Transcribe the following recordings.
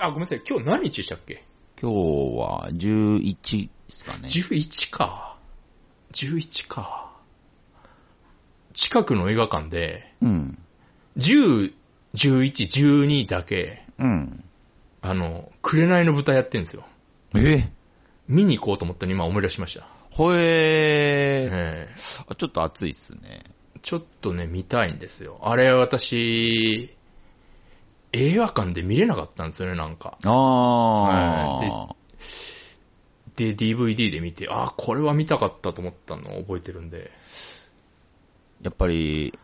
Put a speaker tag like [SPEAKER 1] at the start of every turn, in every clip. [SPEAKER 1] あ、ごめんなさい。今日何日でしたっけ
[SPEAKER 2] 今日は11ですかね。
[SPEAKER 1] ?11 か。11か。近くの映画館で、
[SPEAKER 2] うん。
[SPEAKER 1] 10、11、12だけ、
[SPEAKER 2] うん。
[SPEAKER 1] あの、紅の豚やってるんですよ。
[SPEAKER 2] え
[SPEAKER 1] 見に行こうと思ったのに今思い出しました。
[SPEAKER 2] ほえー
[SPEAKER 1] ええ
[SPEAKER 2] あちょっと暑いっすね。
[SPEAKER 1] ちょっとね、見たいんですよ。あれ私、映画館で見れなかったんですよね、なんか。
[SPEAKER 2] あ
[SPEAKER 1] で、DVD で見て、ああ、これは見たかったと思ったのを覚えてるんで。
[SPEAKER 2] ー。やっぱり、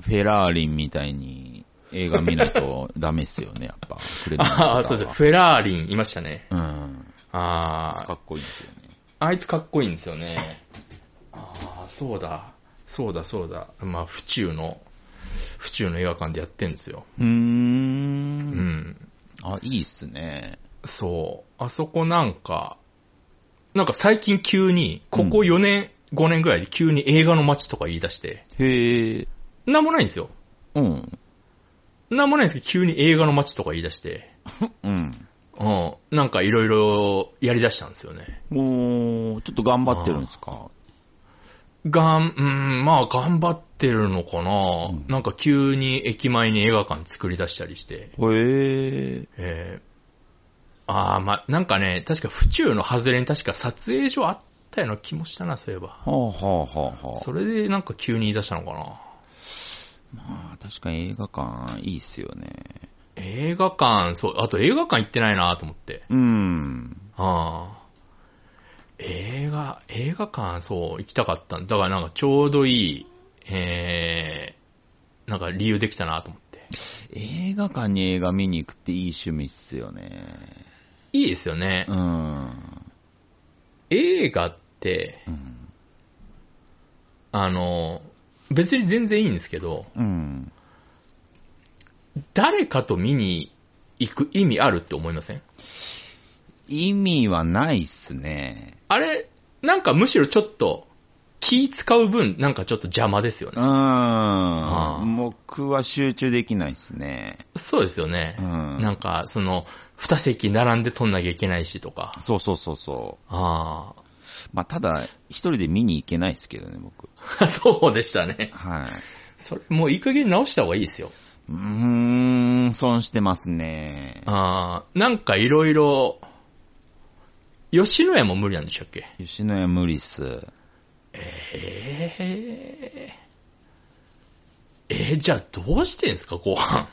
[SPEAKER 2] フェラーリンみたいに映画見ないとダメっすよ ね、やっぱ。クレナの歌は
[SPEAKER 1] ああ、そうです。フェラーリンいましたね。
[SPEAKER 2] うん。か
[SPEAKER 1] あ
[SPEAKER 2] っこいいんですよね。
[SPEAKER 1] あ、あいつかっこいいんですよね。 ああ、そうだ。そうだ、そうだ。まあ、府中の、府中の映画館でやってんですよ。
[SPEAKER 2] うー。
[SPEAKER 1] うんん。
[SPEAKER 2] あ、いいっすね。
[SPEAKER 1] そう。あそこなんか、なんか最近急に、ここ4年、5年ぐらいで急に映画の街とか言い出して、
[SPEAKER 2] へえ。
[SPEAKER 1] なんもないんですよ。
[SPEAKER 2] うん。
[SPEAKER 1] なんもないんですけど、急に映画の街とか言い出して、
[SPEAKER 2] うん。
[SPEAKER 1] うん、なんかいろいろやり出したんですよね。
[SPEAKER 2] おー、ちょっと頑張ってるんですか
[SPEAKER 1] がん、うん、まあ頑張ってるのかな、
[SPEAKER 2] うん
[SPEAKER 1] なんか急に駅前に映画館作り出したりして、
[SPEAKER 2] へえ。
[SPEAKER 1] えー、ああ、まあなんかね、確か府中の外れに確か撮影所あったような気もしたな、そういえば。
[SPEAKER 2] はあはあはあはあ。
[SPEAKER 1] それでなんか急に言い出したのかな。
[SPEAKER 2] まあ、確かに映画館いいっすよね。
[SPEAKER 1] 映画館、そう、あと映画館行ってないなと思って。
[SPEAKER 2] うん。
[SPEAKER 1] ああ。映画、映画館、そう、行きたかったんだからなんかちょうどいい、えー、なんか理由できたなと思って。
[SPEAKER 2] 映画館に映画見に行くっていい趣味っすよね。
[SPEAKER 1] いいですよね。
[SPEAKER 2] うん。
[SPEAKER 1] 映画って
[SPEAKER 2] う、ん。
[SPEAKER 1] あの、別に全然いいんですけど、
[SPEAKER 2] うん。
[SPEAKER 1] 誰かと見に行く意味あるって思いません
[SPEAKER 2] 意味はないっすね。
[SPEAKER 1] あれ、なんかむしろちょっと気使う分、なんかちょっと邪魔ですよね
[SPEAKER 2] う。ー
[SPEAKER 1] あ
[SPEAKER 2] ん。僕は集中できないっすね。
[SPEAKER 1] そうですよね
[SPEAKER 2] う。ん。
[SPEAKER 1] なんか、その、二席並んで取んなきゃいけないしとか。
[SPEAKER 2] そうそうそうそ
[SPEAKER 1] あ
[SPEAKER 2] う。まあ、ただ、一人で見に行けないっすけどね、僕。
[SPEAKER 1] あ。 そうでしたね。
[SPEAKER 2] はい。
[SPEAKER 1] それ、もういい加減直した方がいいですよ。
[SPEAKER 2] うーん、損してますね。
[SPEAKER 1] ああ、なんかいろいろ、吉野家も無理なんでしたっけ
[SPEAKER 2] 吉野家無理っす。
[SPEAKER 1] えええーじゃあどうしてんすか、ご飯。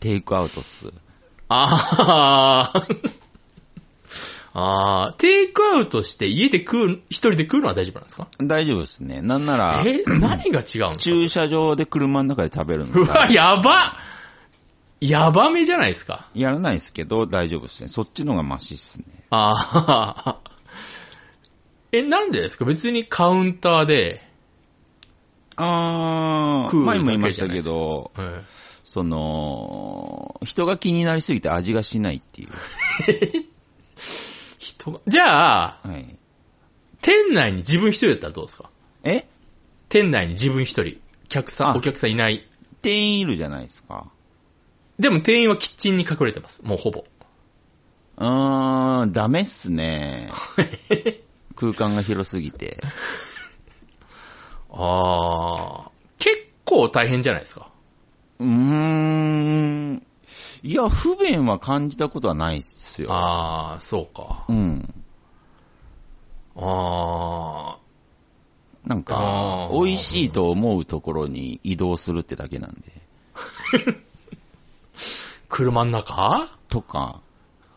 [SPEAKER 2] テイクアウトっす。
[SPEAKER 1] ああ。 ああ、テイクアウトして家で食う、一人で食うのは大丈夫なんですか
[SPEAKER 2] 大丈夫っすね。なんなら、
[SPEAKER 1] え、何が違うんですか
[SPEAKER 2] 駐車場で車の中で食べるの
[SPEAKER 1] う
[SPEAKER 2] が
[SPEAKER 1] わ、やばやばめじゃないですか。
[SPEAKER 2] やらないですけど、大丈夫ですね。そっちの方がマシですね。
[SPEAKER 1] ああ。 え、なんでですか別にカウンターで。
[SPEAKER 2] あー、
[SPEAKER 1] 食う
[SPEAKER 2] 前も言い
[SPEAKER 1] だ
[SPEAKER 2] ま
[SPEAKER 1] け
[SPEAKER 2] し
[SPEAKER 1] じゃ
[SPEAKER 2] た
[SPEAKER 1] ない
[SPEAKER 2] け
[SPEAKER 1] です
[SPEAKER 2] ど、
[SPEAKER 1] うん
[SPEAKER 2] その、人が気になりすぎて味がしないっていう。
[SPEAKER 1] 人がじゃあ、
[SPEAKER 2] はい。
[SPEAKER 1] 店内に自分一人だったらどうですか
[SPEAKER 2] え
[SPEAKER 1] 店内に自分一人。客さん、
[SPEAKER 2] あ
[SPEAKER 1] お客さんいない。
[SPEAKER 2] 店員いるじゃないですか。
[SPEAKER 1] でも店員はキッチンに隠れてます。もうほぼ。
[SPEAKER 2] うーん、ダメっすね。空間が広すぎて。
[SPEAKER 1] ああ。結構大変じゃないですか。
[SPEAKER 2] うーん。いや、不便は感じたことはないっすよ。
[SPEAKER 1] ああ、そうか。
[SPEAKER 2] うん。
[SPEAKER 1] ああ。
[SPEAKER 2] なんか
[SPEAKER 1] あ、ー
[SPEAKER 2] 美味しいと思うところに移動するってだけなんで。
[SPEAKER 1] 車の中
[SPEAKER 2] とか、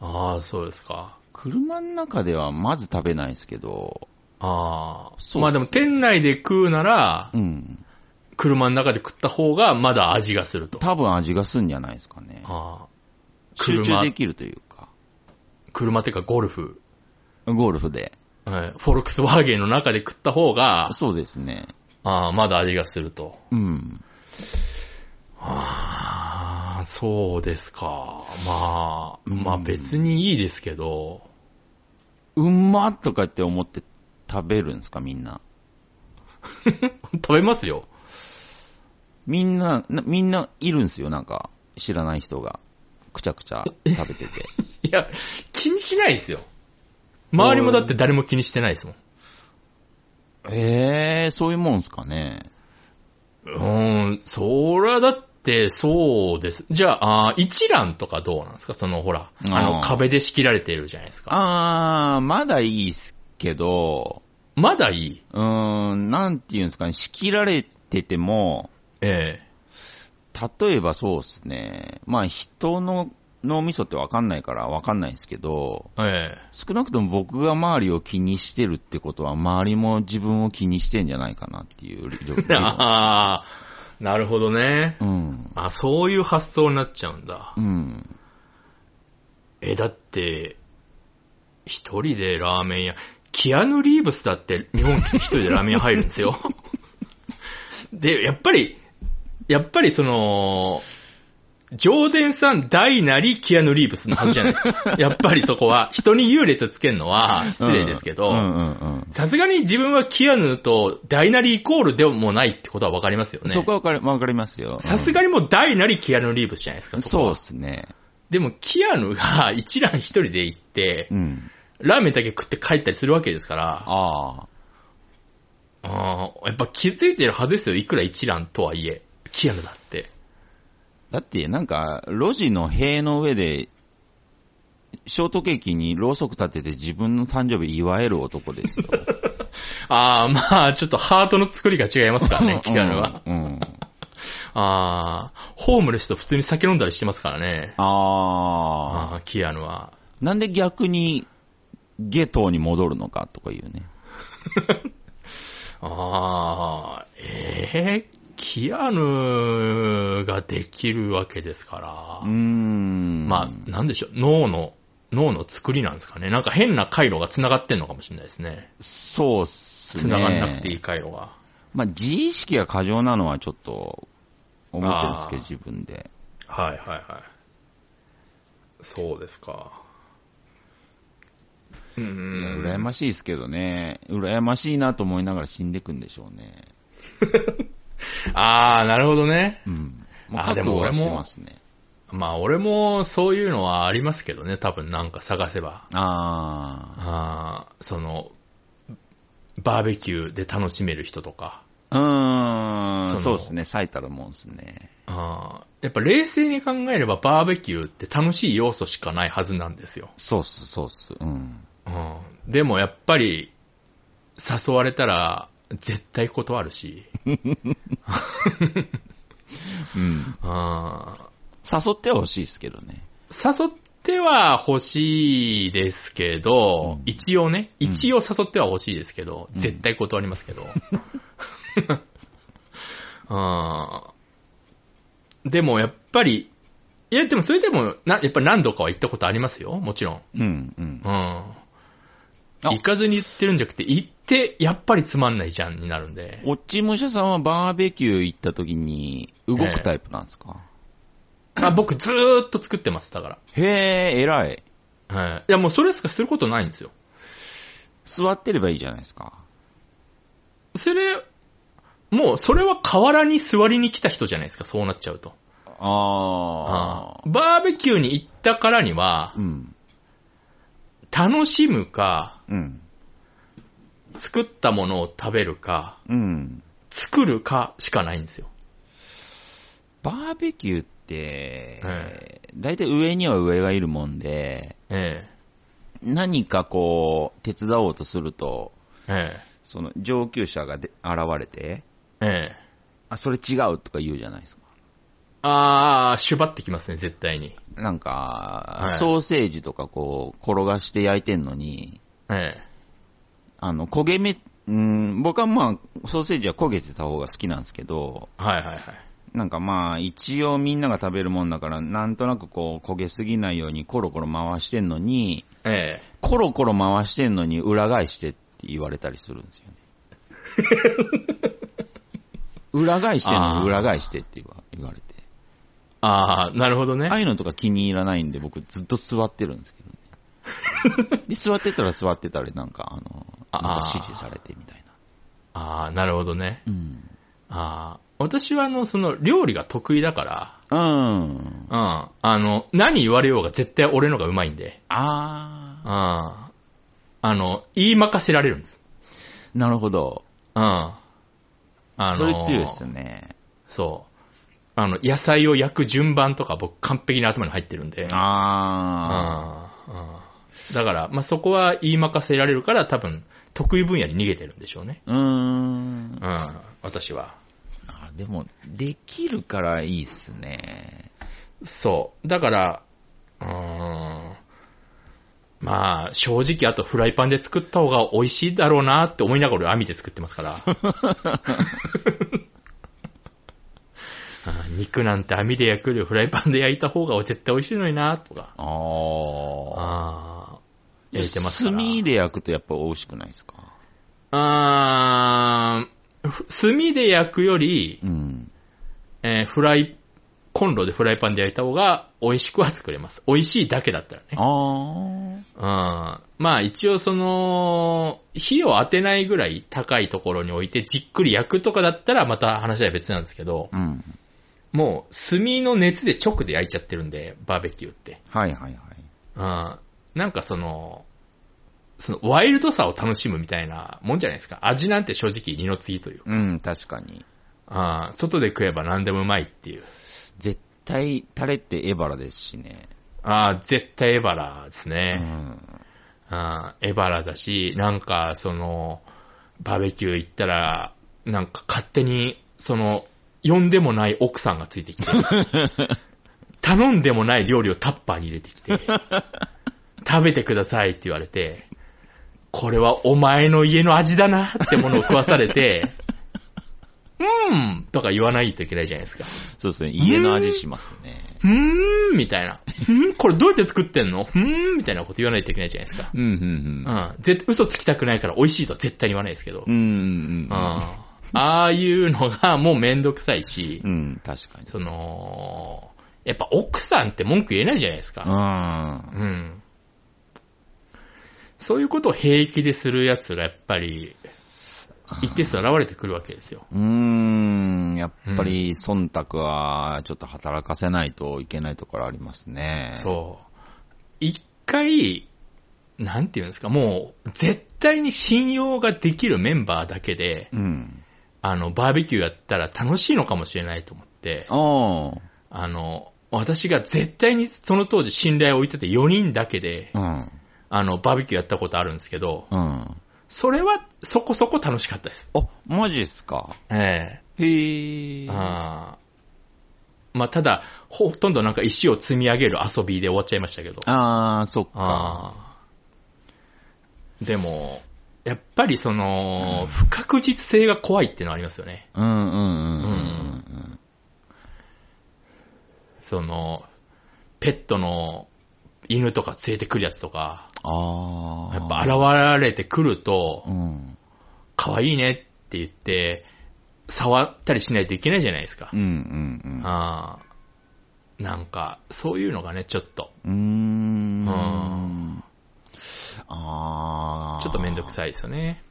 [SPEAKER 1] ああ、そうですか。
[SPEAKER 2] 車の中ではまず食べないですけど、
[SPEAKER 1] ああ、
[SPEAKER 2] そうっすね
[SPEAKER 1] まあでも店内で食うなら
[SPEAKER 2] う、ん。
[SPEAKER 1] 車の中で食った方がまだ味がすると。
[SPEAKER 2] 多分味がすんじゃないですかね。
[SPEAKER 1] あー
[SPEAKER 2] 集中
[SPEAKER 1] 車
[SPEAKER 2] で、きるというか。
[SPEAKER 1] 車っていうかゴルフ、
[SPEAKER 2] ゴルフで。
[SPEAKER 1] えーフォルクスワーゲンの中で食った方が、
[SPEAKER 2] そうですね。
[SPEAKER 1] あーまだ味がすると。
[SPEAKER 2] うん。
[SPEAKER 1] ああ、そうですか。まあ、
[SPEAKER 2] うん
[SPEAKER 1] まあ別にいいですけど、
[SPEAKER 2] うまっとかって思って食べるんですか、みんな。
[SPEAKER 1] 食べますよ。
[SPEAKER 2] みんな、なみんないるんですよ、なんか。知らない人が。くちゃくちゃ食べてて。
[SPEAKER 1] いや、気にしないですよ。周りもだって誰も気にしてないですもん。
[SPEAKER 2] ええー、そういうもんすかね。
[SPEAKER 1] うーん、そりゃだって、そうです。じゃああー、一覧とかどうなんですかその、ほら、あ
[SPEAKER 2] あ
[SPEAKER 1] の、
[SPEAKER 2] ー
[SPEAKER 1] 壁で仕切られているじゃないですか。
[SPEAKER 2] あー、まだいいっすけど、
[SPEAKER 1] まだいいう
[SPEAKER 2] ーん、なんていうんですかね、仕切られてても、
[SPEAKER 1] ええ
[SPEAKER 2] 例えばそうですね、まあ人の脳みそってわかんないからわかんないですけど、
[SPEAKER 1] え
[SPEAKER 2] 少なくとも僕が周りを気にしてるってことは、周りも自分を気にしてんじゃないかなっていう理
[SPEAKER 1] え
[SPEAKER 2] 論。
[SPEAKER 1] ああ、なるほどね。
[SPEAKER 2] うん。
[SPEAKER 1] あ、そういう発想になっちゃうんだ
[SPEAKER 2] う。ん。
[SPEAKER 1] え、だって、一人でラーメン屋、キアヌ・リーブスだって日本来て一人でラーメン屋入るんです よ。で、やっぱり、やっぱりその、ジョーデンさん大なりキアヌ・リーブスのはずじゃ ないですか。やっぱりそこは、人に優劣つけるのは失礼ですけ
[SPEAKER 2] うんうん
[SPEAKER 1] ど、
[SPEAKER 2] うん。
[SPEAKER 1] さすがに自分はキアヌと大なりイコールでもないってことはわかりますよね
[SPEAKER 2] そ。こはわかりわかりますよ。
[SPEAKER 1] さすがにもう大なりキアヌ・リーブスじゃないです
[SPEAKER 2] う
[SPEAKER 1] か。
[SPEAKER 2] ん
[SPEAKER 1] こ
[SPEAKER 2] そう
[SPEAKER 1] は
[SPEAKER 2] ですね。
[SPEAKER 1] でも、キアヌが一蘭一人で行って
[SPEAKER 2] う、ん。
[SPEAKER 1] ラーメンだけ食って帰ったりするわけですから、
[SPEAKER 2] ああ。
[SPEAKER 1] あーやっぱ気づいてるはずですよ、いくら一蘭とはいえ、キアヌだって。
[SPEAKER 2] だってなんか、路地の塀の上で、ショートケーキにろうそく立てて自分の誕生日祝える男ですよ。
[SPEAKER 1] ああ、まあ、ちょっとハートの作りが違います からね、キアヌは。
[SPEAKER 2] うん。うん
[SPEAKER 1] ああ、ホームレスと普通に酒飲んだりしてますからね。
[SPEAKER 2] ああ。
[SPEAKER 1] ああー、キアヌは。
[SPEAKER 2] なんで逆に、下等に戻るのかとかいうね。
[SPEAKER 1] ああ、ええキアヌができるわけですから。
[SPEAKER 2] うーん。
[SPEAKER 1] まあ、なんでしょう、脳の、脳の作りなんですかね。なんか変な回路が繋がってんのかもしれないですね。
[SPEAKER 2] そうっすね。
[SPEAKER 1] 繋がんなくていい回路が。
[SPEAKER 2] まあ、自意識が過剰なのはちょっと、思ってるんですけど、
[SPEAKER 1] あー
[SPEAKER 2] 自分で。
[SPEAKER 1] はいはいはい。そうですか。う
[SPEAKER 2] いや
[SPEAKER 1] ん。
[SPEAKER 2] 羨ましいですけどね。羨ましいなと思いながら死んでいくんでしょうね。
[SPEAKER 1] ああ、なるほどね。
[SPEAKER 2] うん。
[SPEAKER 1] あ
[SPEAKER 2] 覚
[SPEAKER 1] で
[SPEAKER 2] 悟
[SPEAKER 1] も
[SPEAKER 2] は
[SPEAKER 1] 俺も
[SPEAKER 2] してますね。
[SPEAKER 1] まあ俺もそういうのはありますけどね、多分なんか探せば。
[SPEAKER 2] あ
[SPEAKER 1] ああ、その、バーベキューで楽しめる人とか。
[SPEAKER 2] あ。うーん。
[SPEAKER 1] そ
[SPEAKER 2] そう
[SPEAKER 1] の
[SPEAKER 2] ですね。最たるもんですね。
[SPEAKER 1] ああ、やっぱ冷静に考えればバーベキューって楽しい要素しかないはずなんですよ。
[SPEAKER 2] そうっす、そうっす。うん。
[SPEAKER 1] うんでもやっぱり、誘われたら、絶対断るし、
[SPEAKER 2] うん。
[SPEAKER 1] うん
[SPEAKER 2] 誘っては欲しいですけどね。
[SPEAKER 1] 誘っては欲しいですけど、
[SPEAKER 2] うん
[SPEAKER 1] 一応ね、一応誘っては欲しいですけど、
[SPEAKER 2] うん
[SPEAKER 1] 絶対断りますけど。 うんでもやっぱり、いやでもそれでもな、やっぱ何度かは行ったことありますよ、もちろん。
[SPEAKER 2] うん、うん
[SPEAKER 1] う。ん行かずに言ってるんじゃなくて、行って、やっぱりつまんないじゃんになるんで。
[SPEAKER 2] おっちむしゃさんはバーベキュー行った時に動くタイプなんですか、
[SPEAKER 1] あ僕ずーっと作ってます、だか
[SPEAKER 2] へえ、偉い。
[SPEAKER 1] ら。はい。いや、もうそれしかすることないんですよ。
[SPEAKER 2] 座ってればいいじゃないですか。
[SPEAKER 1] それ、もうそれは河原に座りに来た人じゃないですか、そうなっちゃうと。
[SPEAKER 2] ああ。
[SPEAKER 1] バーベキューに行ったからには
[SPEAKER 2] う、ん。
[SPEAKER 1] 楽しむか、
[SPEAKER 2] うん。
[SPEAKER 1] 作ったものを食べるか、
[SPEAKER 2] うん。
[SPEAKER 1] 作るかしかないんですよ。
[SPEAKER 2] バーベキューって
[SPEAKER 1] え、
[SPEAKER 2] 大体上には上がいるもんで、
[SPEAKER 1] え
[SPEAKER 2] 何かこう、手伝おうとすると、
[SPEAKER 1] え、え
[SPEAKER 2] その上級者がで現れて、
[SPEAKER 1] え、ええ。
[SPEAKER 2] あ、それ違うとか言うじゃないですか。
[SPEAKER 1] あー、縛ってきますね、絶対に。
[SPEAKER 2] なんか、
[SPEAKER 1] はい
[SPEAKER 2] ソーセージとかこう、転がして焼いてんのに、
[SPEAKER 1] ええ。
[SPEAKER 2] あの、焦げ目、うん、僕はまあ、ソーセージは焦げてた方が好きなんですけど、
[SPEAKER 1] はいはいはい。
[SPEAKER 2] なんかまあ、一応みんなが食べるもんだから、なんとなくこう、焦げすぎないようにコロコロ回してんのに、
[SPEAKER 1] え
[SPEAKER 2] コロコロ回してんのに裏返してって言われたりするんですよね。 裏返してんの
[SPEAKER 1] あー
[SPEAKER 2] に裏返してって言わ言われて。
[SPEAKER 1] え。あー、なるほどね
[SPEAKER 2] あ。あいうのとか気に入らないんで、僕ずっと座ってるんですけど ね。で、座ってたら座ってたら、なんか、あの、
[SPEAKER 1] あ
[SPEAKER 2] なん
[SPEAKER 1] あ
[SPEAKER 2] か
[SPEAKER 1] ー
[SPEAKER 2] 指示されてみたいな。
[SPEAKER 1] ああ、なるほどね。
[SPEAKER 2] うん。
[SPEAKER 1] ああ、私はあの、その料理が得意だから、
[SPEAKER 2] うん。
[SPEAKER 1] うん。あの、何言われようが絶対俺のがうまいんで。
[SPEAKER 2] あ
[SPEAKER 1] うん。あの、言い任せられるんです。
[SPEAKER 2] ー、なるほど。
[SPEAKER 1] うん。あ
[SPEAKER 2] それ強いですよね。
[SPEAKER 1] そう。あの、野菜を焼く順番とか僕完璧に頭に入ってるんで。
[SPEAKER 2] あ
[SPEAKER 1] うんうんだから、まあ、そこは言い任せられるから多分、得意分野に逃げてるんでしょうね。
[SPEAKER 2] ー。うーん。
[SPEAKER 1] うん。私は。
[SPEAKER 2] あでも、できるからいいっすね。
[SPEAKER 1] そう。だから、うーん。まあ、正直あとフライパンで作った方が美味しいだろうなって思いながら俺網で作ってます から。あ肉なんて網で焼くよりフライパンで焼いた方が絶対美味しいのになとか。
[SPEAKER 2] ああ。
[SPEAKER 1] ああ。焼いてますから。
[SPEAKER 2] 炭で焼くとやっぱ美味しくないですか
[SPEAKER 1] あーふ炭で焼くより、
[SPEAKER 2] うん。
[SPEAKER 1] えーフライ、コンロでフライパンで焼いた方が美味しくは作れます。美味しいだけだったらね。
[SPEAKER 2] ああ。
[SPEAKER 1] うんまあ一応その、火を当てないぐらい高いところに置いてじっくり焼くとかだったらまた話は別なんですけど、
[SPEAKER 2] うん。
[SPEAKER 1] もう炭の熱で直で焼いちゃってるんで、バーベキューって。
[SPEAKER 2] はいはいはい。
[SPEAKER 1] うんなんかその、そのワイルドさを楽しむみたいなもんじゃないですか。味なんて正直二の次という。
[SPEAKER 2] うん、確かに。
[SPEAKER 1] あ外で食えば何でもうまいっていう。
[SPEAKER 2] 絶対、タレってエバラですしね。
[SPEAKER 1] ああ、絶対エバラですね。
[SPEAKER 2] うん。
[SPEAKER 1] あーエバラだし、なんか、その、バーベキュー行ったら、なんか勝手に、その、呼んでもない奥さんがついてきて、頼んでもない料理をタッパーに入れてきて、食べてくださいって言われて、これはお前の家の味だなってものを食わされて、うんとか言わないといけないじゃないですか。
[SPEAKER 2] そうですね、家の味しますね。
[SPEAKER 1] うーんみたいな。うんこれどうやって作ってんのうんみたいなこと言わないといけないじゃないですか。
[SPEAKER 2] うん、うん、
[SPEAKER 1] うん。絶嘘つきたくないから美味しいとは絶対に言わないですけど。
[SPEAKER 2] うん。うん、うん。
[SPEAKER 1] ああいうのがもうめんどくさいし、
[SPEAKER 2] うん、確かに。
[SPEAKER 1] その、やっぱ奥さんって文句言えないじゃないです
[SPEAKER 2] う
[SPEAKER 1] か。
[SPEAKER 2] ん。
[SPEAKER 1] うん。そういうことを平気でするやつがやっぱり、一定数現れてくるわけですよ。
[SPEAKER 2] うーん、やっぱり忖度はちょっと働かせないといけないところありますね。
[SPEAKER 1] そう。一回、なんていうんですか、もう、絶対に信用ができるメンバーだけで、
[SPEAKER 2] うん。
[SPEAKER 1] あの、バーベキューやったら楽しいのかもしれないと思って、
[SPEAKER 2] おー
[SPEAKER 1] あの、私が絶対にその当時信頼を置いてて4人だけで、
[SPEAKER 2] うん。
[SPEAKER 1] あの、バーベキューやったことあるんですけど、
[SPEAKER 2] うん。あ、
[SPEAKER 1] それはそこそこ楽しかったです。
[SPEAKER 2] マジっすか。
[SPEAKER 1] ええ
[SPEAKER 2] へー。
[SPEAKER 1] あーまあ、ただ、ほとんどなんか石を積み上げる遊びで終わっちゃいましたけど。
[SPEAKER 2] あー、そっか。
[SPEAKER 1] あーでも、やっぱりその、不確実性が怖いっていうのはありますよね。
[SPEAKER 2] うんうんうんうんうん
[SPEAKER 1] その、ペットの犬とか連れてくるやつとか。
[SPEAKER 2] ああ。
[SPEAKER 1] やっぱ現れてくると
[SPEAKER 2] う、ん。
[SPEAKER 1] 可愛いねって言って、触ったりしないといけないじゃないですか。
[SPEAKER 2] うんうん
[SPEAKER 1] あーなんか、そういうのがね、ちょっと、
[SPEAKER 2] うん。うーん。
[SPEAKER 1] うん
[SPEAKER 2] ああ。
[SPEAKER 1] ちょっとめんどく
[SPEAKER 2] い。
[SPEAKER 1] さいですよね。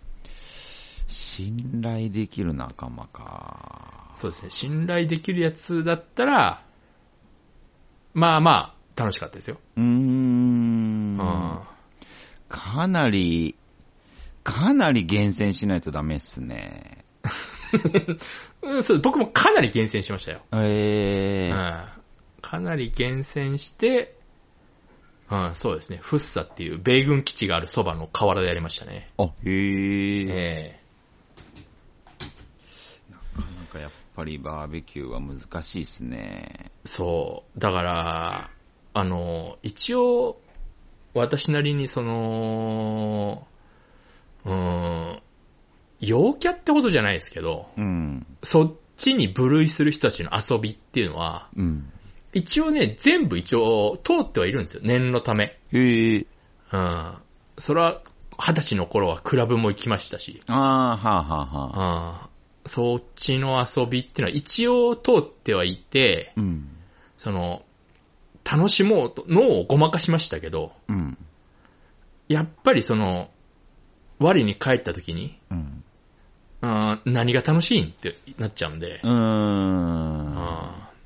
[SPEAKER 2] 信頼できる仲間か。
[SPEAKER 1] そうですね。信頼できるやつだったら、まあまあ、楽しかったですよ。
[SPEAKER 2] うーん
[SPEAKER 1] う。ん。
[SPEAKER 2] かなり、かなり厳選しないとダメっすね。
[SPEAKER 1] うん、そう僕もかなり厳選しましたよ。
[SPEAKER 2] ええ
[SPEAKER 1] うん。かなり厳選して、うん、そうですね。フッサっていう米軍基地があるそばの河原でやりましたね。
[SPEAKER 2] あ、へえ。
[SPEAKER 1] ええ
[SPEAKER 2] なんかやっぱりバーベキューは難しいっすね。
[SPEAKER 1] そう。だから、あの、一応、私なりに、その、うーん、陽キャってことじゃないですけど、
[SPEAKER 2] うん。
[SPEAKER 1] そっちに部類する人たちの遊びっていうのは、
[SPEAKER 2] うん。
[SPEAKER 1] 一応ね、全部一応通ってはいるんですよ。念のため。
[SPEAKER 2] へえ。
[SPEAKER 1] うん。それは、二十歳の頃はクラブも行きましたし、
[SPEAKER 2] ああ、はあはあはあ。
[SPEAKER 1] うん。そっちの遊びっていうのは一応通ってはいて、
[SPEAKER 2] うん。
[SPEAKER 1] その、楽しもうと、脳をごまかしましたけど、
[SPEAKER 2] うん。
[SPEAKER 1] やっぱりその、我に帰った時に、
[SPEAKER 2] うん。
[SPEAKER 1] あー何が楽しいんってなっちゃうんで、
[SPEAKER 2] うーん。
[SPEAKER 1] あー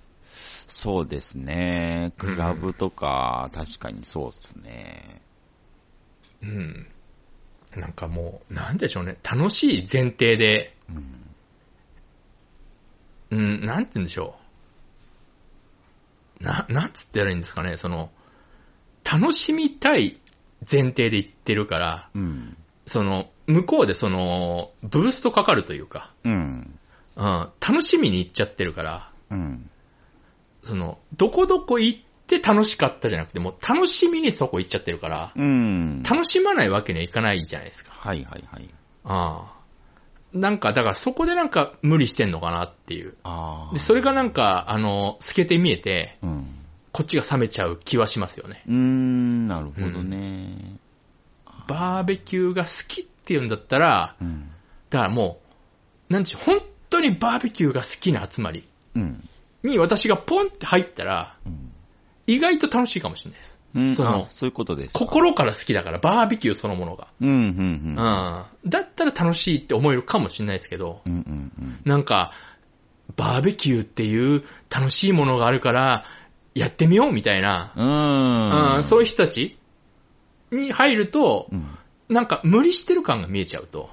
[SPEAKER 2] そうですね。クラブとか、確かにそうですね。
[SPEAKER 1] うん。なんかもう、なんでしょうね。楽しい前提で、
[SPEAKER 2] うん。
[SPEAKER 1] うん、なんて言うんでしょう。な、なんつったらいいんですかね。その、楽しみたい前提で言ってるから、
[SPEAKER 2] うん。
[SPEAKER 1] その、向こうでその、ブーストかかるというか、
[SPEAKER 2] うん。
[SPEAKER 1] うん、楽しみに行っちゃってるから、
[SPEAKER 2] うん。
[SPEAKER 1] その、どこどこ行って楽しかったじゃなくて、もう楽しみにそこ行っちゃってるから、
[SPEAKER 2] うん。
[SPEAKER 1] 楽しまないわけにはいかないじゃないですか。
[SPEAKER 2] はいはいはい。
[SPEAKER 1] ああ。なんか、だからそこでなんか無理してんのかなっていう。
[SPEAKER 2] ああ。
[SPEAKER 1] で、それがなんか、あの、透けて見えて、
[SPEAKER 2] うん。
[SPEAKER 1] こっちが冷めちゃう気はしますよね。
[SPEAKER 2] うーん、なるほどね。
[SPEAKER 1] バーベキューが好きっていうんだったら、
[SPEAKER 2] うん。
[SPEAKER 1] だからもう、なんでしょう、本当にバーベキューが好きな集まり
[SPEAKER 2] うん。
[SPEAKER 1] に私がポンって入ったら、
[SPEAKER 2] うん。
[SPEAKER 1] 意外と楽しいかもしれないです。
[SPEAKER 2] うん、
[SPEAKER 1] その
[SPEAKER 2] あそういうことですか。
[SPEAKER 1] 心から好きだから、バーベキューそのものが。
[SPEAKER 2] うん、うん、うん。
[SPEAKER 1] うん。だったら楽しいって思えるかもしれないですけど、
[SPEAKER 2] うん、うん、うん。
[SPEAKER 1] なんか、バーベキューっていう楽しいものがあるから、やってみようみたいな、
[SPEAKER 2] うーん。
[SPEAKER 1] うん、そういう
[SPEAKER 2] 人。
[SPEAKER 1] 人たちに入ると、
[SPEAKER 2] うん。
[SPEAKER 1] なんか無理してる感が見えちゃうと、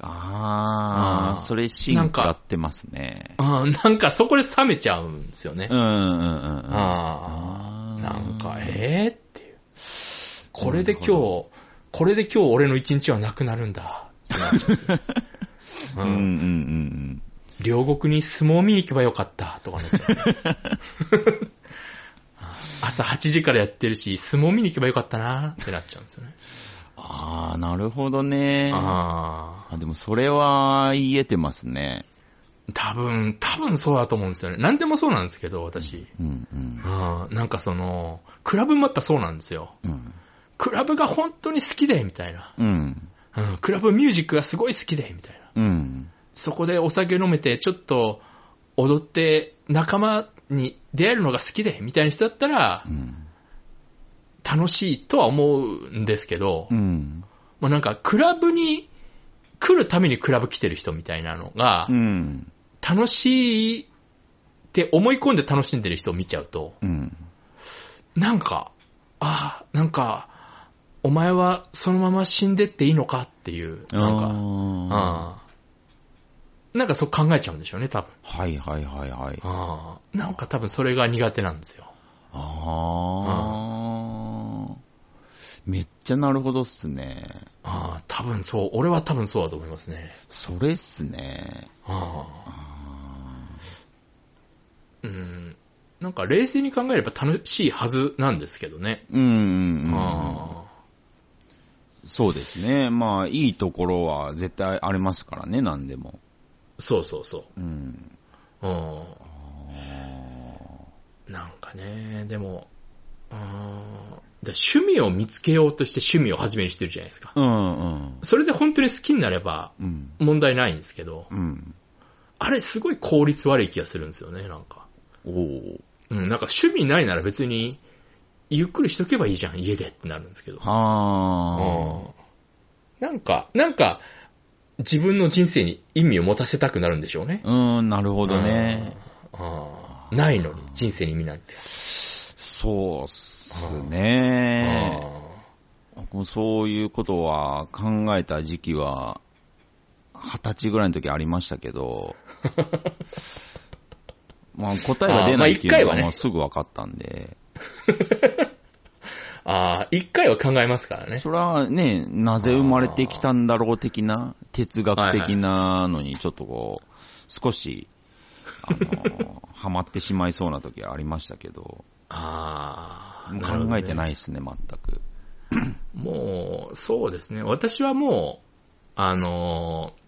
[SPEAKER 2] あ
[SPEAKER 1] あー
[SPEAKER 2] あ、それ進
[SPEAKER 1] なんか
[SPEAKER 2] 化ってますね。
[SPEAKER 1] あーなんかそこで冷めちゃうんですよね。
[SPEAKER 2] うん、うん、うん。うん
[SPEAKER 1] ああ、なんか、ええっていう。これで今
[SPEAKER 2] なる
[SPEAKER 1] 日、これで今日俺の一日はなくなるんだってなっちゃうんですよ。
[SPEAKER 2] う、
[SPEAKER 1] うん
[SPEAKER 2] うん、うん
[SPEAKER 1] ん、両国に相撲見に行けばよかったとかなっちゃう。 朝8時からやってるし、相撲見に行けばよかったなってなっちゃうんですよね。
[SPEAKER 2] うん。ああ、なるほどね。
[SPEAKER 1] ああ、
[SPEAKER 2] あでも、それは言えてますね。
[SPEAKER 1] 多分、多分そうだと思うんですよね。何でもそうなんですけど、私。
[SPEAKER 2] うん、うん。
[SPEAKER 1] あーなんかその、クラブもやっぱそうなんですよ。
[SPEAKER 2] うん。
[SPEAKER 1] クラブが本当に好きで、みたいな。
[SPEAKER 2] うん。
[SPEAKER 1] うん、クラブミュージックがすごい好きで、みたいな。
[SPEAKER 2] うん。
[SPEAKER 1] そこでお酒飲めて、ちょっと踊って仲間に出会えるのが好きで、みたいな人だったら
[SPEAKER 2] う、ん。
[SPEAKER 1] 楽しいとは思うんですけど、
[SPEAKER 2] うん。
[SPEAKER 1] もうなんかクラブに来るためにクラブ来てる人みたいなのが
[SPEAKER 2] う、ん。
[SPEAKER 1] 楽しいって思い込んで楽しんでる人を見ちゃうと、
[SPEAKER 2] うん。
[SPEAKER 1] なんか、ああ、なんか、お前はそのまま死んでっていいのかっていう、なんか、
[SPEAKER 2] あ
[SPEAKER 1] ああなんかそう考えちゃうんでしょうね、多分。
[SPEAKER 2] ー。はいはいはいはい。
[SPEAKER 1] ああなんか多分それが苦手なんですよ。
[SPEAKER 2] ああ。めっちゃなるほどっすね。
[SPEAKER 1] ああ多分そう、俺は多分そうだと思いますね。
[SPEAKER 2] それっすね。
[SPEAKER 1] ああ
[SPEAKER 2] あ
[SPEAKER 1] うん。なんか冷静に考えれば楽しいはずなんですけどね。
[SPEAKER 2] ーうんうんうん。
[SPEAKER 1] ああ
[SPEAKER 2] そうですね。まあ、いいところは絶対ありますからね、何でも。
[SPEAKER 1] そうそうそ
[SPEAKER 2] うん。
[SPEAKER 1] う。うん。
[SPEAKER 2] あ
[SPEAKER 1] なんかね、でも、ああで趣味を見つけようとして趣味を始める人いるじゃないですか
[SPEAKER 2] ー。うんうん。
[SPEAKER 1] それで本当に好きになれば
[SPEAKER 2] うん。
[SPEAKER 1] 問題ないんですけど、
[SPEAKER 2] うん。
[SPEAKER 1] あれすごい効率悪い気がするんですよね、なんか。
[SPEAKER 2] おお。
[SPEAKER 1] うん、なんか趣味ないなら別に、ゆっくりしとけばいいじゃん、家でってなるんですけど。
[SPEAKER 2] はあ。
[SPEAKER 1] うんなんか、なんか、自分の人生に意味を持たせたくなるんでしょうね。
[SPEAKER 2] うん、なるほどね。
[SPEAKER 1] あー。ないのに、人生に意味なんて。
[SPEAKER 2] そうっすね。僕もそういうことは考えた時期は、二十歳ぐらいの時ありました けど、まあ答えが出ないっていうの
[SPEAKER 1] あーまあ一回は
[SPEAKER 2] が
[SPEAKER 1] ね
[SPEAKER 2] もうすぐ分かったんで、
[SPEAKER 1] あーあー、一回は考えますからね。
[SPEAKER 2] それはね、なぜ生まれてきたんだろう的な、哲学的なのにちょっとこう、少し、あ の、ハマってしまいそうな時はありましたけど、
[SPEAKER 1] ああ、。
[SPEAKER 2] もう考えてないいですね、全く。
[SPEAKER 1] もう、そうですね。私はもう、あのー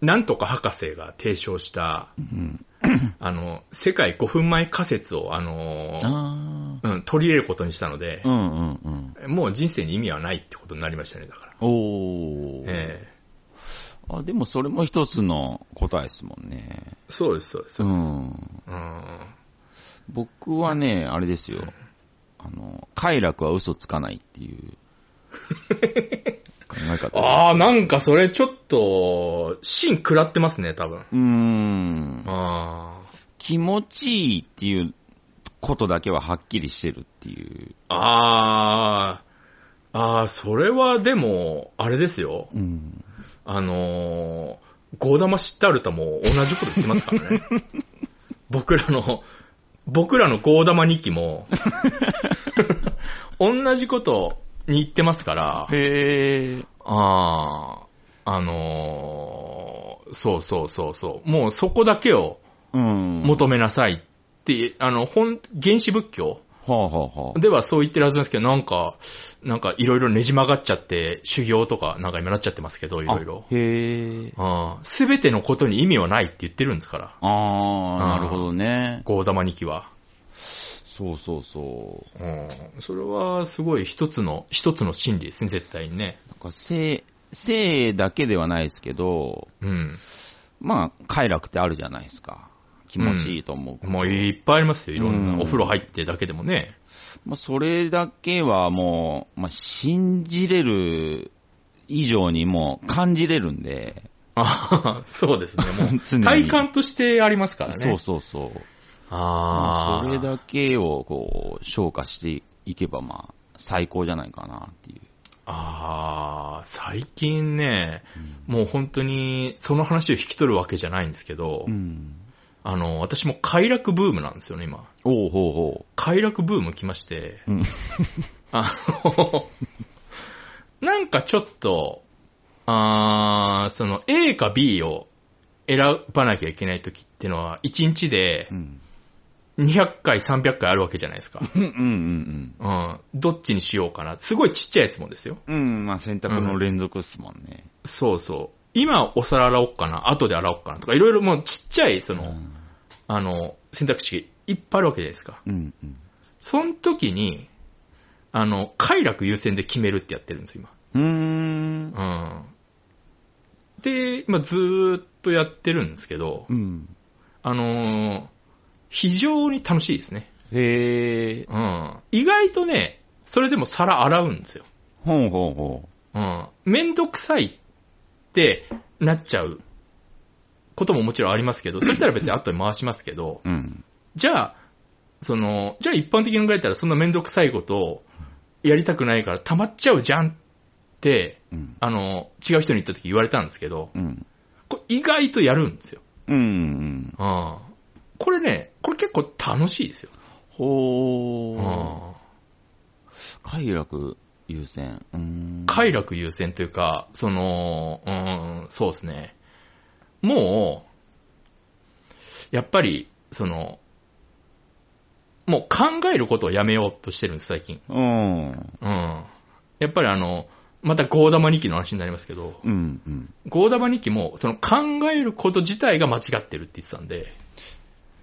[SPEAKER 1] なんとか博士が提唱した、
[SPEAKER 2] うん。
[SPEAKER 1] あの、世界5分前仮説を、あのー
[SPEAKER 2] あ
[SPEAKER 1] うん、取り入れることにしたので
[SPEAKER 2] あ。う、んうんうん。
[SPEAKER 1] もう人生に意味はないってことになりましたね、だから。
[SPEAKER 2] おー。
[SPEAKER 1] え
[SPEAKER 2] あ、でもそれも一つの答えですもんね。
[SPEAKER 1] えそうです、そうです。そううです
[SPEAKER 2] ん。
[SPEAKER 1] うん。
[SPEAKER 2] 僕はね、あれですよ。あの、快楽は嘘つかないっていう考え 方。
[SPEAKER 1] ああ、なんかそれちょっと、芯食らってますね、多分。
[SPEAKER 2] うーん。
[SPEAKER 1] あ
[SPEAKER 2] 気持ちいいっていうことだけははっきりしてるっていう。
[SPEAKER 1] あー、あー、それはでも、あれですよ。
[SPEAKER 2] うん。
[SPEAKER 1] あのー、ゴーダマシッタルタも同じこと言ってますから ね。僕らの、僕らのゴーダマ日記も、 同じことに言ってますから、
[SPEAKER 2] へえ。
[SPEAKER 1] あー、あのー、そうそうそうそう、もうそこだけを
[SPEAKER 2] うん。
[SPEAKER 1] 求めなさいって、あの、本、原始仏教
[SPEAKER 2] はあ、はあはあ、
[SPEAKER 1] ではそう言ってるはずなんですけど、なんか、なんかいろいろねじ曲がっちゃって、修行とかなんか今なっちゃってますけど、いろいろ。
[SPEAKER 2] あへえ。
[SPEAKER 1] すべてのことに意味はないって言ってるんですから、
[SPEAKER 2] ああ、なるほどね。
[SPEAKER 1] ゴーダマニキは。
[SPEAKER 2] そうそうそう。
[SPEAKER 1] うん、それはすごい一つの、一つの真理ですね、絶対にね。
[SPEAKER 2] なんか性、性だけではないですけど、
[SPEAKER 1] うん。
[SPEAKER 2] まあ、快楽ってあるじゃないですか。気持ちいいと思う。
[SPEAKER 1] もういっぱいありますよ、いろんな。
[SPEAKER 2] うん
[SPEAKER 1] お風呂入ってだけでもね。
[SPEAKER 2] まあ、それだけはもう、まあ、信じれる以上にもう感じれるんで、
[SPEAKER 1] あははそうですね、も
[SPEAKER 2] 常
[SPEAKER 1] う。
[SPEAKER 2] に
[SPEAKER 1] 体感としてありますからね。
[SPEAKER 2] そうそうそう。
[SPEAKER 1] ああ。
[SPEAKER 2] それだけをこう、消化していけば、まあ、最高じゃないかなっていう。
[SPEAKER 1] ああ、最近ね、
[SPEAKER 2] うん
[SPEAKER 1] もう本当にその話を引き取るわけじゃないんですけど、
[SPEAKER 2] うん。
[SPEAKER 1] あの、私も快楽ブームなんですよね、今。
[SPEAKER 2] おうほうほ
[SPEAKER 1] 快楽ブーム来まして、
[SPEAKER 2] う。うん。
[SPEAKER 1] あの、 なんかちょっと、あーその A か B を選ばなきゃいけない時ってのは、1日で
[SPEAKER 2] うん。
[SPEAKER 1] 200回、300回あるわけじゃないですか。
[SPEAKER 2] うんうん
[SPEAKER 1] うん。どっちにしようかな。すごいちっちゃいやつもんですよ。
[SPEAKER 2] うん。うん、まあ、選択の連続っすもんね。
[SPEAKER 1] そうそう。今お皿洗おうかな、後で洗おうかなとか、いろいろもうちっちゃい、そうの、
[SPEAKER 2] ん。
[SPEAKER 1] あの、選択肢いっぱいあるわけじゃないですか。
[SPEAKER 2] うんうん。
[SPEAKER 1] その時に、あの、快楽優先で決めるってやってるんです、今。
[SPEAKER 2] うーん。
[SPEAKER 1] うん。で、まあ、ずーっとやってるんですけど
[SPEAKER 2] う、ん。
[SPEAKER 1] あのー非常に楽しいですね。
[SPEAKER 2] へえ。
[SPEAKER 1] うん。意外とね、それでも皿洗うんですよ。
[SPEAKER 2] ほうほうほ
[SPEAKER 1] うん。めんどくさいってなっちゃうことももちろんありますけど、そしたら別に後に回しますけど、
[SPEAKER 2] う。うん。
[SPEAKER 1] じゃあ、その、じゃあ一般的に考えたらそんなめんどくさいことをやりたくないから溜まっちゃうじゃんって、
[SPEAKER 2] うん。
[SPEAKER 1] あの、違う人に言った時言われたんですけど、
[SPEAKER 2] うん。
[SPEAKER 1] これ意外とやるんですよ。
[SPEAKER 2] うんうん。
[SPEAKER 1] ああこれね、これ結構楽しいですよ。
[SPEAKER 2] ほう。
[SPEAKER 1] ああ
[SPEAKER 2] 快楽優先。うーん。
[SPEAKER 1] 快楽優先というか、その、うん、そうですね。もう、やっぱり、その、もう考えることをやめようとしてるんです、最近。
[SPEAKER 2] うん。
[SPEAKER 1] うん。やっぱりあの、またゴーダマ日記の話になりますけど、
[SPEAKER 2] うんうん。
[SPEAKER 1] ゴーダマ日記も、その考えること自体が間違ってるって言ってたんで、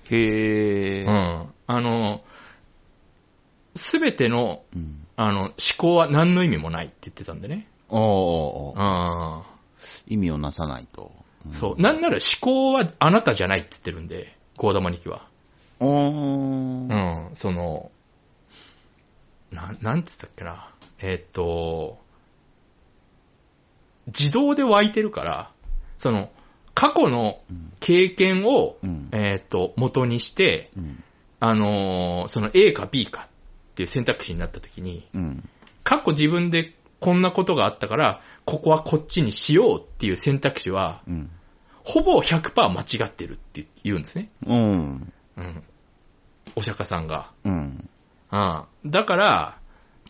[SPEAKER 2] へ
[SPEAKER 1] う
[SPEAKER 2] え。
[SPEAKER 1] ん。あの、すべての、
[SPEAKER 2] うん。
[SPEAKER 1] あの、思考は何の意味もないって言ってたんでね。
[SPEAKER 2] おーおーおー
[SPEAKER 1] ああ。
[SPEAKER 2] 意味をなさないと。ん
[SPEAKER 1] そう。なんなら思考はあなたじゃないって言ってるんで、コーダマニキは。
[SPEAKER 2] お
[SPEAKER 1] う
[SPEAKER 2] ー
[SPEAKER 1] ん。その、なん、なんつったっけな。えーっと、自動で湧いてるから、その、過去の
[SPEAKER 2] うん。
[SPEAKER 1] 経験を、
[SPEAKER 2] うん。
[SPEAKER 1] えーっと、元にして、
[SPEAKER 2] うん。
[SPEAKER 1] あのーその A か B かっていう選択肢になった時に、
[SPEAKER 2] うん。
[SPEAKER 1] 過去自分でこんなことがあったから、ここはこっちにしようっていう選択肢は、
[SPEAKER 2] うん。
[SPEAKER 1] ほぼ100%間違ってるって言うんですね。
[SPEAKER 2] うん。
[SPEAKER 1] うん。お釈迦さんが。
[SPEAKER 2] うん。
[SPEAKER 1] うん。だから、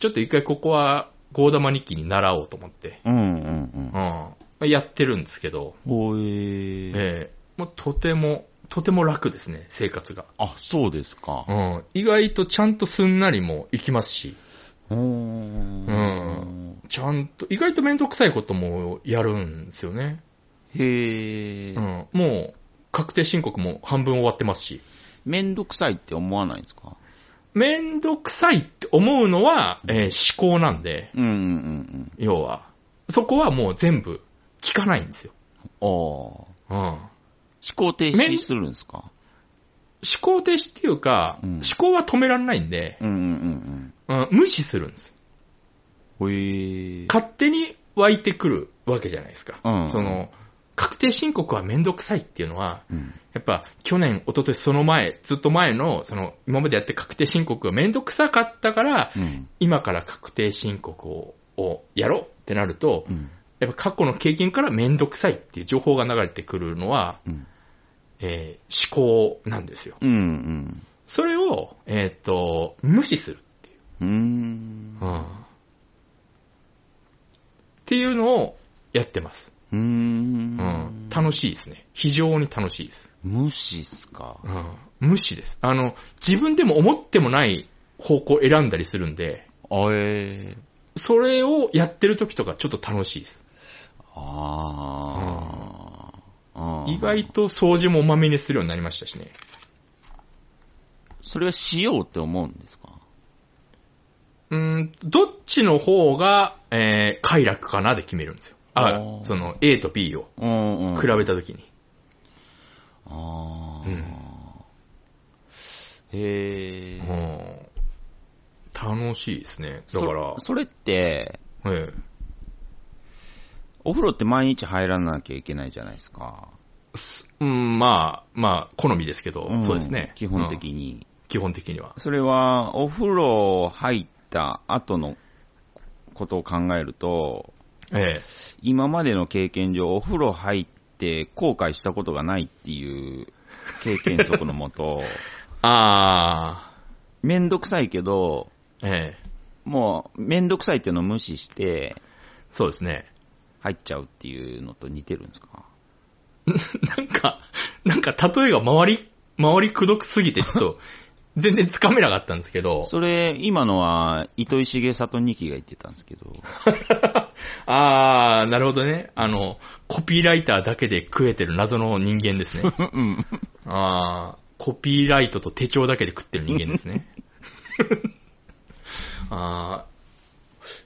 [SPEAKER 1] ちょっと一回ここは、ゴーダマ日記に習おうと思って、
[SPEAKER 2] うん。うん
[SPEAKER 1] う。ん。やってるんですけど、
[SPEAKER 2] ほえー。
[SPEAKER 1] ええもうとても、とても楽ですね、生活が。
[SPEAKER 2] あ、そうですか。
[SPEAKER 1] うん。意外とちゃんとすんなりもいきますし、
[SPEAKER 2] うーん。
[SPEAKER 1] ちゃんと、意外とめんどくさいこともやるんですよね。
[SPEAKER 2] へえ
[SPEAKER 1] う。ん。もう、確定申告も半分終わってますし。
[SPEAKER 2] めんどくさいって思わないんですか
[SPEAKER 1] めんどくさいって思うのは、えー思考なんで、
[SPEAKER 2] うんうんうん
[SPEAKER 1] 要は。そこはもう全部聞かないんですよ。
[SPEAKER 2] うん。お
[SPEAKER 1] う
[SPEAKER 2] ー
[SPEAKER 1] ん。思
[SPEAKER 2] 思考停止するんですか
[SPEAKER 1] 考停止っていうか、
[SPEAKER 2] うん
[SPEAKER 1] 思考は止められないんで、
[SPEAKER 2] うんうんうん
[SPEAKER 1] うん、無視するんです。
[SPEAKER 2] うん。へえ。
[SPEAKER 1] 勝手に湧いてくるわけじゃないですか。
[SPEAKER 2] うん
[SPEAKER 1] その、確定申告はめんどくさいっていうのは、
[SPEAKER 2] うん。
[SPEAKER 1] やっぱ去年、一昨年その前、ずっと前の、その今までやって確定申告がめんどくさかったから、
[SPEAKER 2] うん。
[SPEAKER 1] 今から確定申告ををやろうってなると、
[SPEAKER 2] うん。
[SPEAKER 1] やっぱ過去の経験からめんどくさいっていう情報が流れてくるのは、
[SPEAKER 2] うん。
[SPEAKER 1] えー思考なんですよ。
[SPEAKER 2] うん。うん。
[SPEAKER 1] それを、えーっ、と、無視するっていう。
[SPEAKER 2] うーん。
[SPEAKER 1] っていうのをやってます。
[SPEAKER 2] うー
[SPEAKER 1] うんん。楽しいですね。非常に楽しいです。
[SPEAKER 2] 無視っすか。
[SPEAKER 1] うん。無視です。あの、自分でも思ってもない方向を選んだりするんで、
[SPEAKER 2] あえ
[SPEAKER 1] それをやってる時とかちょっと楽しいです。
[SPEAKER 2] ああ。
[SPEAKER 1] 意外。と掃除もまめにするようになりましたしね。
[SPEAKER 2] それはしようって思うんですか
[SPEAKER 1] うん、どっちの方が、えー快楽かなで決めるんですよ。あ
[SPEAKER 2] お、ー
[SPEAKER 1] その A と B を
[SPEAKER 2] うんうん。
[SPEAKER 1] 比べた時に。
[SPEAKER 2] ああ。
[SPEAKER 1] うん
[SPEAKER 2] へえ。
[SPEAKER 1] うん楽しいですね。だから
[SPEAKER 2] そ、それって、
[SPEAKER 1] ええ
[SPEAKER 2] お風呂って毎日入らなきゃいけないじゃないですか。
[SPEAKER 1] うん、まあ、まあ、好みですけど、
[SPEAKER 2] ん
[SPEAKER 1] そうですね。
[SPEAKER 2] 基本
[SPEAKER 1] うん
[SPEAKER 2] 的に。
[SPEAKER 1] 基本的には。
[SPEAKER 2] それは、お風呂入った後のことを考えると、
[SPEAKER 1] ええ
[SPEAKER 2] 今までの経験上、お風呂入って後悔したことがないっていう経験則の もと、
[SPEAKER 1] あ
[SPEAKER 2] めんどくさいけど、
[SPEAKER 1] あ、ええ
[SPEAKER 2] もうめんどくさいっていうのを無視して
[SPEAKER 1] そうですね。
[SPEAKER 2] 入っちゃうっていうのと似てるんですか
[SPEAKER 1] なんか、なんか例えが回り、回りくどくすぎて、ちょっ と、全然つかめなかったんですけど、
[SPEAKER 2] それ、今のは糸井重里二期が言ってたんですけど、
[SPEAKER 1] ああ、なるほどね。あの、コピーライターだけで食えてる謎の人間ですね。ああ、コピーライトと手帳だけで食ってる人間です ね。あ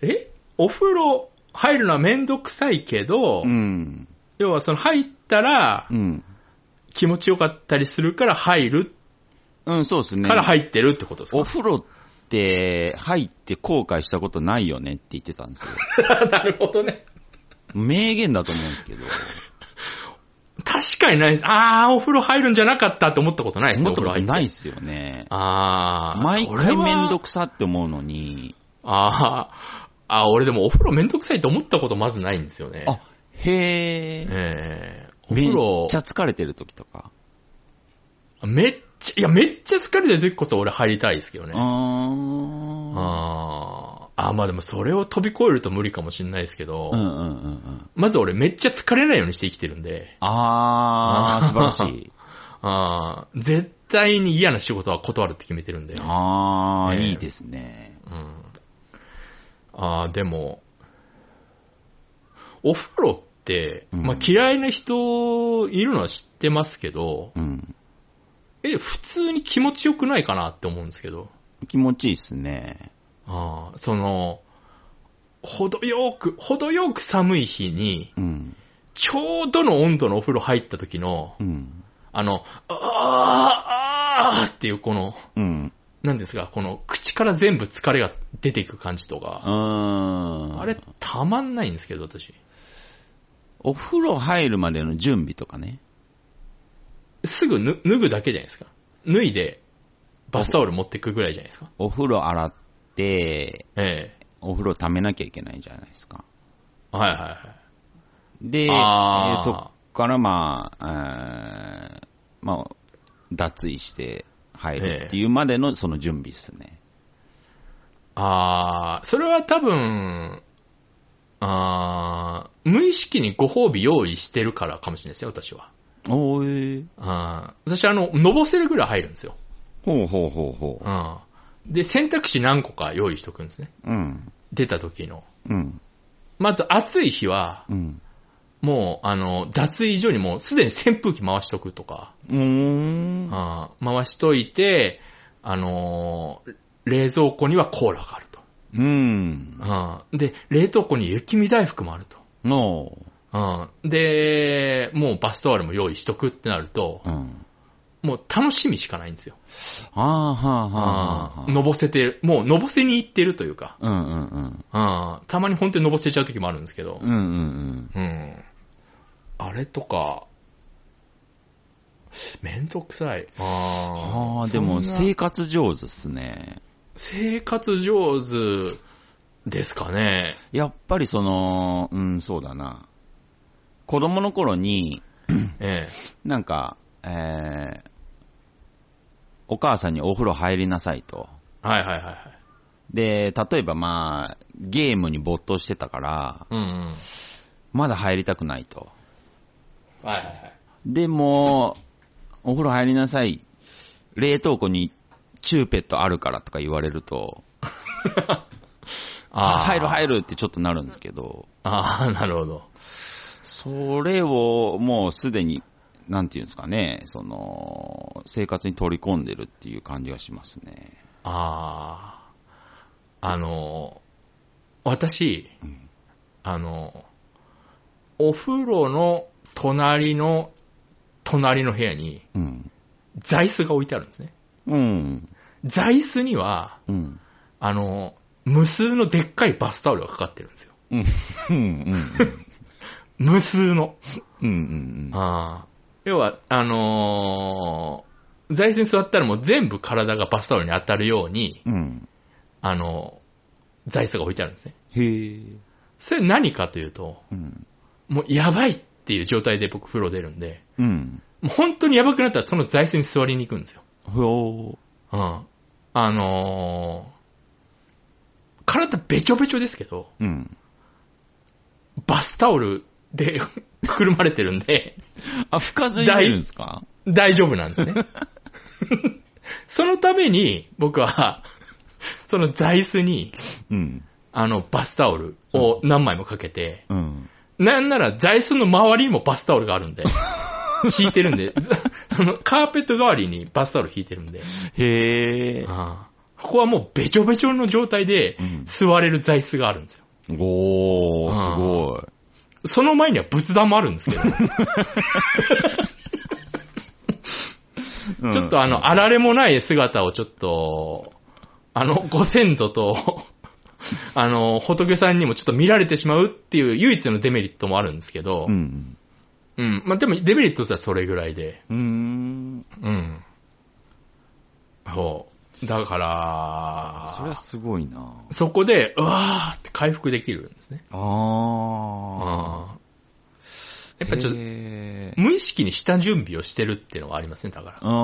[SPEAKER 1] ーえお風呂入るのはめんどくさいけど、
[SPEAKER 2] うん、
[SPEAKER 1] 要はその入ったら
[SPEAKER 2] うん、
[SPEAKER 1] 気持ちよかったりするから入る
[SPEAKER 2] うん、そうですね。
[SPEAKER 1] から入ってるってことですか、
[SPEAKER 2] お風呂って入って後悔したことないよねって言ってたんですよ。
[SPEAKER 1] なるほどね。
[SPEAKER 2] 名言だと思うんですけど、
[SPEAKER 1] 確かにないです。ああ、お風呂入るんじゃなかったって思ったことないですね、
[SPEAKER 2] 思っ
[SPEAKER 1] お
[SPEAKER 2] た
[SPEAKER 1] 風呂
[SPEAKER 2] こと
[SPEAKER 1] 入って。
[SPEAKER 2] ないっすよね。
[SPEAKER 1] ああ、
[SPEAKER 2] 毎回めんど
[SPEAKER 1] く
[SPEAKER 2] くさって思うのに、
[SPEAKER 1] ああ、あー俺でもお風呂めんどくさいと思ったことまずないんですよね。
[SPEAKER 2] あ、へえ。
[SPEAKER 1] ええお
[SPEAKER 2] め
[SPEAKER 1] 風
[SPEAKER 2] っ
[SPEAKER 1] 呂
[SPEAKER 2] ちゃ疲れてる時とか。
[SPEAKER 1] めっちゃ、いや、めっちゃ疲れてる時こそ俺入りたいですけどね。あ
[SPEAKER 2] あ
[SPEAKER 1] あー。あーまあでもそれを飛び越えると無理かもしれないですけど、
[SPEAKER 2] ー。うんうんうんうん。
[SPEAKER 1] まず俺めっちゃ疲れないようにして生きてるんで、
[SPEAKER 2] あー、素晴らしい。
[SPEAKER 1] あー絶対に嫌な仕事は断るって決めてるんで。
[SPEAKER 2] あー、
[SPEAKER 1] ね
[SPEAKER 2] いいですね。
[SPEAKER 1] うん、あーでも、お風呂って、
[SPEAKER 2] うん
[SPEAKER 1] まあ嫌いな人いるのは知ってますけど、
[SPEAKER 2] うん。
[SPEAKER 1] え、普通に気持ちよくないかなって思うんですけど。
[SPEAKER 2] 気持ちいいっすね。
[SPEAKER 1] ああ、その、程よく、程よく寒い日に、
[SPEAKER 2] うん。
[SPEAKER 1] ちょうどの温度のお風呂入った時の、
[SPEAKER 2] うん。
[SPEAKER 1] あの、あー、あーっていうこの、
[SPEAKER 2] うん。
[SPEAKER 1] なんですか、この口から全部疲れが出ていく感じと
[SPEAKER 2] う
[SPEAKER 1] か、
[SPEAKER 2] ーん。
[SPEAKER 1] あれたまんないんですけど、私。
[SPEAKER 2] お風呂入るまでの準備とかね。
[SPEAKER 1] すぐぬ脱ぐだけじゃないですか。脱いで、バスタオル持ってくぐらいじゃないですか。
[SPEAKER 2] お風呂洗って、
[SPEAKER 1] ええ
[SPEAKER 2] お風呂溜めなきゃいけないじゃないですか。
[SPEAKER 1] はいはいはい。
[SPEAKER 2] で、
[SPEAKER 1] あー
[SPEAKER 2] えーそっからまあ、えーまあ、脱衣して入るっていうまでのその準備っすね。
[SPEAKER 1] あー、それは多分、あー無意識にご褒美用意してるからかもしれないですよ、私は。
[SPEAKER 2] おー
[SPEAKER 1] あー私、あの、のぼせるぐらい入るんですよ。
[SPEAKER 2] ほうほうほうほ
[SPEAKER 1] うんで、選択肢何個か用意しとくんですね。
[SPEAKER 2] う。うん。
[SPEAKER 1] 出た時の。
[SPEAKER 2] うん。
[SPEAKER 1] まず、暑い日は、
[SPEAKER 2] うん。
[SPEAKER 1] もう、あの、脱衣所にもうすでに扇風機回しとくとか、
[SPEAKER 2] うーん。
[SPEAKER 1] あー回しといて、あのー冷蔵庫にはコーラがあると。
[SPEAKER 2] うん。
[SPEAKER 1] あーで、冷凍庫に雪見大福もあると。
[SPEAKER 2] の、
[SPEAKER 1] うん。で、もうバスタオルも用意しとくってなると
[SPEAKER 2] う、ん。
[SPEAKER 1] もう楽しみしかないんですよ。
[SPEAKER 2] あーはあはあはあは
[SPEAKER 1] うん
[SPEAKER 2] あ。
[SPEAKER 1] のぼせてる、もうのぼせに行ってるというか、
[SPEAKER 2] うんうんうん。
[SPEAKER 1] うんたまに本当にのぼせちゃう時もあるんですけど
[SPEAKER 2] う、んうんうん。
[SPEAKER 1] うん。あれとか、めんどくさい。あ
[SPEAKER 2] ああ、でも生活上手っすね。
[SPEAKER 1] 生活上手ですかね。
[SPEAKER 2] やっぱりその、うん、そうだな。子供の頃に、
[SPEAKER 1] ええ。
[SPEAKER 2] なんか、えー、お母さんにお風呂入りなさいと。
[SPEAKER 1] はいはいはいはい。
[SPEAKER 2] で、例えばまあ、ゲームに没頭してたから、
[SPEAKER 1] うんうん。
[SPEAKER 2] まだ入りたくないと。
[SPEAKER 1] はいはいはい。
[SPEAKER 2] でも、お風呂入りなさい。冷凍庫にチューペットあるからとか言われると、
[SPEAKER 1] ああ。
[SPEAKER 2] 入る入
[SPEAKER 1] る。
[SPEAKER 2] るってちょっとなるんですけど、
[SPEAKER 1] ああ、なるほど。
[SPEAKER 2] それをもうすでに、なんていうんですかね、その、生活に取り込んでるっていう感じがしますね。
[SPEAKER 1] ああ。あの、私、
[SPEAKER 2] うん
[SPEAKER 1] あの、お風呂の隣の、隣の部屋に、
[SPEAKER 2] うん。
[SPEAKER 1] 座椅子が置いてあるんですね。
[SPEAKER 2] うん。
[SPEAKER 1] 座椅子には、
[SPEAKER 2] うん。
[SPEAKER 1] あの、無数のでっかいバスタオルがかかってるんですよ。
[SPEAKER 2] うん。うん。
[SPEAKER 1] 無数の。
[SPEAKER 2] うん。うん。
[SPEAKER 1] ああ。要は、あのー座椅子に座ったらもう全部体がバスタオルに当たるように、
[SPEAKER 2] うん。
[SPEAKER 1] あのー座椅子が置いてあるんですね。
[SPEAKER 2] へえ。
[SPEAKER 1] それ何かというと、
[SPEAKER 2] うん。
[SPEAKER 1] もうやばいっていう状態で僕風呂出るんで、
[SPEAKER 2] うん。
[SPEAKER 1] もう本当にやばくなったらその座椅子に座りに行くんですよ。
[SPEAKER 2] ほ
[SPEAKER 1] うん。あのー体べちょべちょですけど、
[SPEAKER 2] う。うん。
[SPEAKER 1] バスタオルで くるまれてるんで、
[SPEAKER 2] あ、吹かずに入るんですか
[SPEAKER 1] 大丈夫なんですね。そのために、僕は、その座椅子に、
[SPEAKER 2] うん。
[SPEAKER 1] あの、バスタオルを何枚もかけて、
[SPEAKER 2] うん。
[SPEAKER 1] なんなら座椅子の周りにもバスタオルがあるん で、敷いてるんで、そのカーペット代わりにバスタオル敷いてるんで、
[SPEAKER 2] へえ。
[SPEAKER 1] ああここはもうべちょべちょの状態で
[SPEAKER 2] うん
[SPEAKER 1] 座れる座椅子があるんですよ。
[SPEAKER 2] おー、すごい。
[SPEAKER 1] その前には仏壇もあるんですけ ど、ちょっとあの、あられもない姿をちょっと、あの、ご先祖と、 あの、仏さんにもちょっと見られてしまうっていう唯一のデメリットもあるんですけど、
[SPEAKER 2] う
[SPEAKER 1] うん。
[SPEAKER 2] ん。
[SPEAKER 1] まあ、でもデメリットとしてはそれぐらいで、
[SPEAKER 2] うーん。
[SPEAKER 1] うん。そう。だから、
[SPEAKER 2] それはすごいな。
[SPEAKER 1] そこで、うわーって回復できるんですね。
[SPEAKER 2] あ
[SPEAKER 1] あーや
[SPEAKER 2] ー。
[SPEAKER 1] っぱちょっと、
[SPEAKER 2] へー
[SPEAKER 1] 無意識に下準備をしてるっていうのはありますね、だから。
[SPEAKER 2] あー、うん、う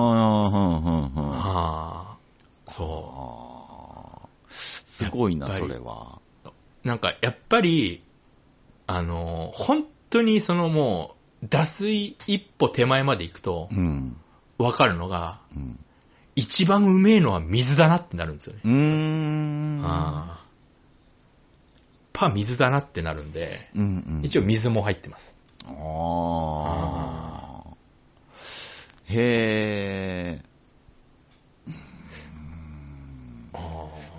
[SPEAKER 2] ん、うん。
[SPEAKER 1] あ
[SPEAKER 2] あ
[SPEAKER 1] あ、そう。
[SPEAKER 2] ー。すごいな、
[SPEAKER 1] やっぱ
[SPEAKER 2] そ
[SPEAKER 1] り
[SPEAKER 2] れは。
[SPEAKER 1] なんかやっぱり、あの、本当にそのもう、脱水一歩手前まで行くと
[SPEAKER 2] う、ん。
[SPEAKER 1] わかるのが、
[SPEAKER 2] うん。
[SPEAKER 1] 一番うめえのは水だなってなるんですよね。
[SPEAKER 2] うーん。
[SPEAKER 1] ああ。パ水だなってなるんで、
[SPEAKER 2] うんうん。
[SPEAKER 1] 一応水も入ってます。
[SPEAKER 2] ああ。へえ。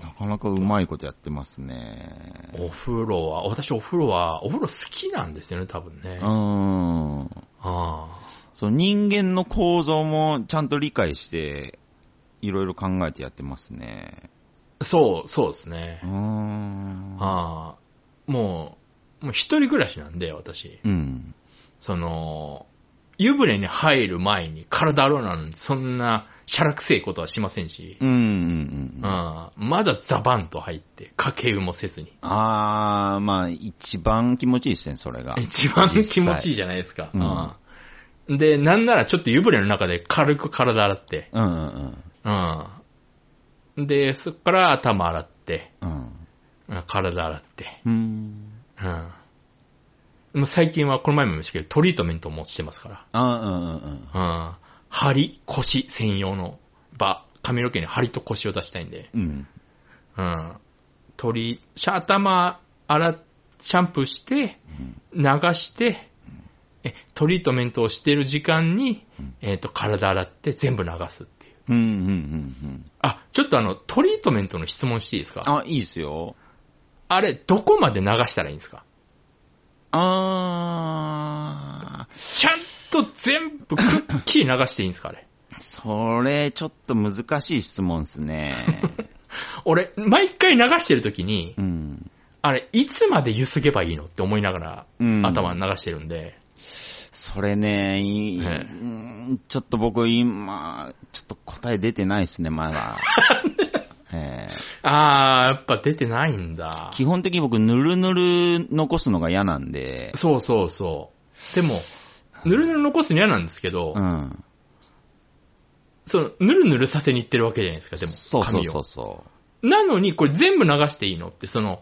[SPEAKER 2] なかなかうまいことやってますね。
[SPEAKER 1] お風呂は、私お風呂は、お風呂好きなんですよね、多分ね。
[SPEAKER 2] う
[SPEAKER 1] あ
[SPEAKER 2] ん。
[SPEAKER 1] あ。
[SPEAKER 2] そう、人間の構造もちゃんと理解して、いろいろ考えてやってますね。
[SPEAKER 1] そう、そうですね
[SPEAKER 2] うー。ん。
[SPEAKER 1] ああ。もう、もう一人暮らしなんで、私。
[SPEAKER 2] うん。
[SPEAKER 1] その、湯船に入る前に体洗うなんてそんなしゃらくせえことはしませんし、
[SPEAKER 2] うんうん
[SPEAKER 1] う、
[SPEAKER 2] うんん。あ
[SPEAKER 1] まずはザバンと入って、掛け湯もせずに。
[SPEAKER 2] あー、まあ、一番気持ちいいですね、それが。
[SPEAKER 1] 一番
[SPEAKER 2] 実
[SPEAKER 1] 気
[SPEAKER 2] 際
[SPEAKER 1] 持ちいいじゃないですか。
[SPEAKER 2] うん
[SPEAKER 1] うんで、なんならちょっと湯船の中で軽く体洗って、
[SPEAKER 2] うんうん
[SPEAKER 1] うん、で、そこから頭洗って、
[SPEAKER 2] うん。うん。
[SPEAKER 1] うん体洗って、
[SPEAKER 2] うん。
[SPEAKER 1] うん、でも最近はこの前も言いましたけど、トリートメントもしてますから。
[SPEAKER 2] あーうんうんうん。
[SPEAKER 1] うん。針、腰専用の場、髪の毛に針と腰を出したいんで、
[SPEAKER 2] うん。
[SPEAKER 1] うん。鳥、シャ頭洗っ、シャンプーして、流して、え、トリートメントをしてる時間に、えっ、と、体洗って全部流すっていう。
[SPEAKER 2] うんうんうんうん。
[SPEAKER 1] あ、ちょっとあの、トリートメントの質問していいですかあ
[SPEAKER 2] あ、いいっすよ。
[SPEAKER 1] れ、どこまで流したらいいんですか
[SPEAKER 2] あ
[SPEAKER 1] ちゃんと全部くっきり流していいんですかあれ。
[SPEAKER 2] ー、それ、ちょっと難しい質問っす ね。
[SPEAKER 1] 俺、毎回流してるときに、
[SPEAKER 2] うん。
[SPEAKER 1] あれ、いつまでゆすげばいいのって思いながら、
[SPEAKER 2] うん
[SPEAKER 1] 頭流してるんで、
[SPEAKER 2] それね、い
[SPEAKER 1] ええ
[SPEAKER 2] うんちょっと僕今、ちょっと答え出てないですね、まだ。ええ
[SPEAKER 1] あー、やっぱ出てないんだ。
[SPEAKER 2] 基本的に僕、ぬるぬる残すのが嫌なんで、
[SPEAKER 1] そうそうそう。でも、ぬるぬる残すの嫌なんですけど、
[SPEAKER 2] うん。
[SPEAKER 1] その、ぬるぬるさせにいってるわけじゃないですか、でも。
[SPEAKER 2] そうそう
[SPEAKER 1] 髪
[SPEAKER 2] そ
[SPEAKER 1] を
[SPEAKER 2] う。そう。
[SPEAKER 1] なのに、これ全部流していいのって、その、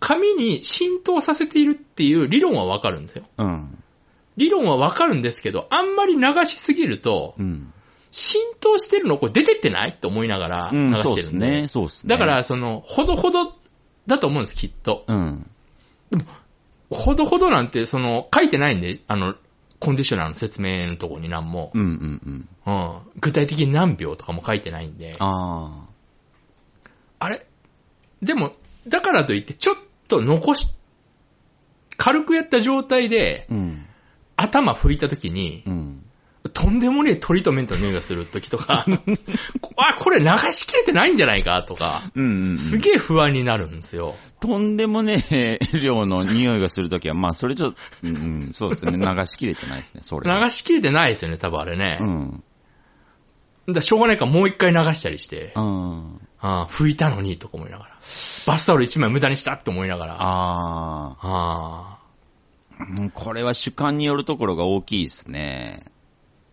[SPEAKER 1] 紙に浸透させているっていう理論はわかるんですよ。
[SPEAKER 2] うん。
[SPEAKER 1] 理論はわかるんですけど、あんまり流しすぎると、
[SPEAKER 2] うん。
[SPEAKER 1] 浸透してるのこれ出てってないと思いながら
[SPEAKER 2] う
[SPEAKER 1] 流
[SPEAKER 2] ん、そう
[SPEAKER 1] して
[SPEAKER 2] で
[SPEAKER 1] る
[SPEAKER 2] す
[SPEAKER 1] んで。
[SPEAKER 2] ね。そうですね。
[SPEAKER 1] だか、ら、その、ほどほどだと思うんです、きっと。
[SPEAKER 2] うん。
[SPEAKER 1] ほどほどなんて、その、書いてないんで、あの、コンディショナーの説明のとこに何も
[SPEAKER 2] う、んうんうん。
[SPEAKER 1] うん、具体的に何秒とかも書いてないんで、あ
[SPEAKER 2] ああ。
[SPEAKER 1] れでも、だからといって、ちょっと残し、軽くやった状態で、
[SPEAKER 2] うん。
[SPEAKER 1] 頭拭いたときに
[SPEAKER 2] う、ん。
[SPEAKER 1] とんでもねえトリートメントの匂いがするときとか、こ あ、これ流しきれてないんじゃないかとか、
[SPEAKER 2] うん、うん。
[SPEAKER 1] すげえ不安になるんですよ。
[SPEAKER 2] とんでもねえ 量の匂いがするときは、まあ、それちょっと、うん、うんそうですね。流しきれてないですね、それは。
[SPEAKER 1] 流しきれてないですよね、多分あれね。
[SPEAKER 2] うん。
[SPEAKER 1] だからしょうがないからもう一回流したりして。
[SPEAKER 2] うん。
[SPEAKER 1] ああ、拭いたのにとか思いながら。バスタオル一枚無駄にしたって思いながら。あ
[SPEAKER 2] あ
[SPEAKER 1] あ。
[SPEAKER 2] あ、うんこれは主観によるところが大きいですね。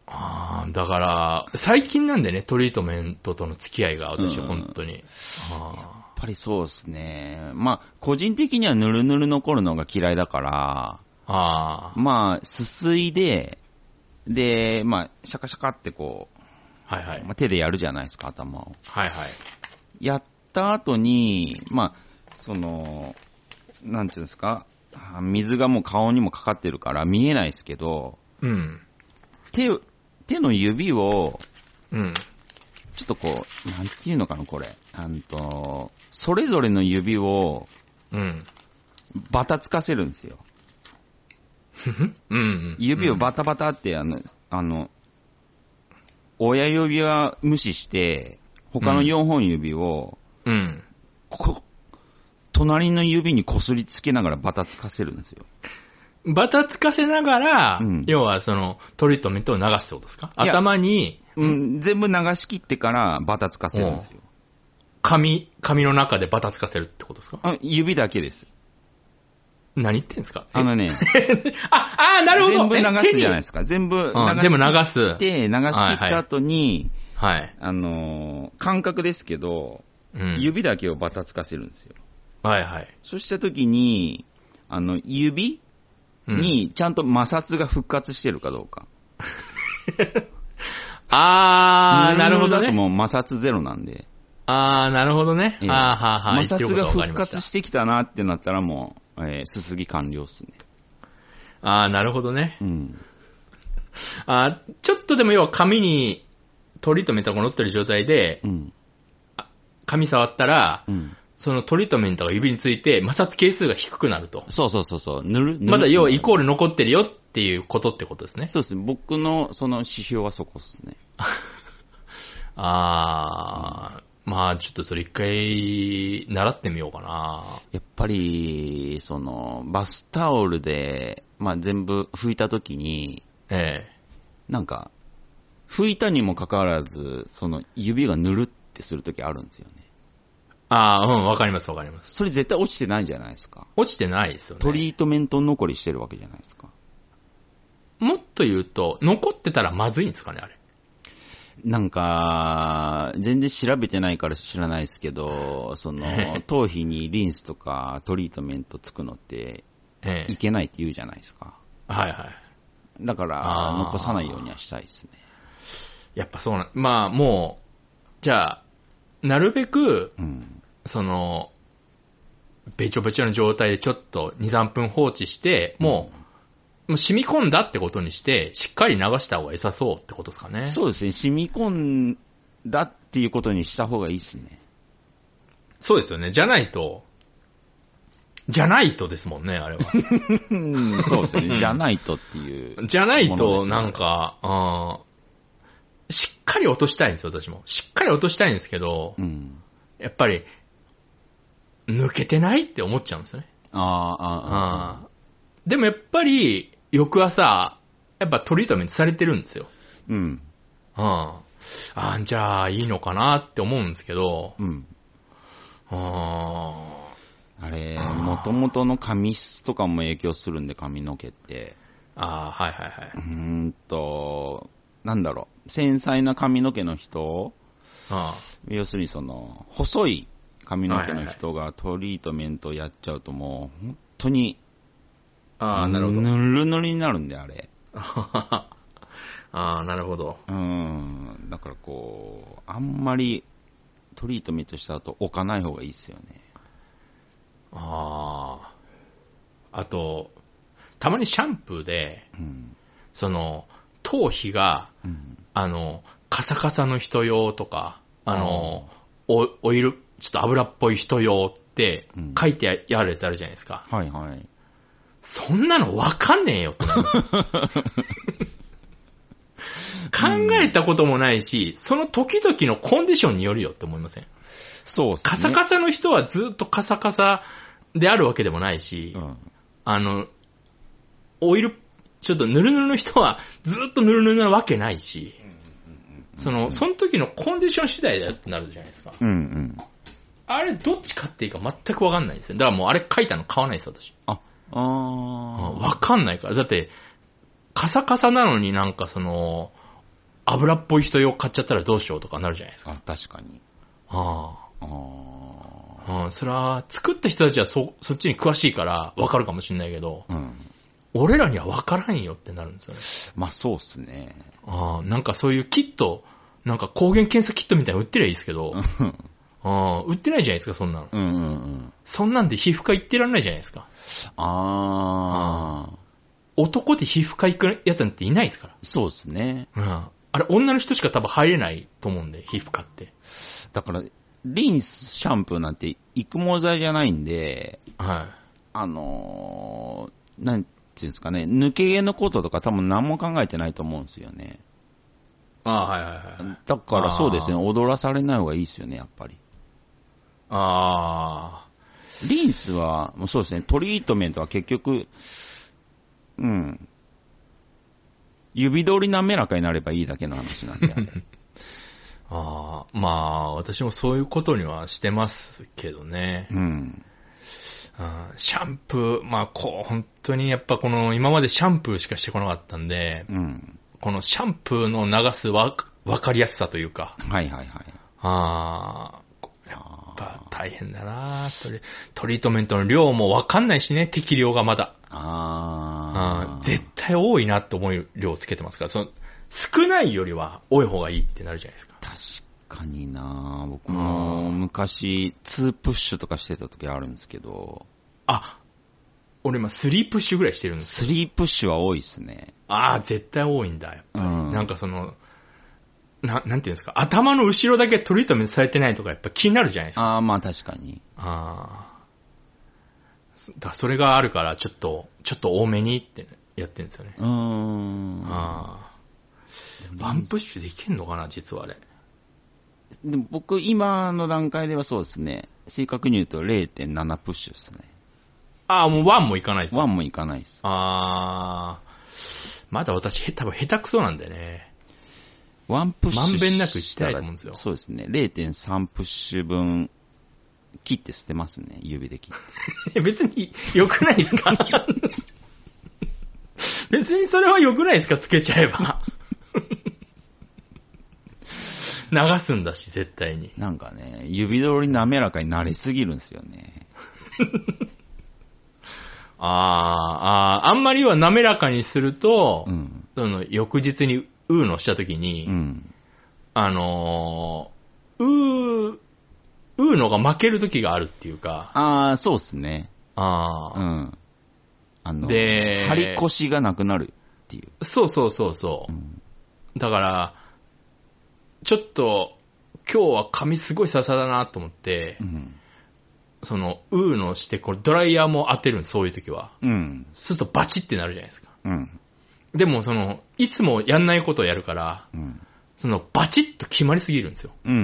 [SPEAKER 1] ああ、だから、最近なんでね、トリートメントとの付き合いが私、
[SPEAKER 2] うん
[SPEAKER 1] 本当に。あ
[SPEAKER 2] やっぱりそうですね。まあ、個人的にはぬるぬる残るのが嫌いだから、
[SPEAKER 1] あ。あ
[SPEAKER 2] まあ、すすいで、で、まあ、シャカシャカってこ
[SPEAKER 1] あ。はいは
[SPEAKER 2] う、
[SPEAKER 1] い。
[SPEAKER 2] まあ、手でやるじゃないですか、頭を。
[SPEAKER 1] はいはい。
[SPEAKER 2] やった後に、まあ、その、なんていうんですか、あ水がもう顔にもかかってるから見えないですけど、
[SPEAKER 1] うん。
[SPEAKER 2] 手、手の指を、
[SPEAKER 1] うん。
[SPEAKER 2] ちょっとこう、なんていうのかな、これ。あんと、それぞれの指を
[SPEAKER 1] うん。
[SPEAKER 2] バタつかせるんですよ。
[SPEAKER 1] ふふうんうん。
[SPEAKER 2] 指を
[SPEAKER 1] ば
[SPEAKER 2] バタバタって、あの、あの、親指は無視して、他の4本指を、
[SPEAKER 1] うん。
[SPEAKER 2] こ、隣の指にこすりつけながらバタつかせるんですよ。
[SPEAKER 1] バタつかせながら、
[SPEAKER 2] うん
[SPEAKER 1] 要はその、トリートメントを流すってことですか
[SPEAKER 2] いや
[SPEAKER 1] 頭に、
[SPEAKER 2] うん、全部流し切ってからバタつかせるんですよ。
[SPEAKER 1] 髪、髪の中でバタつかせるってことですか
[SPEAKER 2] あ指だけです。
[SPEAKER 1] 何言ってんですか
[SPEAKER 2] あのね、
[SPEAKER 1] あ、あーなるほど
[SPEAKER 2] 全部流すじゃないですすか。全部流し
[SPEAKER 1] か。うん、全部流す
[SPEAKER 2] っ。て、流し切った後に、
[SPEAKER 1] はい。
[SPEAKER 2] あのー感覚ですけど、
[SPEAKER 1] うん。
[SPEAKER 2] 指だけをバタつかせるんですよ。
[SPEAKER 1] はいはい。
[SPEAKER 2] そうした時に、あの、指
[SPEAKER 1] うん、
[SPEAKER 2] にちゃんと摩擦が復活してるかどうか。
[SPEAKER 1] あー、なるほど
[SPEAKER 2] だと
[SPEAKER 1] ね。
[SPEAKER 2] もう摩擦ゼロなんで。
[SPEAKER 1] あー、なるほどね。
[SPEAKER 2] ええ
[SPEAKER 1] あーはーはー。
[SPEAKER 2] 摩
[SPEAKER 1] 言ってる
[SPEAKER 2] 擦が
[SPEAKER 1] ことわかり
[SPEAKER 2] 復
[SPEAKER 1] ました
[SPEAKER 2] 活してきたなってなったらもう、えーすすぎ完了っすね。
[SPEAKER 1] あー、なるほどね
[SPEAKER 2] う。ん。
[SPEAKER 1] あー、ちょっとでも要は髪に、トリートメントが乗ってる状態で、
[SPEAKER 2] うん。
[SPEAKER 1] 髪触ったら
[SPEAKER 2] う、ん。
[SPEAKER 1] そのトリートメントが指について摩擦係数が低くなると。
[SPEAKER 2] そうそうそうそう。塗る
[SPEAKER 1] まだ要はイコ
[SPEAKER 2] ー
[SPEAKER 1] ール残ってるよっていうことってことですね。
[SPEAKER 2] そうですね。僕のその指標はそこっすね。
[SPEAKER 1] あー、まあちょっとそれ一回習ってみようかな。
[SPEAKER 2] やっぱり、その、バスタオルで、まあ、全部拭いた時に、
[SPEAKER 1] え
[SPEAKER 2] なんか、拭いたにもかかわらず、その指がぬるってするときあるんですよね。
[SPEAKER 1] えああ、うん、わかりますわかります。
[SPEAKER 2] それ絶対落ちてないじゃないですか。
[SPEAKER 1] 落ちてないですよね。
[SPEAKER 2] トリートメント残りしてるわけじゃないですか。
[SPEAKER 1] もっと言うと、残ってたらまずいんですかね、あれ。
[SPEAKER 2] なんか、全然調べてないから知らないですけど、その、頭皮にリンスとかトリートメントつくのって
[SPEAKER 1] え
[SPEAKER 2] い
[SPEAKER 1] え。
[SPEAKER 2] けないって言うじゃないですか。
[SPEAKER 1] はいはい。
[SPEAKER 2] だから、
[SPEAKER 1] あー
[SPEAKER 2] 残さないようにはしたいですね。
[SPEAKER 1] やっぱそうなん、まあもう、じゃあ、なるべく、
[SPEAKER 2] うん。
[SPEAKER 1] その、べちょべちょの状態でちょっと2、3分放置して、もう、もう染み込んだってことにして、しっかり流した方が良さそうってことですかね。
[SPEAKER 2] そうですね、染み込んだっていうことにした方がいいです ね。
[SPEAKER 1] そうですよね。じゃないと、じゃないとですもんね、 あれは。
[SPEAKER 2] うんそうですね、じゃないとっていう。
[SPEAKER 1] じゃない
[SPEAKER 2] ものです
[SPEAKER 1] と、
[SPEAKER 2] ね
[SPEAKER 1] なんか、あーしっかり落としたいんですよ、私も。しっかり落としたいんですけど、
[SPEAKER 2] うん。
[SPEAKER 1] やっぱり、抜けてないって思っちゃうんですよね。
[SPEAKER 2] あーあー、ああ
[SPEAKER 1] ああでもやっぱり、翌朝、やっぱトリートメントされてるんですよ。
[SPEAKER 2] うん。
[SPEAKER 1] うん。ああ、じゃあいいのかなって思うんですけど、
[SPEAKER 2] うん。
[SPEAKER 1] あ
[SPEAKER 2] あれ、
[SPEAKER 1] あー
[SPEAKER 2] もともとの髪質とかも影響するんで、髪の毛って。。
[SPEAKER 1] あ、ああ、はいはいはいう
[SPEAKER 2] ーんと、なんだろう、繊細な髪の毛の人、
[SPEAKER 1] あ
[SPEAKER 2] 要するにその、細い髪の毛の人がトリートメントをやっちゃうともう、本当に、
[SPEAKER 1] あああ、なるほど。
[SPEAKER 2] ぬるぬるになるんで、あれ。
[SPEAKER 1] あ あ、なるほど。
[SPEAKER 2] うーん、だからこう、あんまりトリートメントした後置かない方がいいですよね。
[SPEAKER 1] ああ。あと、たまにシャンプーで、
[SPEAKER 2] うん。
[SPEAKER 1] その、頭皮が、
[SPEAKER 2] うん。
[SPEAKER 1] あの、カサカサの人用とか、あの、おオイル、ちょっと油っぽい人用って
[SPEAKER 2] うん
[SPEAKER 1] 書いてやるやつあるじゃないですか。
[SPEAKER 2] はいはい。
[SPEAKER 1] そんなのわかんねえよ ってなるんですよ考えたこともないし、その時々のコンディションによるよって思いません
[SPEAKER 2] そうっすね。
[SPEAKER 1] カサカサの人はずっとカサカサであるわけでもないし、
[SPEAKER 2] うん。
[SPEAKER 1] あの、オイル、ちょっとヌルヌルの人はずっとヌルヌルなわけないし、その、その時のコンディション次第だってなるじゃないですか。
[SPEAKER 2] うんうん。
[SPEAKER 1] あれ、どっち買っていいか全くわかんないですよ。だからもうあれ書いたの買わないです、私。
[SPEAKER 2] あ、あー。
[SPEAKER 1] わかんないから。だって、カサカサなのになんかその、油っぽい人用買っちゃったらどうしようとかなるじゃないですか。
[SPEAKER 2] あ、確かに。
[SPEAKER 1] あ
[SPEAKER 2] あ
[SPEAKER 1] あ。うん、それは、作った人たちはそ、そっちに詳しいからわかるかもしれないけど、
[SPEAKER 2] ー。うん。
[SPEAKER 1] 俺らにはわからんよってなるんですよね。
[SPEAKER 2] まあそうっすね。
[SPEAKER 1] ああ、なんかそういうキット、なんか抗原検査キットみたいなの売ってりゃいいですけど、
[SPEAKER 2] うん
[SPEAKER 1] ああ、売ってないじゃないですか、そんなの。
[SPEAKER 2] うんうんうん。
[SPEAKER 1] そんなんで皮膚科行ってらんないじゃないですか。
[SPEAKER 2] あー。
[SPEAKER 1] 男で皮膚科行くやつなんていないですから。
[SPEAKER 2] そうですね。
[SPEAKER 1] うん。あれ、女の人しか多分入れないと思うんで、皮膚科って。
[SPEAKER 2] だから、リンス、シャンプーなんて育毛剤じゃないんで、
[SPEAKER 1] はい。
[SPEAKER 2] あのー、なんていうんですかね、抜け毛のこととか多分何も考えてないと思うんですよね。
[SPEAKER 1] ああ、はいはいはい。
[SPEAKER 2] だからそうですね、
[SPEAKER 1] あー
[SPEAKER 2] 踊らされない方がいいですよね、やっぱり。
[SPEAKER 1] あ
[SPEAKER 2] リンスは、もうそうですね、トリートメントは結局、うん。指通り滑らかになればいいだけの話 なんで、あれ
[SPEAKER 1] あ、ああ、まあ、私もそういうことにはしてますけどね。
[SPEAKER 2] うん。
[SPEAKER 1] うんシャンプー、まあ、こう、本当にやっぱこの、今までシャンプーしかしてこなかったんで、
[SPEAKER 2] うん。
[SPEAKER 1] このシャンプーの流すわ、わかりやすさというか、
[SPEAKER 2] はいはいはい。
[SPEAKER 1] ああ、やっ
[SPEAKER 2] あ
[SPEAKER 1] ぱ大変だなトリトリートメントの量もわかんないしね、適量がまだ。
[SPEAKER 2] あ
[SPEAKER 1] あー
[SPEAKER 2] ー。
[SPEAKER 1] 絶対多いなと思う量をつけてますから、その、少ないよりは多い方がいいってなるじゃないですか。
[SPEAKER 2] 確かにな僕も昔、2プッシュとかしてた時あるんですけど、
[SPEAKER 1] あ、俺今3プッシュぐらいしてるんですよ。
[SPEAKER 2] 3プッシュは多いですね。
[SPEAKER 1] ああ、絶対多いんだ、やっぱり。
[SPEAKER 2] うん
[SPEAKER 1] なんかその、な、なんていうんですか、頭の後ろだけトリートメントされてないとかやっぱ気になるじゃないですか
[SPEAKER 2] ああ、まあ確かに。
[SPEAKER 1] ああ。そだからそれがあるから、ちょっと、ちょっと多めにってやってるんですよね。
[SPEAKER 2] うーん。
[SPEAKER 1] ああ。
[SPEAKER 2] でも
[SPEAKER 1] ワンプッシュでいけんのかな、実はあれ。
[SPEAKER 2] でも僕、今の段階ではそうですね。正確に言うと0.7プッシュですね。
[SPEAKER 1] ああ、もうワンもいかないと。
[SPEAKER 2] 1もいかないです。
[SPEAKER 1] ああ。まだ私、へ多分下手くそなんでね。
[SPEAKER 2] 1プッシュ
[SPEAKER 1] まんべんなく
[SPEAKER 2] したら
[SPEAKER 1] いきたいと思うんですよ
[SPEAKER 2] そうですね。0.3プッシュ分、切って捨てますね。指で切って。
[SPEAKER 1] え別に良くないですか別にそれは良くないですかつけちゃえば。流すんだし、絶対に。
[SPEAKER 2] なんかね、指通り滑らかになれすぎるんですよね。
[SPEAKER 1] ああ、ああ、あんまりは滑らかにすると、
[SPEAKER 2] うん。
[SPEAKER 1] その翌日にウーのしたときに、
[SPEAKER 2] うん。
[SPEAKER 1] あのー、ウー、ウーのが負けるときがあるっていうか、
[SPEAKER 2] ああ、そうですね。
[SPEAKER 1] あ
[SPEAKER 2] う
[SPEAKER 1] あ、
[SPEAKER 2] ん。あの、
[SPEAKER 1] で
[SPEAKER 2] 張り腰がなくなるっていう。
[SPEAKER 1] そうそうそうそうう。
[SPEAKER 2] ん。
[SPEAKER 1] だから、ちょっと、今日は髪すごい笹だなと思って
[SPEAKER 2] う、ん。
[SPEAKER 1] その、ウーのして、これドライヤーも当てるんそういう時は。
[SPEAKER 2] うん。
[SPEAKER 1] そうするとバチってなるじゃないですか。
[SPEAKER 2] うん。
[SPEAKER 1] でもその、いつもやんないことをやるから、
[SPEAKER 2] うん。
[SPEAKER 1] その、バチッと決まりすぎるんですよ。
[SPEAKER 2] うん。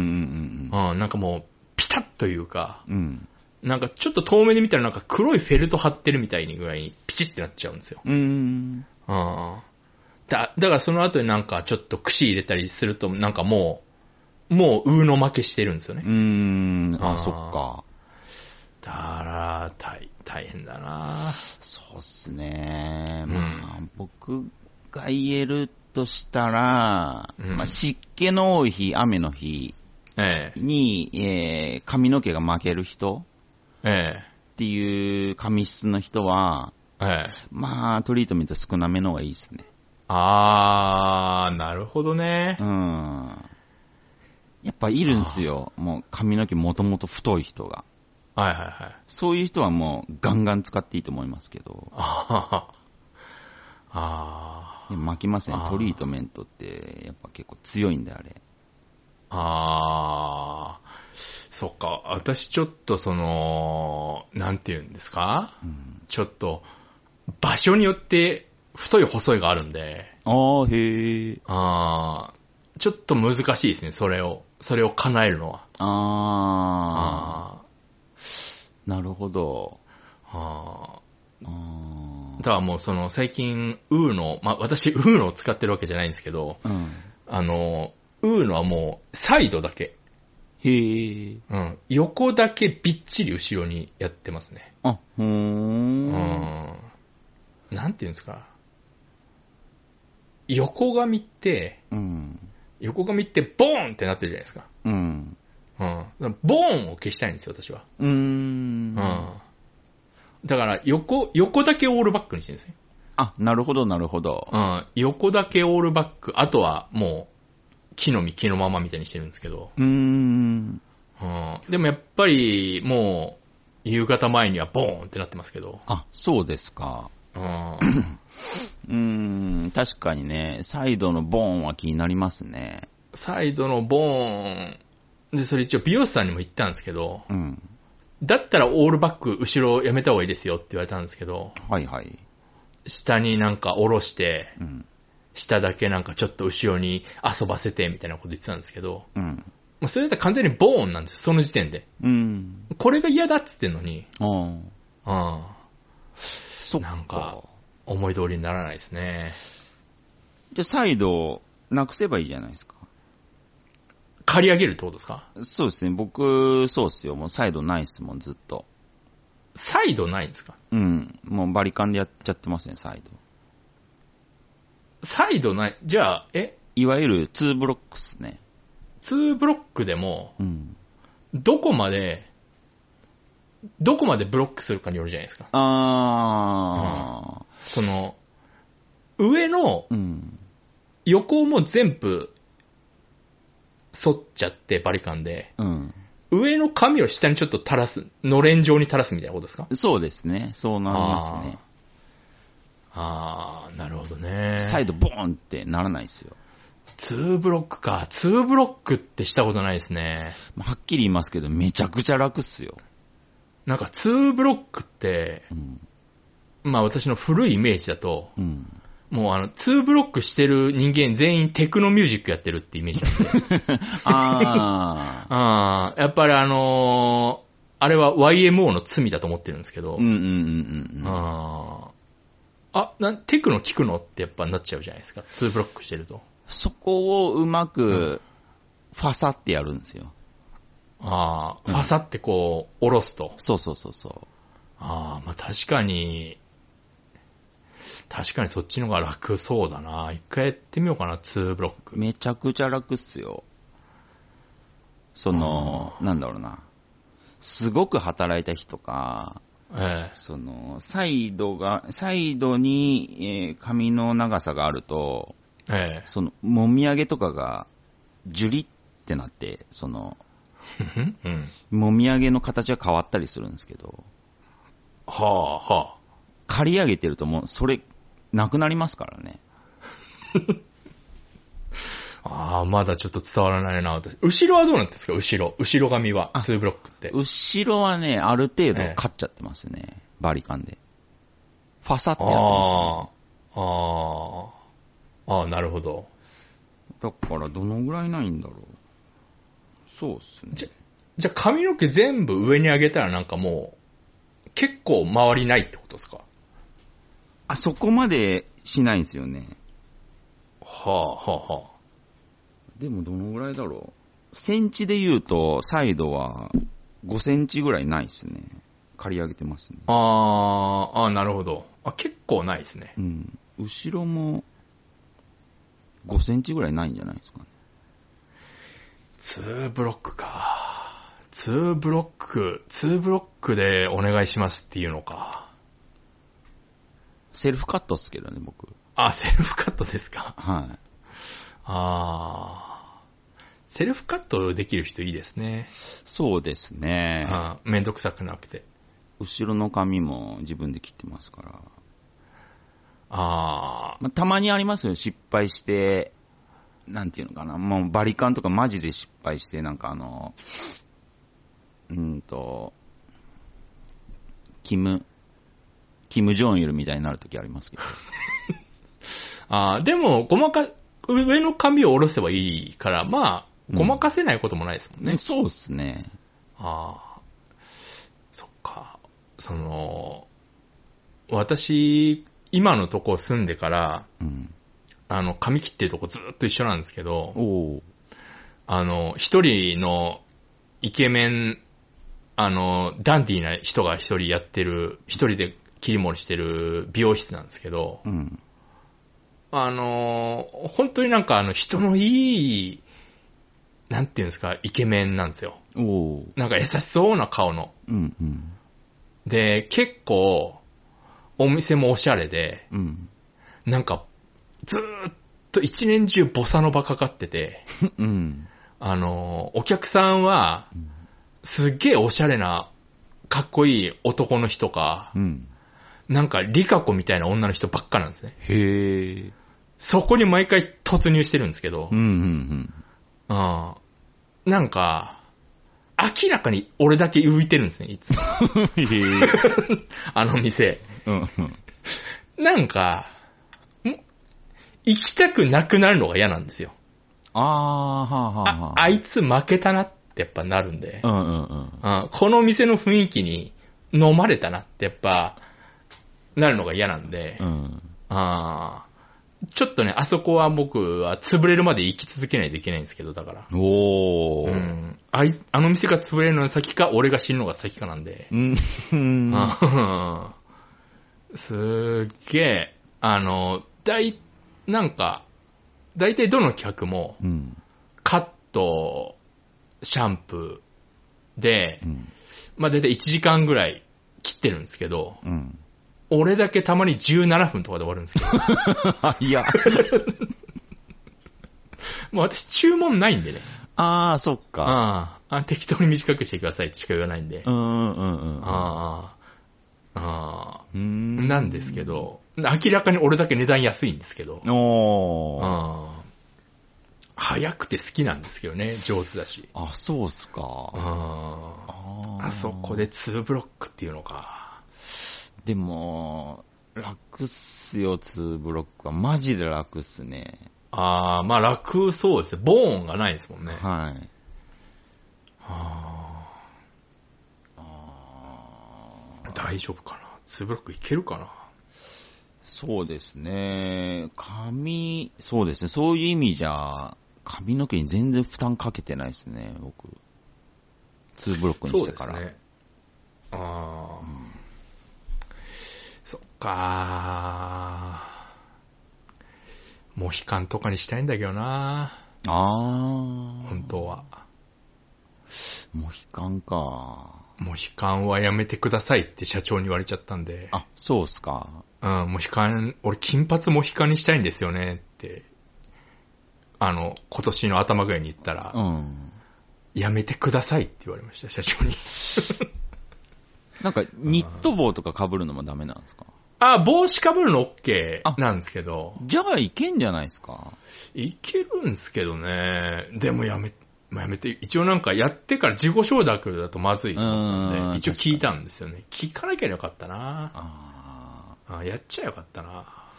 [SPEAKER 2] うん。
[SPEAKER 1] うん、なんかもう、ピタッというか、
[SPEAKER 2] うん。
[SPEAKER 1] なんかちょっと遠目で見たらなんか黒いフェルト貼ってるみたいにぐらいにピチってなっちゃうんですよ。
[SPEAKER 2] うん。
[SPEAKER 1] うん。だ、だからその後になんかちょっと串入れたりすると、なんかもう、もう、うの負けしてるんですよね
[SPEAKER 2] う。ーん、
[SPEAKER 1] あー
[SPEAKER 2] あ、そっか。
[SPEAKER 1] だから、大、大変だな
[SPEAKER 2] そうっすね。まあ、僕が言えるとしたら、
[SPEAKER 1] うん
[SPEAKER 2] まあ、湿気の多い日、雨の日
[SPEAKER 1] ええ、
[SPEAKER 2] に、えー髪の毛が負ける人
[SPEAKER 1] え
[SPEAKER 2] っていう髪質の人は、
[SPEAKER 1] え、ええ。
[SPEAKER 2] まあ、トリートメント少なめの方がいいですね。
[SPEAKER 1] あー、なるほどね
[SPEAKER 2] う。ん。やっぱいるんすよ。もう髪の毛もともと太い人が。
[SPEAKER 1] はいはいはい。
[SPEAKER 2] そういう人はもうガンガン使っていいと思いますけど。
[SPEAKER 1] あはは。あ
[SPEAKER 2] でも巻きません
[SPEAKER 1] あ。ー
[SPEAKER 2] トリートメントって、やっぱ結構強いんで、あれ。
[SPEAKER 1] ー、あー、そっか、私ちょっとその、なんて言うんですか
[SPEAKER 2] うん。
[SPEAKER 1] ちょっと、場所によって太い細いがあるんで、
[SPEAKER 2] あー、へー。
[SPEAKER 1] あー、ちょっと難しいですね、それを、それを叶えるのは。あ
[SPEAKER 2] あー。なるほど。
[SPEAKER 1] ー、あー。
[SPEAKER 2] あー
[SPEAKER 1] だからもうその最近、ウーの、まあ、私、ウーのを使ってるわけじゃないんですけど、
[SPEAKER 2] うん。
[SPEAKER 1] あの、ウーのはもう、サイドだけ。
[SPEAKER 2] へー。
[SPEAKER 1] うん。横だけびっちり後ろにやってますね。
[SPEAKER 2] あ、
[SPEAKER 1] う
[SPEAKER 2] ほー。
[SPEAKER 1] んん。なんていうんですか。横髪って、
[SPEAKER 2] うん。
[SPEAKER 1] 横髪ってボーンってなってるじゃないですか。
[SPEAKER 2] うん。
[SPEAKER 1] うん。ボーンを消したいんですよ、私は。
[SPEAKER 2] うー
[SPEAKER 1] うんん。。だから、横、横だけオールバックにしてるんですね。
[SPEAKER 2] あ、なるほど、なるほど。
[SPEAKER 1] うん。横だけオールバック。あとは、もう、木の実、木のままみたいにしてるんですけど。
[SPEAKER 2] うーん。
[SPEAKER 1] うん。でもやっぱり、もう、夕方前にはボーンってなってますけど。
[SPEAKER 2] あ、そうですか。
[SPEAKER 1] うん。
[SPEAKER 2] うーん、確かにね、サイドのボーンは気になりますね。
[SPEAKER 1] サイドのボーン。で、それ一応美容師さんにも言ったんですけど、
[SPEAKER 2] うん。
[SPEAKER 1] だったらオールバック後ろやめた方がいいですよって言われたんですけど、
[SPEAKER 2] はいはい。
[SPEAKER 1] 下になんか下ろして、
[SPEAKER 2] うん。
[SPEAKER 1] 下だけなんかちょっと後ろに遊ばせてみたいなこと言ってたんですけど、
[SPEAKER 2] うん。
[SPEAKER 1] もうそれだったら完全にボーンなんですよ、その時点で。
[SPEAKER 2] うん。
[SPEAKER 1] これが嫌だっつってんのに、
[SPEAKER 2] ああ。
[SPEAKER 1] うん、
[SPEAKER 2] そっか。
[SPEAKER 1] なんか思い通りにならないですね。
[SPEAKER 2] じゃあサイドをなくせばいいじゃないですか。
[SPEAKER 1] 刈り上げるってことですか
[SPEAKER 2] そうですね、僕、そうっすよ。もうサイドないっすもん、ずっと。
[SPEAKER 1] サイドないんですか
[SPEAKER 2] うん。もうバリカンでやっちゃってますね、サイド。
[SPEAKER 1] サイドない、じゃあ、え、
[SPEAKER 2] いわゆる2ブロックっすね。
[SPEAKER 1] 2ブロックでも、
[SPEAKER 2] うん。
[SPEAKER 1] どこまで、どこまでブロックするかによるじゃないですか。
[SPEAKER 2] ああ。
[SPEAKER 1] その、上の
[SPEAKER 2] うん。
[SPEAKER 1] 横も全部、反っちゃってバリカンで、
[SPEAKER 2] うん。
[SPEAKER 1] 上の髪を下にちょっと垂らす、のれん状に垂らすみたいなことですか
[SPEAKER 2] そうですね、そうなりますね。
[SPEAKER 1] あー、なるほどね。
[SPEAKER 2] サイドボーンってならないっすよ。
[SPEAKER 1] 2ブロックか。2ブロックってしたことないですね。
[SPEAKER 2] まあはっきり言いますけど、めちゃくちゃ楽っすよ。
[SPEAKER 1] なんか2ブロックって、
[SPEAKER 2] うん。
[SPEAKER 1] まあ私の古いイメージだと、
[SPEAKER 2] うん。
[SPEAKER 1] もうあの、2ブロックしてる人間全員テクノミュージックやってるってイメージなん で。
[SPEAKER 2] ああ。
[SPEAKER 1] あーやっぱりあのーあれは YMO の罪だと思ってるんですけど、
[SPEAKER 2] うんうんうんうんうん。
[SPEAKER 1] あーあなん、テクノ聞くのってやっぱなっちゃうじゃないですか。2ブロックしてると。
[SPEAKER 2] そこをうまく、ファサってやるんですよ。
[SPEAKER 1] ああ、
[SPEAKER 2] うん
[SPEAKER 1] ファサってこう、下ろすと。
[SPEAKER 2] そうそうそうそ
[SPEAKER 1] ああ、まあ確かに、確かにそっちの方が楽そうだな。一回やってみようかな、2ブロッ
[SPEAKER 2] う。
[SPEAKER 1] ク。
[SPEAKER 2] めちゃくちゃ楽っすよ。その、なんだろうな。すごく働いた日とか、
[SPEAKER 1] ええ
[SPEAKER 2] その、サイドが、サイドに、えー髪の長さがあると、
[SPEAKER 1] ええ
[SPEAKER 2] その、もみあげとかが、ジュリってなって、その、
[SPEAKER 1] ふふん。うん。
[SPEAKER 2] もみあげの形が変わったりするんですけど、
[SPEAKER 1] はあ、は
[SPEAKER 2] 刈り上げてるともうそれ、なくなりますからね。
[SPEAKER 1] あ。ああ、まだちょっと伝わらないな、私。後ろはどうなんですか後ろ。後ろ髪は。
[SPEAKER 2] あ
[SPEAKER 1] 2ブロックって。
[SPEAKER 2] 後ろはね、ある程度
[SPEAKER 1] ええ
[SPEAKER 2] 刈っちゃってますね。バリカンで。ファサってやってま
[SPEAKER 1] ああ、ああ、ああ、なるほど。
[SPEAKER 2] す、ね。だから、どのぐらいないんだろう。そうっすね。
[SPEAKER 1] じゃじゃあ髪の毛全部上に上げたらなんかもう、結構周りないってことですか
[SPEAKER 2] あそこまでしないんですよね。
[SPEAKER 1] はあ、はあ、はあ。
[SPEAKER 2] でもどのぐらいだろう。センチで言うと、サイドは5センチぐらいないですね。刈り上げてますね。
[SPEAKER 1] あーあー、なるほど。あ、結構ないですね
[SPEAKER 2] う。ん。後ろも5センチぐらいないんじゃないですかね。
[SPEAKER 1] ツーブロックか。ツーブロック、ツーブロックでお願いしますっていうのか。
[SPEAKER 2] セルフカットっすけどね、僕。
[SPEAKER 1] あ、セルフカットですか。
[SPEAKER 2] はい。
[SPEAKER 1] ああ。セルフカットできる人いいですね。
[SPEAKER 2] そうですね。
[SPEAKER 1] あーめんどくさくなくて。
[SPEAKER 2] 後ろの髪も自分で切ってますから。
[SPEAKER 1] あ
[SPEAKER 2] まあ、たまにありますよ、失敗して、なんていうのかな、もうバリカンとかマジで失敗して、なんかあの、うーんと、キム、キム・ジョンイルみたいになるときありますけど。
[SPEAKER 1] ーあー、でも、ごまか、上の髪を下ろせばいいから、まあ、ごまかせないこともないですもんね。
[SPEAKER 2] ね、 そうですね。
[SPEAKER 1] ああ、そっか。その、私、今のとこ住んでから、
[SPEAKER 2] うん。
[SPEAKER 1] あの、髪切ってるとこずっと一緒なんですけど、
[SPEAKER 2] おー
[SPEAKER 1] あの、一人のイケメン、あの、ダンディーな人が一人やってる、一人で切り盛りしてる美容室なんですけど
[SPEAKER 2] う、ん。
[SPEAKER 1] あの、本当になんかあの、人のいい、なんていうんですか、イケメンなんですよ。
[SPEAKER 2] おー
[SPEAKER 1] なんか優しそうな顔の。
[SPEAKER 2] うん、うん。
[SPEAKER 1] で、結構、お店もおしゃれで、
[SPEAKER 2] うん。
[SPEAKER 1] なんか、ずーっと一年中ボサノバかかってて、
[SPEAKER 2] うん。
[SPEAKER 1] あのー、お客さんは、すっげーおしゃれな、かっこいい男の人か
[SPEAKER 2] う、ん。
[SPEAKER 1] なんか、リカコみたいな女の人ばっかなんですね。
[SPEAKER 2] へえ。
[SPEAKER 1] そこに毎回突入してるんですけど
[SPEAKER 2] うん、う、ん、
[SPEAKER 1] うん。なんか、明らかに俺だけ浮いてるんですね、いつも。
[SPEAKER 2] うん。へえ。
[SPEAKER 1] あの店。
[SPEAKER 2] うん、うん。
[SPEAKER 1] なんか、も行きたくなくなるのが嫌なんですよ。
[SPEAKER 2] あー、はあ、はあ、
[SPEAKER 1] あ
[SPEAKER 2] は、あ。
[SPEAKER 1] あいつ負けたなってやっぱなるんで
[SPEAKER 2] う、ん、うん、うん。
[SPEAKER 1] あこの店の雰囲気に飲まれたなってやっぱ、なるのが嫌なんで、
[SPEAKER 2] うん。
[SPEAKER 1] あーちょっとね、あそこは僕は潰れるまで生き続けないといけないんですけど、だから。
[SPEAKER 2] お
[SPEAKER 1] う
[SPEAKER 2] ー。
[SPEAKER 1] ん、あいあの店が潰れるのが先か、俺が死ぬのが先かなんで。
[SPEAKER 2] うん。うん
[SPEAKER 1] あ すーげえ、あの、大、なんか、大体どの企画も、
[SPEAKER 2] うん。
[SPEAKER 1] カット、シャンプーで
[SPEAKER 2] う、ん。
[SPEAKER 1] まあ大体1時間ぐらい切ってるんですけど、
[SPEAKER 2] うん。
[SPEAKER 1] 俺だけたまに17分とかで終わるんですけど、
[SPEAKER 2] あ、いや。
[SPEAKER 1] もう私注文ないんでね、
[SPEAKER 2] ああ、そっか。
[SPEAKER 1] あああ適当に短くしてくださいとしか言わないんで、
[SPEAKER 2] うんうんうんうん。
[SPEAKER 1] ああ、ああ、
[SPEAKER 2] うん
[SPEAKER 1] なんですけ。ど、明らかに俺だけ値段安いんですけど、
[SPEAKER 2] おー。
[SPEAKER 1] ああ早くて好きなんですけどね、上手だし。
[SPEAKER 2] あ、そうっすか。
[SPEAKER 1] あ
[SPEAKER 2] あ
[SPEAKER 1] あ
[SPEAKER 2] ー
[SPEAKER 1] あそこ。で2ブロックっていうのか。
[SPEAKER 2] でも、楽っすよ、2ブロックは。マジで楽っすね。
[SPEAKER 1] ああ、まあ楽そうですね。ボーンがないですもんね。
[SPEAKER 2] はい。
[SPEAKER 1] あ
[SPEAKER 2] あ
[SPEAKER 1] あ
[SPEAKER 2] ー
[SPEAKER 1] 大丈夫かな。2ブロックいけるかな。
[SPEAKER 2] そうですね。髪、そうですね。そういう意味じゃ、髪の毛に全然負担かけてないですね、僕。2ブロックに
[SPEAKER 1] そう
[SPEAKER 2] して
[SPEAKER 1] で
[SPEAKER 2] か
[SPEAKER 1] す
[SPEAKER 2] ら。
[SPEAKER 1] ね。ああ、
[SPEAKER 2] ん
[SPEAKER 1] そっかー。モヒカンとかにしたいんだけどな
[SPEAKER 2] ああ。
[SPEAKER 1] 本当は。
[SPEAKER 2] モヒカンか。
[SPEAKER 1] モヒカンはやめてくださいって社長に言われちゃったんで。
[SPEAKER 2] あ、そうっすか。
[SPEAKER 1] うん、モヒカン、俺金髪モヒカンにしたいんですよねって、あの、今年の頭ぐらいに言ったら、
[SPEAKER 2] うん。
[SPEAKER 1] やめてくださいって言われました、社長 に。
[SPEAKER 2] なんか、ニット帽とか被るのもダメなんですか
[SPEAKER 1] あ、帽子かぶるの OK
[SPEAKER 2] あ
[SPEAKER 1] なんですけど、
[SPEAKER 2] じゃあ、いけんじゃないですか
[SPEAKER 1] いけるんですけどね、でもやめ、まあやめて、一応なんかやってから自己承諾だとまずいと思ったん
[SPEAKER 2] うん
[SPEAKER 1] で、一応聞いたんですよね。聞かなきゃよかったな
[SPEAKER 2] あ
[SPEAKER 1] あやっちゃよかったな
[SPEAKER 2] あ、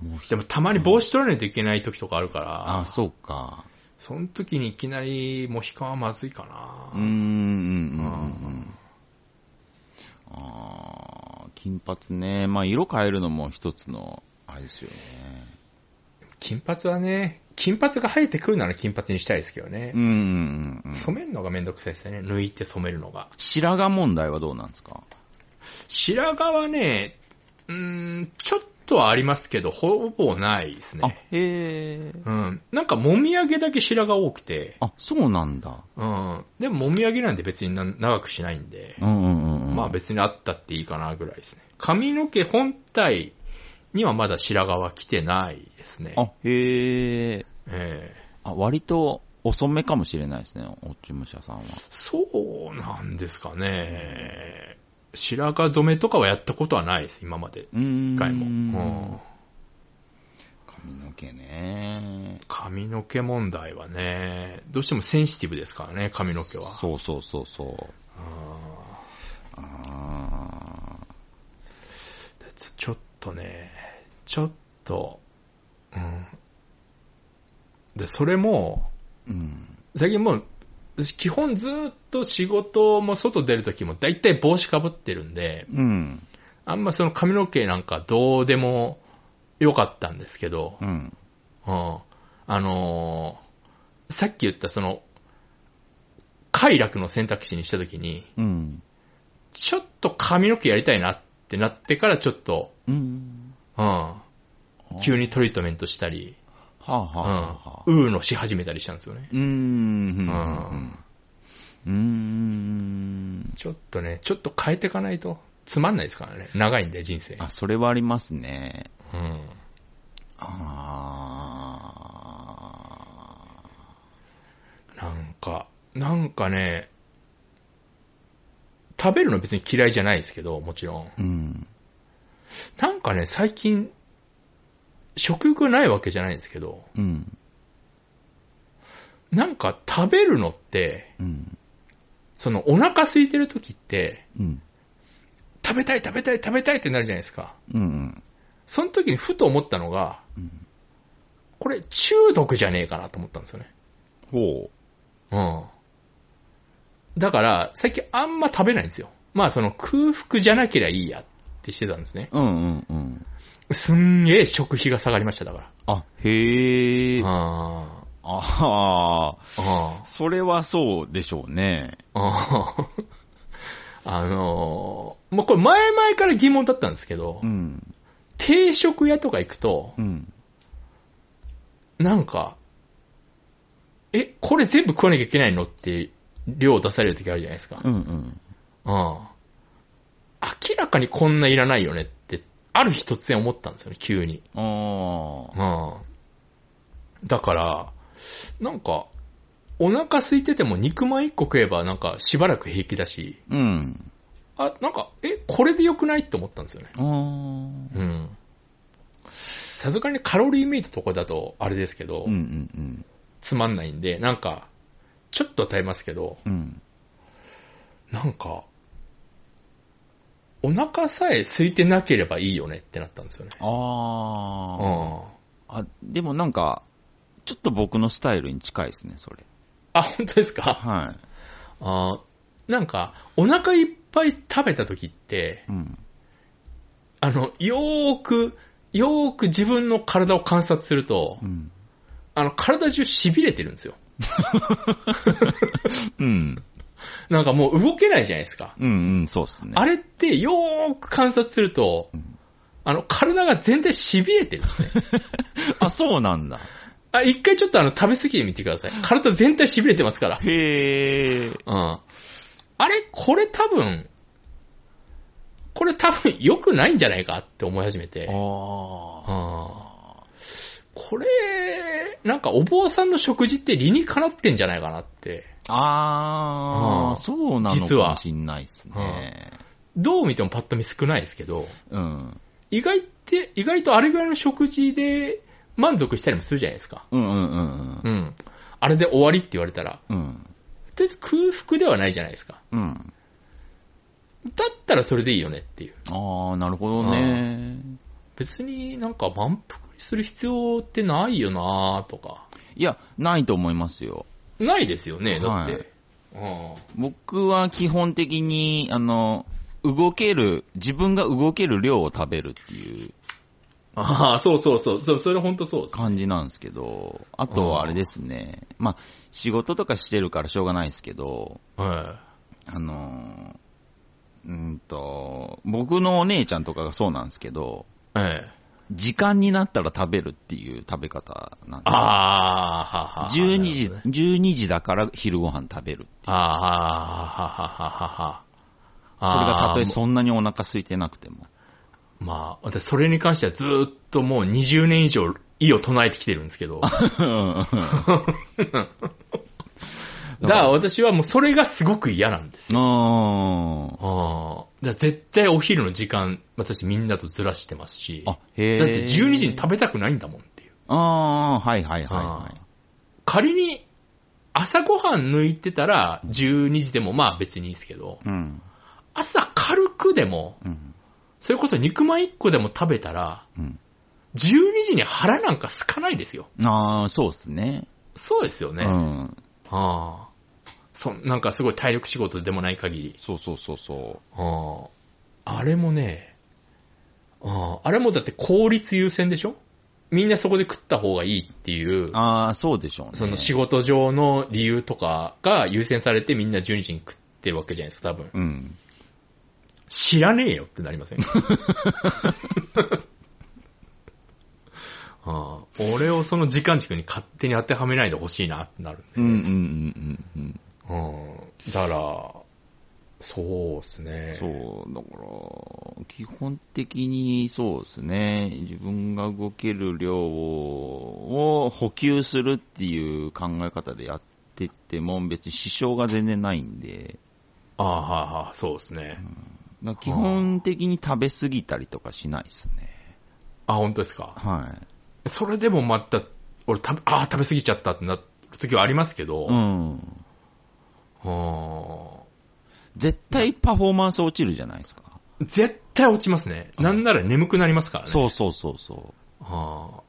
[SPEAKER 2] モヒ
[SPEAKER 1] でもたまに帽子取らないといけない時とかあるから、
[SPEAKER 2] あ、そうか。
[SPEAKER 1] その時にいきなりモヒカンはまずいかな
[SPEAKER 2] うーん、うん、うんうんうん。ああ、金髪ね。まあ、色変えるのも一つの、あれですよね。
[SPEAKER 1] 金髪はね、金髪が生えてくるなら金髪にしたいですけどね
[SPEAKER 2] う。んうんうん。
[SPEAKER 1] 染めるのがめんどくさいですよね。抜いて染めるのが。
[SPEAKER 2] 白髪問題はどうなんですか
[SPEAKER 1] 白髪はね、うーん、ちょっとはありますけど、ほぼないです
[SPEAKER 2] あ、
[SPEAKER 1] ね。
[SPEAKER 2] へえ。
[SPEAKER 1] うん。なんか、もみあげだけ白髪多くて、
[SPEAKER 2] あ、そうなんだ。
[SPEAKER 1] うん。でも、もみあげなんて別にな長くしないんで、
[SPEAKER 2] うんうんうんうん。
[SPEAKER 1] まあ別にあったっていいかなぐらいですね。髪の毛本体にはまだ白髪は来てないですね。
[SPEAKER 2] あ、へえ。
[SPEAKER 1] ええ
[SPEAKER 2] あ、割と遅めかもしれないですね、おちむしゃさんは。
[SPEAKER 1] そうなんですかね。白髪染めとかはやったことはないです、今まで。
[SPEAKER 2] うーん。
[SPEAKER 1] 一回も。うん
[SPEAKER 2] 髪の毛ね。
[SPEAKER 1] 髪の毛問題はね、どうしてもセンシティブですからね、髪の毛は。
[SPEAKER 2] そうそうそうそう。
[SPEAKER 1] あ
[SPEAKER 2] あー
[SPEAKER 1] ーちちょっとね、ちょっと、うん。で、それも、
[SPEAKER 2] うん。
[SPEAKER 1] 最近もう、私基本ずーっと仕事も外出るときも大体帽子かぶってるんで、
[SPEAKER 2] うん。
[SPEAKER 1] あんまその髪の毛なんかどうでもよかったんですけど、
[SPEAKER 2] うん。
[SPEAKER 1] うん。あのーさっき言ったその、快楽の選択肢にしたときに、
[SPEAKER 2] うん。
[SPEAKER 1] ちょっと髪の毛やりたいなってなってからちょっと、
[SPEAKER 2] うん。
[SPEAKER 1] うん、急
[SPEAKER 2] に。
[SPEAKER 1] にトリートメントしたり、
[SPEAKER 2] はあは
[SPEAKER 1] う
[SPEAKER 2] あ
[SPEAKER 1] ん、
[SPEAKER 2] はあはあ。
[SPEAKER 1] ウーのし始めたりしたんですよね。
[SPEAKER 2] うーん。うーん。
[SPEAKER 1] ちょっとね、ちょっと変えていかないとつまんないですからね。長いんで、人生。
[SPEAKER 2] あ、それはありますね。
[SPEAKER 1] うん。
[SPEAKER 2] あ
[SPEAKER 1] なんか、なんかね、食べるの別に嫌いじゃないですけど、もちろん。
[SPEAKER 2] ーうん。
[SPEAKER 1] なんかね、最近、食欲ないわけじゃないんですけど、
[SPEAKER 2] うん。
[SPEAKER 1] なんか食べるのって、
[SPEAKER 2] うん。
[SPEAKER 1] そのお腹空いてる時って、
[SPEAKER 2] うん。
[SPEAKER 1] 食べたい食べたい食べたいってなるじゃないですか。
[SPEAKER 2] うん。
[SPEAKER 1] その時にふと思ったのが、
[SPEAKER 2] うん
[SPEAKER 1] これ中毒じゃねえかなと思ったんですよね。
[SPEAKER 2] ほ
[SPEAKER 1] うん。だから、最近あんま食べないんですよ。まあその空腹じゃなけりゃいいやってしてたんですね。
[SPEAKER 2] う。うんうんうん。
[SPEAKER 1] すんげえ食費が下がりました、だから。
[SPEAKER 2] あ、へえ。
[SPEAKER 1] あ
[SPEAKER 2] ああ、
[SPEAKER 1] あ。あ
[SPEAKER 2] それはそうでしょうね。
[SPEAKER 1] あ。ああ。 あのー、もうこれ前々から疑問だったんですけど、
[SPEAKER 2] うん。
[SPEAKER 1] 定食屋とか行くと、
[SPEAKER 2] うん。
[SPEAKER 1] なんか、え、これ全部食わなきゃいけないのって量出される時あるじゃないですか。
[SPEAKER 2] うんうん。
[SPEAKER 1] ああ明らかにこんないらないよねって、ある日突然思ったんですよね、急に。
[SPEAKER 2] ああ。
[SPEAKER 1] ああだから、なんか、お腹空いてても肉まん1個食えばなんかしばらく平気だし、
[SPEAKER 2] うん。
[SPEAKER 1] あ、なんか、え、これで良くないって思ったんですよね。
[SPEAKER 2] ああ。
[SPEAKER 1] うん。さすがにカロリーメイトとかだとあれですけど、
[SPEAKER 2] うんうんうん。
[SPEAKER 1] つまんないんで、なんか、ちょっと耐えますけど、
[SPEAKER 2] うん。
[SPEAKER 1] なんか、お腹さえ空いてなければいいよねってなったんですよね。
[SPEAKER 2] あ
[SPEAKER 1] あ
[SPEAKER 2] あ。あ、でもなんか、ちょっと僕のスタイルに近いですね、それ。
[SPEAKER 1] あ、本当ですか
[SPEAKER 2] は
[SPEAKER 1] あなんか、お腹いっぱい食べた時って
[SPEAKER 2] い。、うん。
[SPEAKER 1] あの、よーく、よーく自分の体を観察すると
[SPEAKER 2] う、ん。
[SPEAKER 1] あの、体中痺れてるんですよ。
[SPEAKER 2] うん。
[SPEAKER 1] なんかもう動けないじゃないですか。
[SPEAKER 2] うんうん、そうっすね。
[SPEAKER 1] あ
[SPEAKER 2] れ
[SPEAKER 1] れってよーく観察すると、あの、体が全体痺れてるんですね。
[SPEAKER 2] あ、そうなんだ。
[SPEAKER 1] あ、一回ちょっとあの、食べ過ぎてみてください。体全体痺れてますから。う
[SPEAKER 2] へえ。
[SPEAKER 1] ん。あれこれ多分、これ多分良くないんじゃないかって思い始めて。うん。
[SPEAKER 2] ああ。
[SPEAKER 1] これ、なんかお坊さんの食事って理にかなってんじゃないかなって。う
[SPEAKER 2] ああ、
[SPEAKER 1] ん
[SPEAKER 2] そうなのかもしんないっすね。
[SPEAKER 1] どう見てもパッと見少ないですけど、
[SPEAKER 2] うん。
[SPEAKER 1] 意外って、意外とあれぐらいの食事で満足したりもするじゃないですか。
[SPEAKER 2] うんうんうん
[SPEAKER 1] うん。あれで終わりって言われたら、
[SPEAKER 2] うん。うん。
[SPEAKER 1] とりあえず空腹ではないじゃないですか。
[SPEAKER 2] うん。
[SPEAKER 1] だったらそれでいいよねっていう。
[SPEAKER 2] ああ、なるほどね。
[SPEAKER 1] 別になんか満腹にする必要ってないよなとか。
[SPEAKER 2] いや、ないと思いますよ。
[SPEAKER 1] ないですよね、だっ
[SPEAKER 2] はい
[SPEAKER 1] て。うん
[SPEAKER 2] 僕は基本的に、あの、動ける、自分が動ける量を食べるっていう
[SPEAKER 1] ああ、そうそうそう。そそれ本当そうです。
[SPEAKER 2] 感じなんですけど、あとはあれですね、まあ、仕事とかしてるからしょうがないですけど、
[SPEAKER 1] は
[SPEAKER 2] あのー、うーんと、僕のお姉ちゃんとかがそうなんですけど、
[SPEAKER 1] い。ええ。
[SPEAKER 2] 時間になったら食べるっていう食べ方なんで
[SPEAKER 1] ああ、ははは。
[SPEAKER 2] す。12時、12時だから昼ご飯食べる。
[SPEAKER 1] ああ、ははははは。
[SPEAKER 2] それがたとえ
[SPEAKER 1] う。
[SPEAKER 2] そんなにお腹空いてなくても。
[SPEAKER 1] まあ、私、それに関してはずーっともう20年以上、意を唱えてきてるんですけど。だから私はもうそれがすごく嫌なんですよ。
[SPEAKER 2] あ
[SPEAKER 1] ああ。だから絶対お昼の時間、私みんなとずらしてますし。
[SPEAKER 2] ーあ
[SPEAKER 1] だ、
[SPEAKER 2] へえ。
[SPEAKER 1] って12時に食べたくないんだもんっていう。
[SPEAKER 2] ああ、はいはいはいはい。
[SPEAKER 1] 仮に朝ごはん抜いてたら12時でもまあ別にいいですけど、
[SPEAKER 2] うん。
[SPEAKER 1] 朝軽くでも、
[SPEAKER 2] うん。
[SPEAKER 1] それこそ肉まん1個でも食べたら、
[SPEAKER 2] うん。
[SPEAKER 1] 12時に腹なんか空かないですよ。
[SPEAKER 2] ああ、そうっすね。
[SPEAKER 1] そうですよね。
[SPEAKER 2] う
[SPEAKER 1] あ
[SPEAKER 2] ん。
[SPEAKER 1] あそなんかすごい体力仕事でもない限り。
[SPEAKER 2] そうそうそうそ
[SPEAKER 1] あああれもね、あああれもだって効率優先でしょみんなそこで食った方がいいっていう
[SPEAKER 2] う。、ああ、そうでしょうね。
[SPEAKER 1] その仕事上の理由とかが優先されてみんな12時に食ってるわけじゃないですか、多分。
[SPEAKER 2] うん。
[SPEAKER 1] 知らねえよってなり ませんああ俺をその時間軸に勝手に当てはめないでほしいなってなるんで。
[SPEAKER 2] うんうんうんうんうん。
[SPEAKER 1] うん。だから、そうっすね。
[SPEAKER 2] そう、だから、基本的にそうですね、自分が動ける量を補給するっていう考え方でやってっても、別に支障が全然ないんで、
[SPEAKER 1] ああ、はあはあ、そうですね。
[SPEAKER 2] だから基本的に食べ過ぎたりとかしないですね。
[SPEAKER 1] あ、本当ですか。
[SPEAKER 2] はい。
[SPEAKER 1] それでもまた、俺食べ、ああ、食べ過ぎちゃったってなる時はありますけど、
[SPEAKER 2] う
[SPEAKER 1] あ
[SPEAKER 2] ん。
[SPEAKER 1] あ
[SPEAKER 2] 絶対パフォーマンス落ちるじゃないですか。
[SPEAKER 1] 絶対落ちますね。なんなら眠くなりますからね。
[SPEAKER 2] そうそうそうそう。
[SPEAKER 1] あ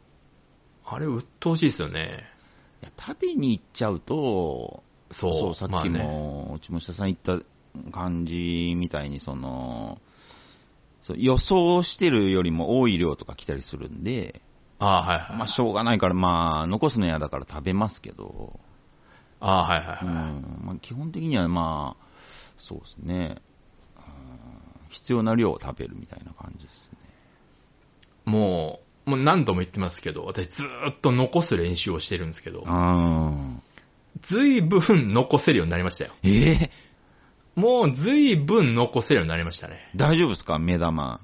[SPEAKER 1] ああれ、鬱陶しいですよね。
[SPEAKER 2] いや食べに行っちゃうと、
[SPEAKER 1] そう。
[SPEAKER 2] そう、さっ
[SPEAKER 1] まあ
[SPEAKER 2] き
[SPEAKER 1] ね、
[SPEAKER 2] も、うちも下さん言った感じみたいに、その、そう予想してるよりも多い量とか来たりするんで、
[SPEAKER 1] ああ、はいはい。
[SPEAKER 2] まあ、しょうがないから、まあ、残すの嫌だから食べますけど、
[SPEAKER 1] ああ、はいは
[SPEAKER 2] う
[SPEAKER 1] い
[SPEAKER 2] ん、
[SPEAKER 1] はい。
[SPEAKER 2] まあ、基本的には、まあ、そうですね、うん必要な量を食べるみたいな感じですね。
[SPEAKER 1] もう、もう何度も言ってますけど、私ずーっと残す練習をしてるんですけど、
[SPEAKER 2] うん。
[SPEAKER 1] ずいぶん残せるようになりましたよ。
[SPEAKER 2] えー
[SPEAKER 1] もうずいぶん残せるようになりましたね。
[SPEAKER 2] 大丈夫ですか目玉。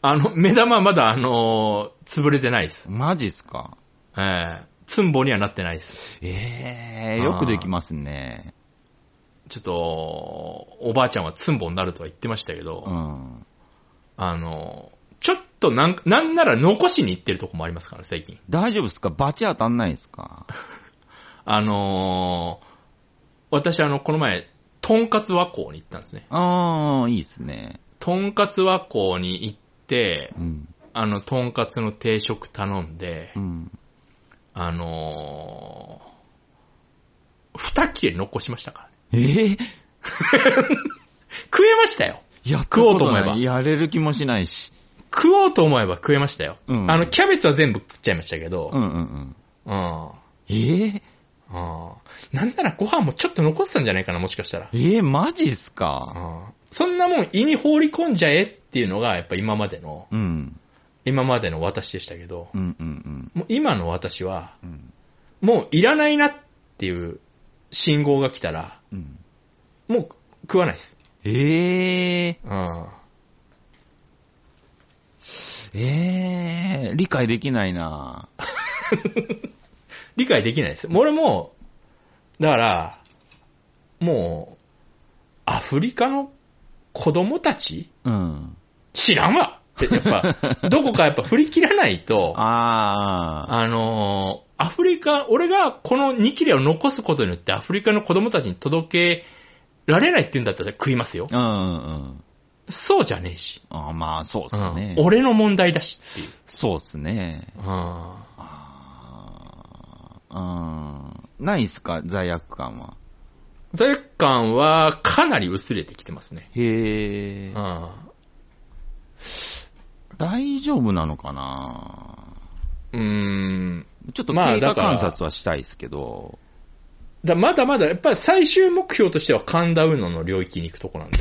[SPEAKER 1] あの、目玉はまだあのー潰れてないです。
[SPEAKER 2] マジっすか
[SPEAKER 1] ええつんぼにはなってないです。
[SPEAKER 2] ええよくできますね。
[SPEAKER 1] ちょっと、おばあちゃんはつんぼになるとは言ってましたけど、
[SPEAKER 2] うん。
[SPEAKER 1] あのーちょっとなん、なんなら残しに行ってるとこもありますからね、最近。
[SPEAKER 2] 大丈夫ですかバチ当たんないですか
[SPEAKER 1] あのー私あの、この前、とんかつ和光に行ったんですね。
[SPEAKER 2] ああ、いいですね。
[SPEAKER 1] とんかつ和光に行って
[SPEAKER 2] う、ん。
[SPEAKER 1] あの、とんかつの定食頼んで
[SPEAKER 2] う、ん。
[SPEAKER 1] あのー二切れ残しましたからね。
[SPEAKER 2] ええ
[SPEAKER 1] 食えましたよ
[SPEAKER 2] やった
[SPEAKER 1] 食おうと
[SPEAKER 2] こと
[SPEAKER 1] 思え
[SPEAKER 2] ない
[SPEAKER 1] ば
[SPEAKER 2] やれる気もしないし。
[SPEAKER 1] 食おうと思えば食えましたよ。
[SPEAKER 2] うん
[SPEAKER 1] あの、キャベツは全部食っちゃいましたけど、
[SPEAKER 2] うんうんうん。
[SPEAKER 1] うん。うん
[SPEAKER 2] ええ
[SPEAKER 1] なんならご飯もちょっと残ってたんじゃないかな、もしかしたら。
[SPEAKER 2] ええマジっす
[SPEAKER 1] う
[SPEAKER 2] か
[SPEAKER 1] んそんなもん胃に放り込んじゃえっていうのが、やっぱ今までの、
[SPEAKER 2] うん。
[SPEAKER 1] 今までの私でしたけど、
[SPEAKER 2] うんうん
[SPEAKER 1] もう今の私は、
[SPEAKER 2] うん。うん。
[SPEAKER 1] もういらないなっていう信号が来たら、
[SPEAKER 2] うん。
[SPEAKER 1] もう食わないです。
[SPEAKER 2] ええ
[SPEAKER 1] うん。
[SPEAKER 2] ええ理解できないな
[SPEAKER 1] 理解できないです。もう俺も、だから、もう、アフリカの子供たち
[SPEAKER 2] うん。
[SPEAKER 1] 知らんわって、やっ ぱ、どこかやっぱ振り切らないと、あ
[SPEAKER 2] ああ。
[SPEAKER 1] のーアフリカ、俺がこの2切れを残すことによってアフリカの子供たちに届けられないって言うんだったら食いますよ。
[SPEAKER 2] うんうんうん。
[SPEAKER 1] そうじゃねえし。
[SPEAKER 2] あーまあ、そうっ
[SPEAKER 1] う
[SPEAKER 2] すね
[SPEAKER 1] ん。、俺の問題だしっていう。
[SPEAKER 2] そうっすね。
[SPEAKER 1] あ
[SPEAKER 2] ああ。うん。ないっすか罪悪感は。
[SPEAKER 1] ー罪悪感はかなり薄れてきてますね。
[SPEAKER 2] へえ
[SPEAKER 1] う。ん。
[SPEAKER 2] 大丈夫なのかな
[SPEAKER 1] うーん。
[SPEAKER 2] ちょっと
[SPEAKER 1] まあ
[SPEAKER 2] 経
[SPEAKER 1] だ
[SPEAKER 2] 過
[SPEAKER 1] から
[SPEAKER 2] 観察はしたいですけど、
[SPEAKER 1] だまだまだ、やっぱり最終目標としては神田うのの領域に行くとこ なんで、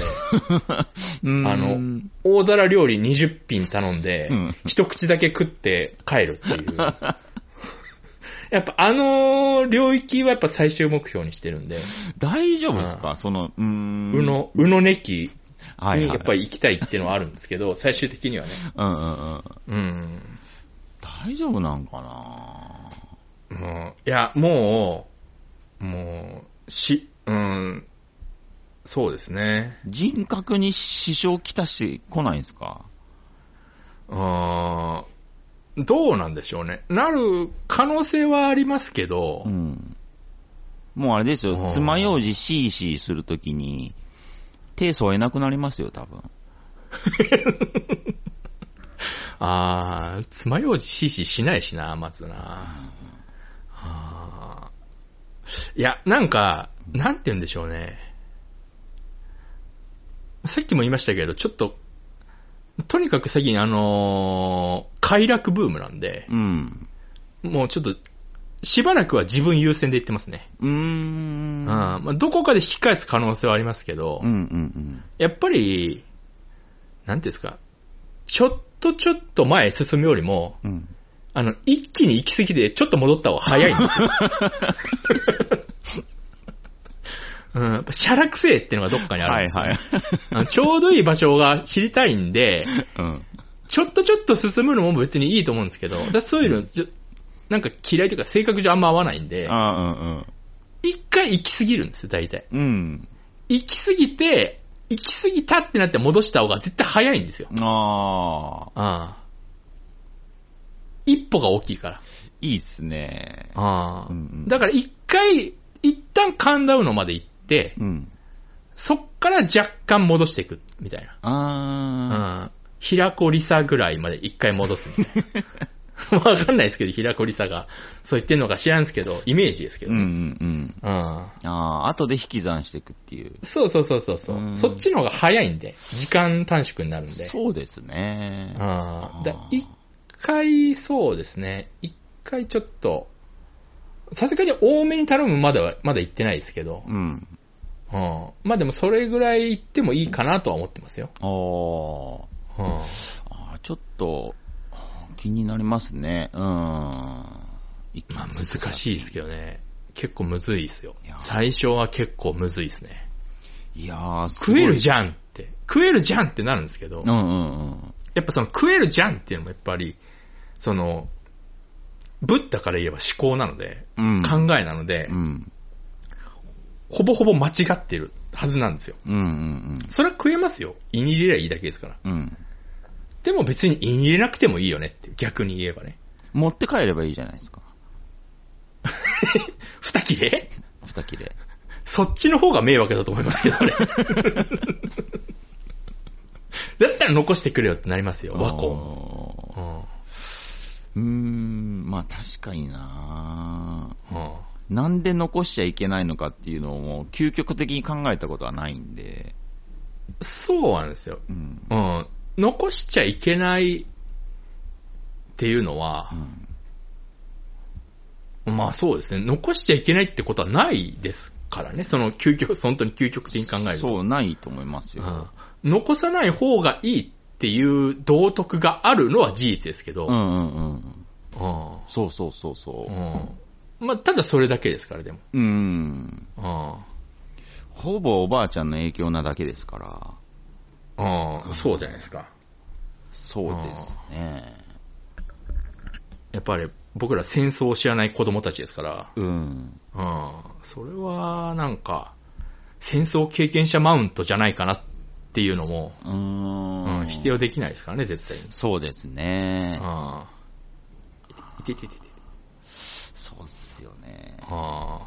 [SPEAKER 2] うん
[SPEAKER 1] あの、大皿料理20品頼んで、
[SPEAKER 2] うん
[SPEAKER 1] 一口だけ食って帰るって いう。やっぱあの領域はやっぱ最終目標にしてるんで、
[SPEAKER 2] 大丈夫です
[SPEAKER 1] う
[SPEAKER 2] かその、うーん。
[SPEAKER 1] うの、うのねき
[SPEAKER 2] はいはい、
[SPEAKER 1] にやっぱり行きたいっていうのはあるんですけど、最終的に はね。
[SPEAKER 2] うんうんうん。
[SPEAKER 1] うん。
[SPEAKER 2] 大丈夫なんかな
[SPEAKER 1] もう、いや、もう、もう、し、うん、そうですね。
[SPEAKER 2] 人格に支障きたしてこないんですか
[SPEAKER 1] うん、どうなんでしょうね。なる可能性はありますけど、
[SPEAKER 2] うん。もうあれです
[SPEAKER 1] う
[SPEAKER 2] よ、
[SPEAKER 1] ん
[SPEAKER 2] 爪楊枝シーシーするときに、手添えなくなりますよ、多分。
[SPEAKER 1] あー、爪楊枝しししないしな、松な。あーいや、なんか、なんて言うんでしょうね。さっきも言いましたけど、ちょっと、とにかく最近、あのー快楽ブームなんで、
[SPEAKER 2] うん。
[SPEAKER 1] もうちょっと、しばらくは自分優先で言ってますね。
[SPEAKER 2] うー。
[SPEAKER 1] うんん。まあ、どこかで引き返す可能性はありますけど、
[SPEAKER 2] うんうん
[SPEAKER 1] やっぱり、なんていうんですか、ちょっとちょっと前へ進むよりも、
[SPEAKER 2] うん。うん。
[SPEAKER 1] あの、一気に行き過ぎでちょっと戻った方が早いんですよ。うん、やっぱシャラクセっていうのがどっかにあ
[SPEAKER 2] は
[SPEAKER 1] るん
[SPEAKER 2] い
[SPEAKER 1] ですよ
[SPEAKER 2] はい。
[SPEAKER 1] あのちょうどいい場所が知りたいんで、
[SPEAKER 2] うん。
[SPEAKER 1] ちょっとちょっと進むのも別にいいと思うんですけど、だそういうの、ちょなんか嫌いというか性格上あんま合わないんで、
[SPEAKER 2] あ
[SPEAKER 1] 一回行き過ぎるんですよ、大体。
[SPEAKER 2] うんうん。
[SPEAKER 1] 行き過ぎて、行き過ぎたってなって戻した方が絶対早いんですよ。
[SPEAKER 2] うん。ああ、
[SPEAKER 1] ああ一歩が大きいから。
[SPEAKER 2] いいっすね。
[SPEAKER 1] あ
[SPEAKER 2] うんうん
[SPEAKER 1] だから一回、一旦神田うのまで行って、
[SPEAKER 2] うん。
[SPEAKER 1] そっから若干戻していく、みたいな。
[SPEAKER 2] あ
[SPEAKER 1] うん。平子りさぐらいまで一回戻すみたい な。わかんないですけど、平子りさが、そう言ってんのか知らんすけど、イメージですけ
[SPEAKER 2] あ、
[SPEAKER 1] ど。
[SPEAKER 2] うんうんうん。
[SPEAKER 1] うん
[SPEAKER 2] ああ、後で引き算していくっていう。
[SPEAKER 1] そうそうそうそうそうう。
[SPEAKER 2] ん
[SPEAKER 1] そっちの方が早いんで、時間短縮になるんで。
[SPEAKER 2] そうですね。
[SPEAKER 1] ああ、
[SPEAKER 2] あ
[SPEAKER 1] だ
[SPEAKER 2] ー
[SPEAKER 1] 一回、そうですね。一回ちょっと、さすがに多めに頼むまでは、まだ行ってないですけど、
[SPEAKER 2] うん。
[SPEAKER 1] うん。まあでもそれぐらい行ってもいいかなとは思ってますよ。
[SPEAKER 2] おー。
[SPEAKER 1] うん。
[SPEAKER 2] あーちょっと、気になりますね。うん。
[SPEAKER 1] まあ
[SPEAKER 2] ま
[SPEAKER 1] 難しいですけどね。結構むずいですよ
[SPEAKER 2] いや。
[SPEAKER 1] 最初は結構むずいですね。
[SPEAKER 2] い。いやー、
[SPEAKER 1] 食えるじ
[SPEAKER 2] ゃん。
[SPEAKER 1] ゃんって。食えるじゃんってなるんですけど、
[SPEAKER 2] うんうんうん。
[SPEAKER 1] やっぱその食えるじゃんっていうのもやっぱり、その、ブッダから言えば思考なので、
[SPEAKER 2] うん。
[SPEAKER 1] 考えなので、
[SPEAKER 2] うん。
[SPEAKER 1] ほぼほぼ間違ってるはずなんですよ。
[SPEAKER 2] うんうん
[SPEAKER 1] それは食えますよ。胃に入れりゃいいだけですから。
[SPEAKER 2] うん。うん。
[SPEAKER 1] でも別に胃に入れなくてもいいよねって、逆に言えばね。
[SPEAKER 2] 持って帰ればいいじゃないですか。
[SPEAKER 1] 二切れ
[SPEAKER 2] 二切れ。
[SPEAKER 1] そっちの方が迷惑だと思いますけどね。 だったら残してくれよってなりますよ、和光も。
[SPEAKER 2] お
[SPEAKER 1] う
[SPEAKER 2] ー
[SPEAKER 1] ん
[SPEAKER 2] うーん、まあ確かにな
[SPEAKER 1] うん
[SPEAKER 2] なんで残しちゃいけないのかっていうのをもう究極的に考えたことはないんで。
[SPEAKER 1] そうなんですよ。
[SPEAKER 2] うん。
[SPEAKER 1] うん。残しちゃいけないっていうのは
[SPEAKER 2] う、ん。
[SPEAKER 1] まあそうですね。残しちゃいけないってことはないですからね。その究極、本当に究極的に考えると。
[SPEAKER 2] そう、ないと思いますよ。
[SPEAKER 1] うん残さない方がいいっていう道徳があるのは事実ですけど、
[SPEAKER 2] うんうんう
[SPEAKER 1] う
[SPEAKER 2] ん。
[SPEAKER 1] ん
[SPEAKER 2] そうそうそうそうう。
[SPEAKER 1] んまあ、ただそれだけですから、でも。
[SPEAKER 2] うん。
[SPEAKER 1] う
[SPEAKER 2] ほぼおばあちゃんの影響なだけですから。
[SPEAKER 1] んうんそうじゃないですか。
[SPEAKER 2] そうですね。
[SPEAKER 1] やっぱり僕ら戦争を知らない子供たちですから、
[SPEAKER 2] うん。
[SPEAKER 1] うん、それはなんか、戦争経験者マウントじゃないかなっていうのも、
[SPEAKER 2] うー
[SPEAKER 1] うん
[SPEAKER 2] ん。
[SPEAKER 1] 否定はできないですからね、絶対に。
[SPEAKER 2] そうですね。
[SPEAKER 1] うんいててててて
[SPEAKER 2] そうっすよね。
[SPEAKER 1] あ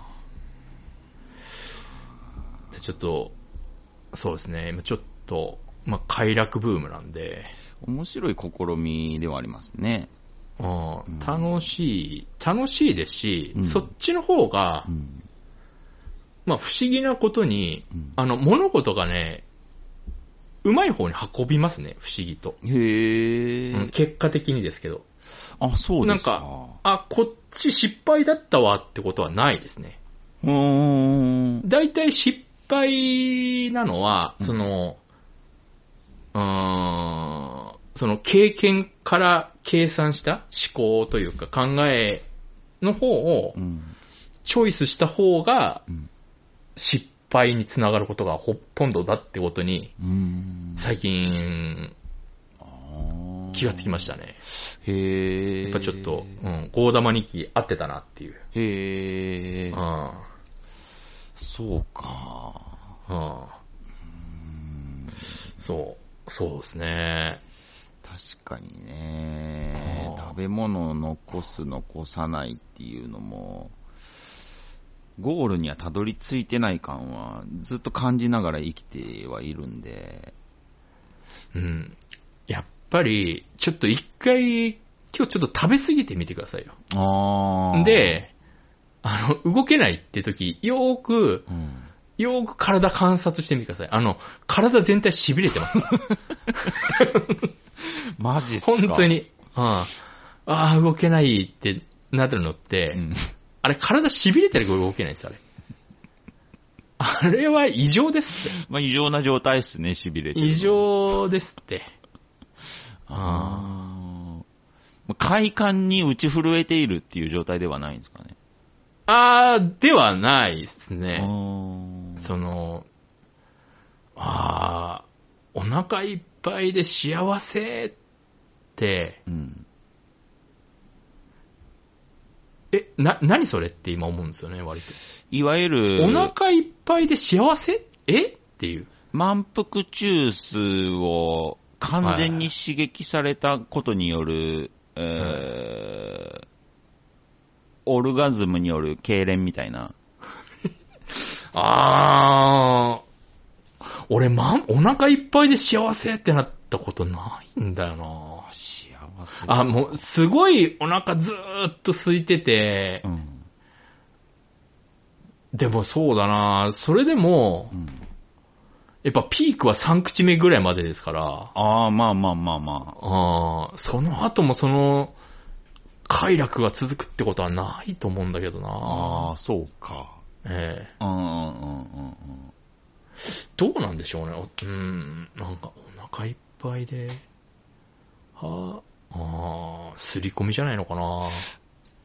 [SPEAKER 1] あ。でちょっと、そうですね、今ちょっと、まあ、快楽ブームなんで、
[SPEAKER 2] 面白い試みではありますね。
[SPEAKER 1] うん
[SPEAKER 2] うん
[SPEAKER 1] 楽しい、楽しいですし、
[SPEAKER 2] うん
[SPEAKER 1] そっちの方が、
[SPEAKER 2] うん。
[SPEAKER 1] まあ、不思議なことに、
[SPEAKER 2] うん
[SPEAKER 1] あの、物事がね、うまい方に運びますね、不思議と。
[SPEAKER 2] へえ、
[SPEAKER 1] うん結果的にですけど。
[SPEAKER 2] あ、そうですか。
[SPEAKER 1] なんあ、こっち失敗だったわってことはないですね。
[SPEAKER 2] うーん。
[SPEAKER 1] 大体失敗なのは、
[SPEAKER 2] うん
[SPEAKER 1] その、うーん、その経験から計算した思考というか考えの方を
[SPEAKER 2] うん。
[SPEAKER 1] チョイスした方が
[SPEAKER 2] うん
[SPEAKER 1] 失敗につながることがほとんどだってことに、
[SPEAKER 2] うん。
[SPEAKER 1] 最近
[SPEAKER 2] あー
[SPEAKER 1] 気がつきましたね。
[SPEAKER 2] へえ。
[SPEAKER 1] やっぱちょっと、うん、ゴーダマニキ合ってたなっていう。
[SPEAKER 2] へえ
[SPEAKER 1] う。ん。
[SPEAKER 2] そうか。
[SPEAKER 1] うん。
[SPEAKER 2] うん。
[SPEAKER 1] そう。そうですね。
[SPEAKER 2] 確かにね。
[SPEAKER 1] あー
[SPEAKER 2] 食べ物を残す、残さないっていうのも、ゴールにはたどり着いてない感はずっと感じながら生きてはいるんで。
[SPEAKER 1] うん。やっぱり、ちょっと一回、今日ちょっと食べ過ぎてみてくださいよ。
[SPEAKER 2] ああ。、
[SPEAKER 1] で、あの、動けないって時、よーく、
[SPEAKER 2] うん。
[SPEAKER 1] よーく体観察してみてください。あの、体全体痺れてます。
[SPEAKER 2] マジっすか
[SPEAKER 1] 本当。に。うん。ああー、動けないってなってるのって、
[SPEAKER 2] うん。
[SPEAKER 1] あれ、体痺れてるから動けないんです、あれ。あれは異常ですって。
[SPEAKER 2] まあ、異常な状態っすね、痺れてる。
[SPEAKER 1] 異常ですって。
[SPEAKER 2] ああ。快感に打ち震えているっていう状態ではないんですかね。
[SPEAKER 1] あー、ではないですね。
[SPEAKER 2] ああ。
[SPEAKER 1] その、ああ、お腹いっぱいで幸せって、
[SPEAKER 2] うん。
[SPEAKER 1] え、な、何それって今思うんですよね、割
[SPEAKER 2] いわゆ
[SPEAKER 1] と。お
[SPEAKER 2] る、
[SPEAKER 1] 腹いっぱいで幸せえっていう。
[SPEAKER 2] 満腹中枢を完全に刺激されたことによる、えーオルガズムによる痙攣みたいな。
[SPEAKER 1] ああ、俺、まん、お腹いっぱいで幸せってなったことないんだよな。
[SPEAKER 2] 幸せ。
[SPEAKER 1] あ、もう、すごいお腹ずーっと空いてて
[SPEAKER 2] う、ん。
[SPEAKER 1] でもそうだな、それでも
[SPEAKER 2] う、ん。
[SPEAKER 1] やっぱピークは3口目ぐらいまでですから、
[SPEAKER 2] ああ、まあまあまあま
[SPEAKER 1] ああ、その後もその、快楽が続くってことはないと思うんだけどな。
[SPEAKER 2] あ。あ、そうか。
[SPEAKER 1] ええ
[SPEAKER 2] うんうんうんうんうん。
[SPEAKER 1] どうなんでしょうね。おうん、なんかお腹いっぱいで、はあ、ああ、すり込みじゃないのかな。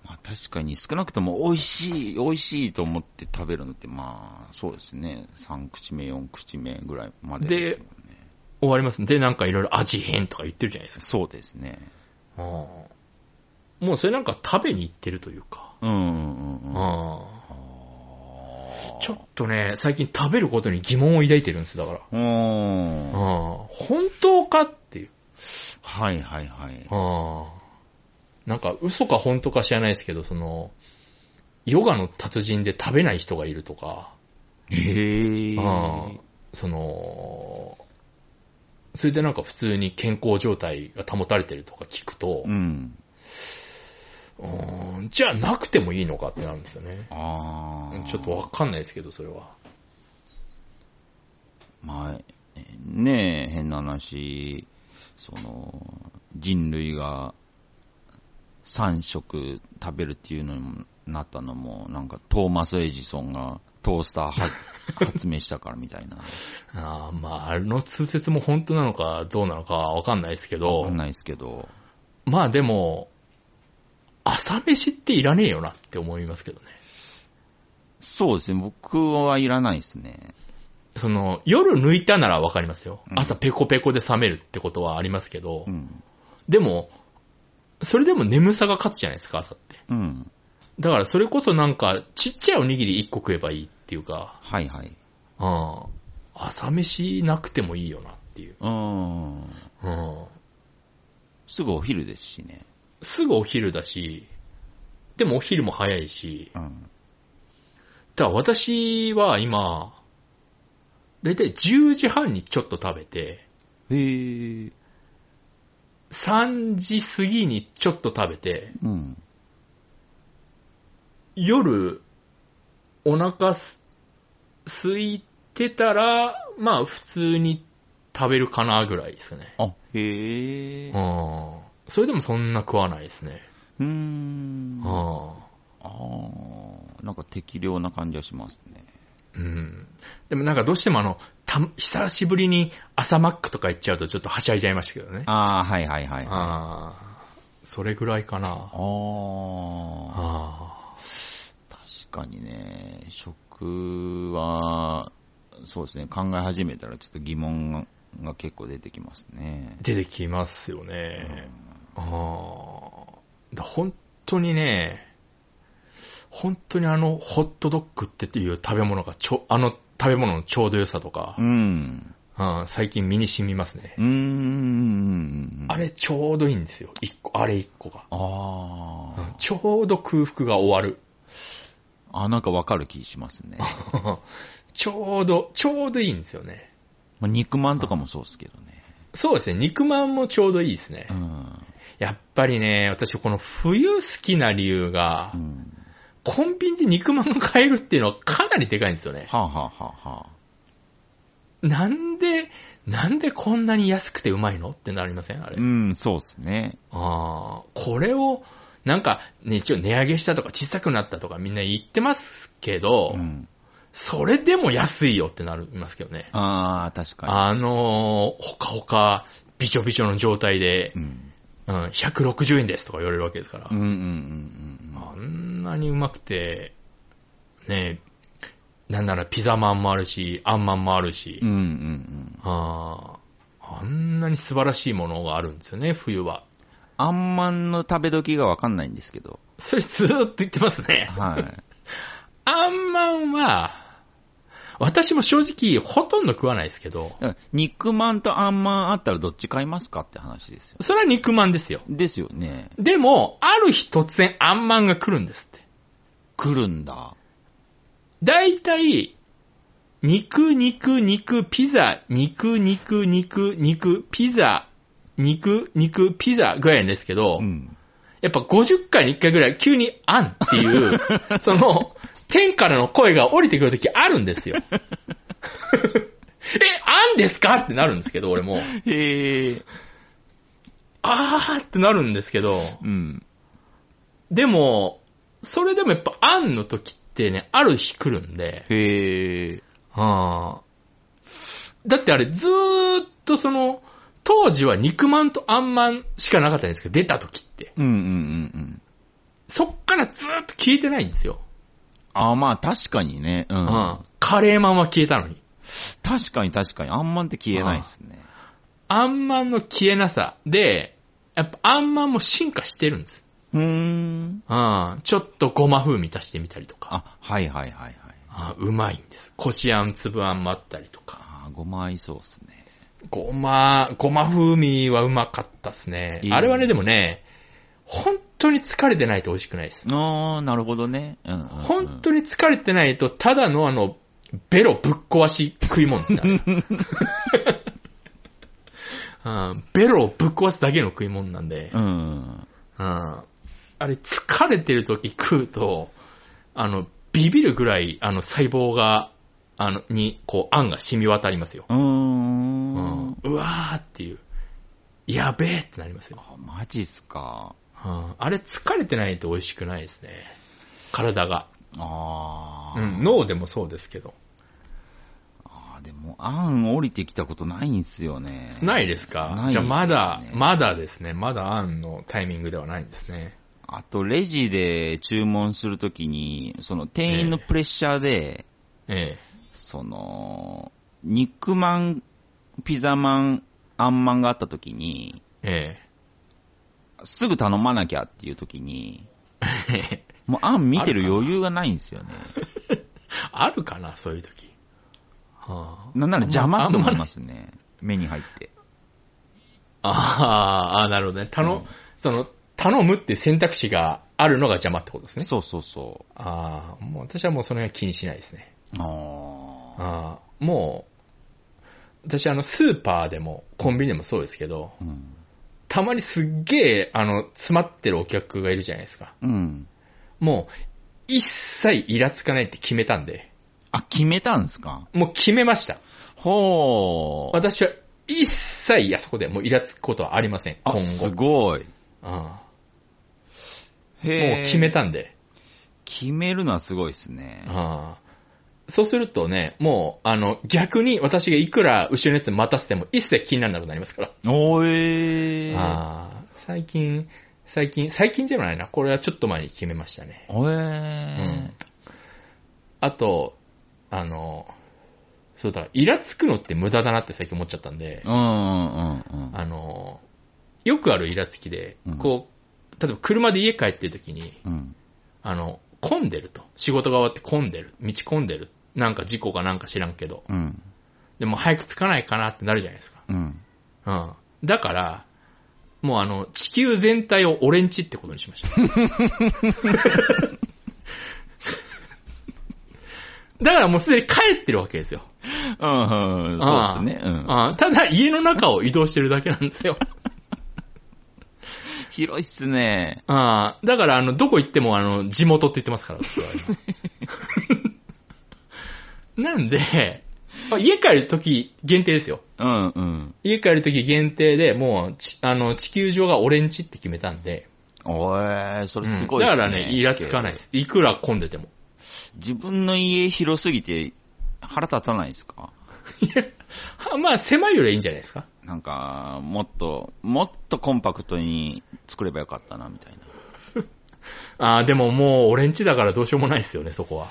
[SPEAKER 2] まあ、確かに少なくとも美味しい、美味しいと思って食べるのって、まあ、そうですね。3口目、4口目ぐらいまでですもんね。
[SPEAKER 1] 終わります。で、なんかいろいろ味変とか言ってるじゃないですか。
[SPEAKER 2] そうですね。
[SPEAKER 1] ああもうそれなんか食べに行ってるというか。
[SPEAKER 2] うんうんうんうん。
[SPEAKER 1] ああちょっとね、最近食べることに疑問を抱いてるんです、だから。
[SPEAKER 2] うーん。
[SPEAKER 1] あ
[SPEAKER 2] は
[SPEAKER 1] あ本当かっていう。
[SPEAKER 2] いはいはい。
[SPEAKER 1] ああ。なんか嘘か本当か知らないですけど、その、ヨガの達人で食べない人がいるとか、
[SPEAKER 2] へえ。
[SPEAKER 1] ああその、それでなんか普通に健康状態が保たれてるとか聞くと
[SPEAKER 2] う、ん。
[SPEAKER 1] うーんじゃあなくてもいいのかってなるんですよね。
[SPEAKER 2] ああ。
[SPEAKER 1] ちょっとわかんないですけど、それは。
[SPEAKER 2] まあ、えねえ、変な話、その、人類が3食食べるっていうのになったのも、なんかトーマス・エジソンがトースターは 発明したからみたいな。
[SPEAKER 1] ああまあ、あの通説も本当なのかどうなのかわかんないですけ
[SPEAKER 2] わか
[SPEAKER 1] ど
[SPEAKER 2] ん、ないですけど。
[SPEAKER 1] まあでも、朝飯っていらねえよなって思いますけどね。
[SPEAKER 2] そうですね、僕はいらないですね。
[SPEAKER 1] その、夜抜いたならわかりますよ
[SPEAKER 2] う。ん
[SPEAKER 1] 朝ペコペコで冷めるってことはありますけど、
[SPEAKER 2] うん。
[SPEAKER 1] でも、それでも眠さが勝つじゃないですか、朝って。
[SPEAKER 2] うん。
[SPEAKER 1] だからそれこそなんか、ちっちゃいおにぎり1個食えばいいっていうか、
[SPEAKER 2] はいはい。
[SPEAKER 1] うん。朝飯なくてもいいよなっていう。
[SPEAKER 2] うん。
[SPEAKER 1] うん。
[SPEAKER 2] すぐお昼ですしね。
[SPEAKER 1] すぐお昼だし、でもお昼も早いし、
[SPEAKER 2] うん。
[SPEAKER 1] だから私は今、だいたい10時半にちょっと食べて、
[SPEAKER 2] へえ。
[SPEAKER 1] 3時過ぎにちょっと食べて、
[SPEAKER 2] うん。
[SPEAKER 1] 夜、お腹す、空いてたら、まあ普通に食べるかなぐらいですね。
[SPEAKER 2] あ、へえ。
[SPEAKER 1] う。
[SPEAKER 2] うん
[SPEAKER 1] それでもそんな食わないですね。
[SPEAKER 2] ーん。
[SPEAKER 1] う
[SPEAKER 2] あ
[SPEAKER 1] ん。
[SPEAKER 2] あー、なんか適量な感じはしますね。
[SPEAKER 1] うん。でもなんかどうしてもあの、た、久しぶりに朝マックとか行っちゃうとちょっとはしゃいじゃいましたけどね。
[SPEAKER 2] ああ、はいはいはい。あ
[SPEAKER 1] ああ。それぐらいかな。
[SPEAKER 2] あ
[SPEAKER 1] あ
[SPEAKER 2] ー、確かにね、食は、そうですね、考え始めたらちょっと疑問が結構出てきますね
[SPEAKER 1] ー。出てきますよね。ああ。だ本当にね、本当にあの、ホットドッグってっていう食べ物がちょ、あの食べ物のちょうど良さとか
[SPEAKER 2] う、ん。
[SPEAKER 1] うん、最近身に染みますね
[SPEAKER 2] う。ん。
[SPEAKER 1] あれちょうどいいんですよ。一個、あれ一個が。
[SPEAKER 2] あ
[SPEAKER 1] うん
[SPEAKER 2] あ。
[SPEAKER 1] ちょうど空腹が終わる。
[SPEAKER 2] あ、なんかわかる気しますね。
[SPEAKER 1] ちょうど、ちょうどいいんですよね。
[SPEAKER 2] まあ、肉まんとかもそうですけどね。
[SPEAKER 1] そうですね。肉まんもちょうどいいですね。
[SPEAKER 2] うん。
[SPEAKER 1] やっぱりね、私この冬好きな理由が、
[SPEAKER 2] うん。
[SPEAKER 1] コンビニで肉まんが買えるっていうのはかなりでかいんですよね。
[SPEAKER 2] はあ、はあはあはあ、
[SPEAKER 1] なんで、なんでこんなに安くてうまいのってなりませんあれ。
[SPEAKER 2] うん、そうですね。
[SPEAKER 1] ああ、これを、なんか、ね、一応値上げしたとか小さくなったとかみんな言ってますけど、
[SPEAKER 2] うん。
[SPEAKER 1] それでも安いよってなりますけどね。
[SPEAKER 2] ああ、確かに。
[SPEAKER 1] あのーほかほか、びちょびちょの状態で
[SPEAKER 2] う、ん。
[SPEAKER 1] うん、160円ですとか言われるわけですから
[SPEAKER 2] うん、うん、うん、うん
[SPEAKER 1] あんなにうまくて、ねえ、なんならピザマンもあるし、あんまんもあるし、
[SPEAKER 2] うん。うん、うん、うん。
[SPEAKER 1] あーあんなに素晴らしいものがあるんですよね、冬は。
[SPEAKER 2] あんまんの食べ時がわかんないんですけど。
[SPEAKER 1] それずーっと言ってますね。
[SPEAKER 2] はい。
[SPEAKER 1] あんまんは、私も正直ほとんど食わないですけど、
[SPEAKER 2] だから肉まんとあんまんあったらどっち買いますかって話ですよ。
[SPEAKER 1] それは肉まんですよ。
[SPEAKER 2] ですよね。
[SPEAKER 1] でも、ある日突然あんまんが来るんですって。
[SPEAKER 2] 来るんだ。
[SPEAKER 1] 大体、肉、肉、肉、ピザ、肉、肉、肉、肉、ピザ、肉、肉、ピザぐらいなんですけど、
[SPEAKER 2] うん。
[SPEAKER 1] やっぱ50回に1回ぐらい急にあんって いう、その、天からの声が降りてくるときあるん ですよ。え、あんですかってなるんですけど、俺も。
[SPEAKER 2] へえ。
[SPEAKER 1] あーってなるんですけど、
[SPEAKER 2] うん。
[SPEAKER 1] でも、それでもやっぱあんの時ってね、ある日来るんで、
[SPEAKER 2] へえ。
[SPEAKER 1] ああ。だってあれ、ずーっとその、当時は肉まんとあんまんしかなかったんですけど、出た時って。
[SPEAKER 2] うん、うん、うん、うん。
[SPEAKER 1] そっからずーっと消えてないんですよ。
[SPEAKER 2] ああ、まあ確かにね。う。
[SPEAKER 1] うんん。カレーまんは消えたのに。
[SPEAKER 2] 確かに確かに。あんまんって消えないですね。
[SPEAKER 1] あんまんの消えなさで、やっぱあんまんも進化してるんです。
[SPEAKER 2] うーん。
[SPEAKER 1] うん。ちょっとごま風味足してみたりとか。
[SPEAKER 2] あ、はいはいはいはい。
[SPEAKER 1] あうまいんです。こしあん、粒あんもあったりとか。
[SPEAKER 2] ああ、ごま合いそうですね。
[SPEAKER 1] ごま、ごま風味はうまかったっすね。
[SPEAKER 2] いい
[SPEAKER 1] あれはね、でもね、本当に疲れてないと美味しくないです。
[SPEAKER 2] ああ、なるほどね。うんうん、うん。
[SPEAKER 1] 本当に疲れてないと、ただのあの、ベロぶっ壊し食い物ですね あれうんベロをぶっ壊すだけの食い物なんで、
[SPEAKER 2] うんうん。
[SPEAKER 1] うんあれ疲れてる時食うと、あの、ビビるぐらい、あの、細胞が、あの、に、こう、あんが染み渡りますよ。
[SPEAKER 2] うー。
[SPEAKER 1] うんんうわーっていう。やべえってなりますよ。
[SPEAKER 2] あマジっすか。
[SPEAKER 1] うんあれ疲れてないと美味しくないですね。体が。
[SPEAKER 2] ああ。
[SPEAKER 1] うん、脳でもそうですけど。
[SPEAKER 2] ああ、でも、あん降りてきたことないんすよね。
[SPEAKER 1] ないですか
[SPEAKER 2] ない
[SPEAKER 1] じゃあまだ、
[SPEAKER 2] ですね
[SPEAKER 1] まだですね。まだあんのタイミングではないんですね。
[SPEAKER 2] あと、レジで注文するときに、その、店員のプレッシャーで、
[SPEAKER 1] え
[SPEAKER 2] その、肉まん、ピザまん、あんまんがあったときに、
[SPEAKER 1] え、え
[SPEAKER 2] すぐ頼まなきゃっていうときに、
[SPEAKER 1] え。
[SPEAKER 2] もうあん見てる余裕がないんですよね。
[SPEAKER 1] あるかなそういう時。は
[SPEAKER 2] なんなら邪魔って思
[SPEAKER 1] あん
[SPEAKER 2] い
[SPEAKER 1] ま
[SPEAKER 2] ますね。目に入って。
[SPEAKER 1] あ、あーあー、なるほどね。頼、
[SPEAKER 2] うん
[SPEAKER 1] その、頼むっていう選択肢があるのが邪魔ってことですね。
[SPEAKER 2] そうそうそ
[SPEAKER 1] ああ、もう私はもうその辺は気にしないですね。
[SPEAKER 2] う。あ
[SPEAKER 1] ああ、もう、私あの、スーパーでも、コンビニでもそうですけど、
[SPEAKER 2] ーうん。
[SPEAKER 1] たまにすっげえ、あの、詰まってるお客がいるじゃないですか。
[SPEAKER 2] うん。
[SPEAKER 1] もう、一切イラつかないって決めたんで、
[SPEAKER 2] あ、決めたんすか
[SPEAKER 1] もう決めました。
[SPEAKER 2] ほう。
[SPEAKER 1] 私は一切、あそこでもうイラつくことはありません、今
[SPEAKER 2] あ、
[SPEAKER 1] 後。
[SPEAKER 2] すごい。
[SPEAKER 1] うん、もう
[SPEAKER 2] へえ。
[SPEAKER 1] 決め。たんで。
[SPEAKER 2] 決めるのはすごいですね。
[SPEAKER 1] うんそうするとね、もう、あの、逆に私がいくら後ろのやつ待たせても一切気にならなくなりますから。
[SPEAKER 2] おーえー。
[SPEAKER 1] あー最近、最近、最近じゃないな。これはちょっと前に決めましたね。
[SPEAKER 2] おえ
[SPEAKER 1] うんあと、あの、そうだ、イラつくのって無駄だなって最近思っちゃったんで
[SPEAKER 2] ー。、うんうんうんうん。
[SPEAKER 1] あの、よくあるイラつきで
[SPEAKER 2] うん、
[SPEAKER 1] こう、例えば車で家帰ってる時に、
[SPEAKER 2] うん。
[SPEAKER 1] あの、混んでると。仕事が終わって混んでる。道混んでる。なんか事故かなんか知らんけど。
[SPEAKER 2] うん。
[SPEAKER 1] でも早く着かないかなってなるじゃないですか。
[SPEAKER 2] うん。
[SPEAKER 1] うん。だから、もうあの、地球全体を俺んちってことにしました。 だからもうすでに帰ってるわけですよ。
[SPEAKER 2] うんうん、そうですね。うん。
[SPEAKER 1] ああただ家の中を移動してるだけなん ですよ。
[SPEAKER 2] 広いっすね。
[SPEAKER 1] ああだからあの、どこ行ってもあの、地元って言ってますから、僕は 今なんで、まあ家帰るとき限定ですよ。
[SPEAKER 2] うんうん。
[SPEAKER 1] 家帰るとき限定でもうち、あの、地球上が俺んちって決めたんで、
[SPEAKER 2] おえー、それすご
[SPEAKER 1] う
[SPEAKER 2] い
[SPEAKER 1] ん
[SPEAKER 2] っ
[SPEAKER 1] だ
[SPEAKER 2] すね。
[SPEAKER 1] からね、イラつかないです。いくら混んでても。
[SPEAKER 2] 自分の家広すぎて腹立たないですか
[SPEAKER 1] いやはまあ、狭いよりはいいんじゃないですか。
[SPEAKER 2] なんか、もっと、もっとコンパクトに作ればよかったな、みたいな。
[SPEAKER 1] ああ、でももう、俺んちだからどうしようもないですよね、そこは。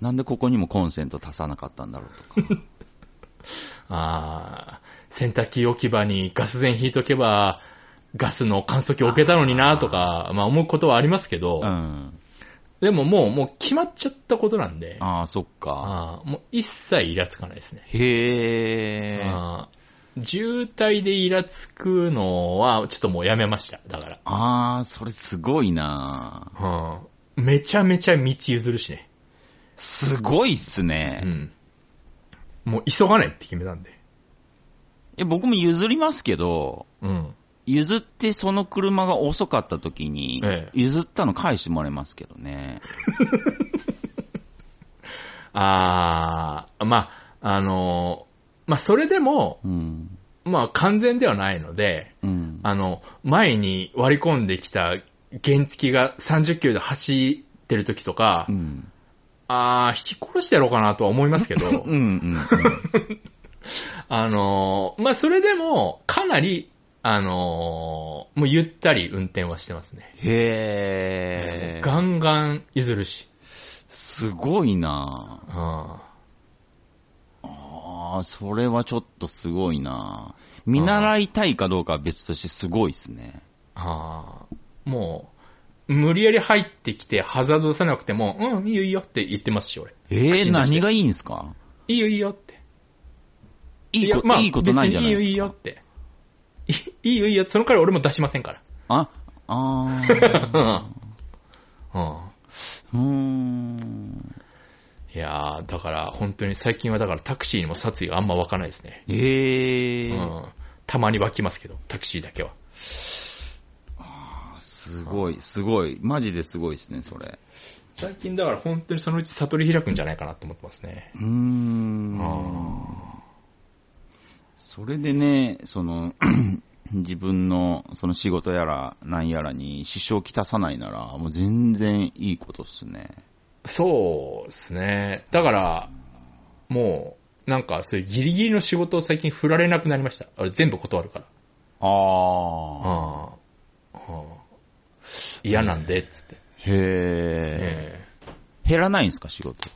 [SPEAKER 2] なんでここにもコンセント足さなかったんだろうとか。
[SPEAKER 1] ああ、洗濯機置き場にガス栓引いとけば、ガスの乾燥機置けたのになとか、まあ思うことはありますけど、
[SPEAKER 2] うん。
[SPEAKER 1] でももう、もう決まっちゃったことなんで、
[SPEAKER 2] ああ、そっか。
[SPEAKER 1] ああもう一切イラつかないですね。
[SPEAKER 2] へえ。
[SPEAKER 1] ああ渋滞でイラつくのは、ちょっともうやめました、だから。
[SPEAKER 2] ああ、それすごいな
[SPEAKER 1] うんめちゃめちゃ道譲るしね。
[SPEAKER 2] すごいっすね。
[SPEAKER 1] うん。もう急がないって決めたんで。
[SPEAKER 2] え、僕も譲りますけど、
[SPEAKER 1] うん。
[SPEAKER 2] 譲ってその車が遅かった時に、
[SPEAKER 1] ええ
[SPEAKER 2] 譲ったの返してもらえますけどね。
[SPEAKER 1] あー、まあ、あのーまあ、それでも、
[SPEAKER 2] うん。
[SPEAKER 1] まあ、完全ではないので、
[SPEAKER 2] うん。
[SPEAKER 1] あの、前に割り込んできた原付が30キロで走ってる時とか、
[SPEAKER 2] うん。
[SPEAKER 1] あー、引き殺してやろうかなとは思いますけ ど
[SPEAKER 2] うん。う、ん。
[SPEAKER 1] あのーまあ、それでも、かなり、あのーもうゆったり運転はしてますね。
[SPEAKER 2] へえ。
[SPEAKER 1] ガンガン譲るし。
[SPEAKER 2] すごいな
[SPEAKER 1] うん
[SPEAKER 2] ああ、それはちょっとすごいな見習いたいかどうかは別としてすごいっすね。
[SPEAKER 1] ああ、もう、無理やり入ってきて、ハザード出さなくても、うん、いいよいいよって言ってますし、俺。口
[SPEAKER 2] ええ、
[SPEAKER 1] に出して
[SPEAKER 2] 何がいいんすか
[SPEAKER 1] いいよいいよって。
[SPEAKER 2] いい
[SPEAKER 1] や
[SPEAKER 2] こ,、いいことないじゃないです
[SPEAKER 1] 別
[SPEAKER 2] か。
[SPEAKER 1] にいいよいいよって。いいいよいいよ、その代わり俺も出しませんから。
[SPEAKER 2] あ、あ
[SPEAKER 1] う ん。
[SPEAKER 2] ー
[SPEAKER 1] うん
[SPEAKER 2] うーん。
[SPEAKER 1] いやー、だから、本当に最近はだからタクシーにも殺意があんま湧かないですね。
[SPEAKER 2] ええ
[SPEAKER 1] うん。たまに湧きますけど、タクシーだけは。
[SPEAKER 2] すごい、すごい。マジですごいですね、それ。
[SPEAKER 1] 最近だから本当にそのうち悟り開くんじゃないかなと思ってますね。
[SPEAKER 2] うーん
[SPEAKER 1] あ。
[SPEAKER 2] それでね、その、 自分の、その仕事やら、なんやらに支障をきたさないなら、もう全然いいことっすね。
[SPEAKER 1] そうですね。だから、もう、なんか、そういうギリギリの仕事を最近振られなくなりました。あれ全部断るから。
[SPEAKER 2] ああ。
[SPEAKER 1] ああああ嫌なんで、つって。
[SPEAKER 2] へえ。
[SPEAKER 1] え
[SPEAKER 2] 減らないんですか、仕事。
[SPEAKER 1] え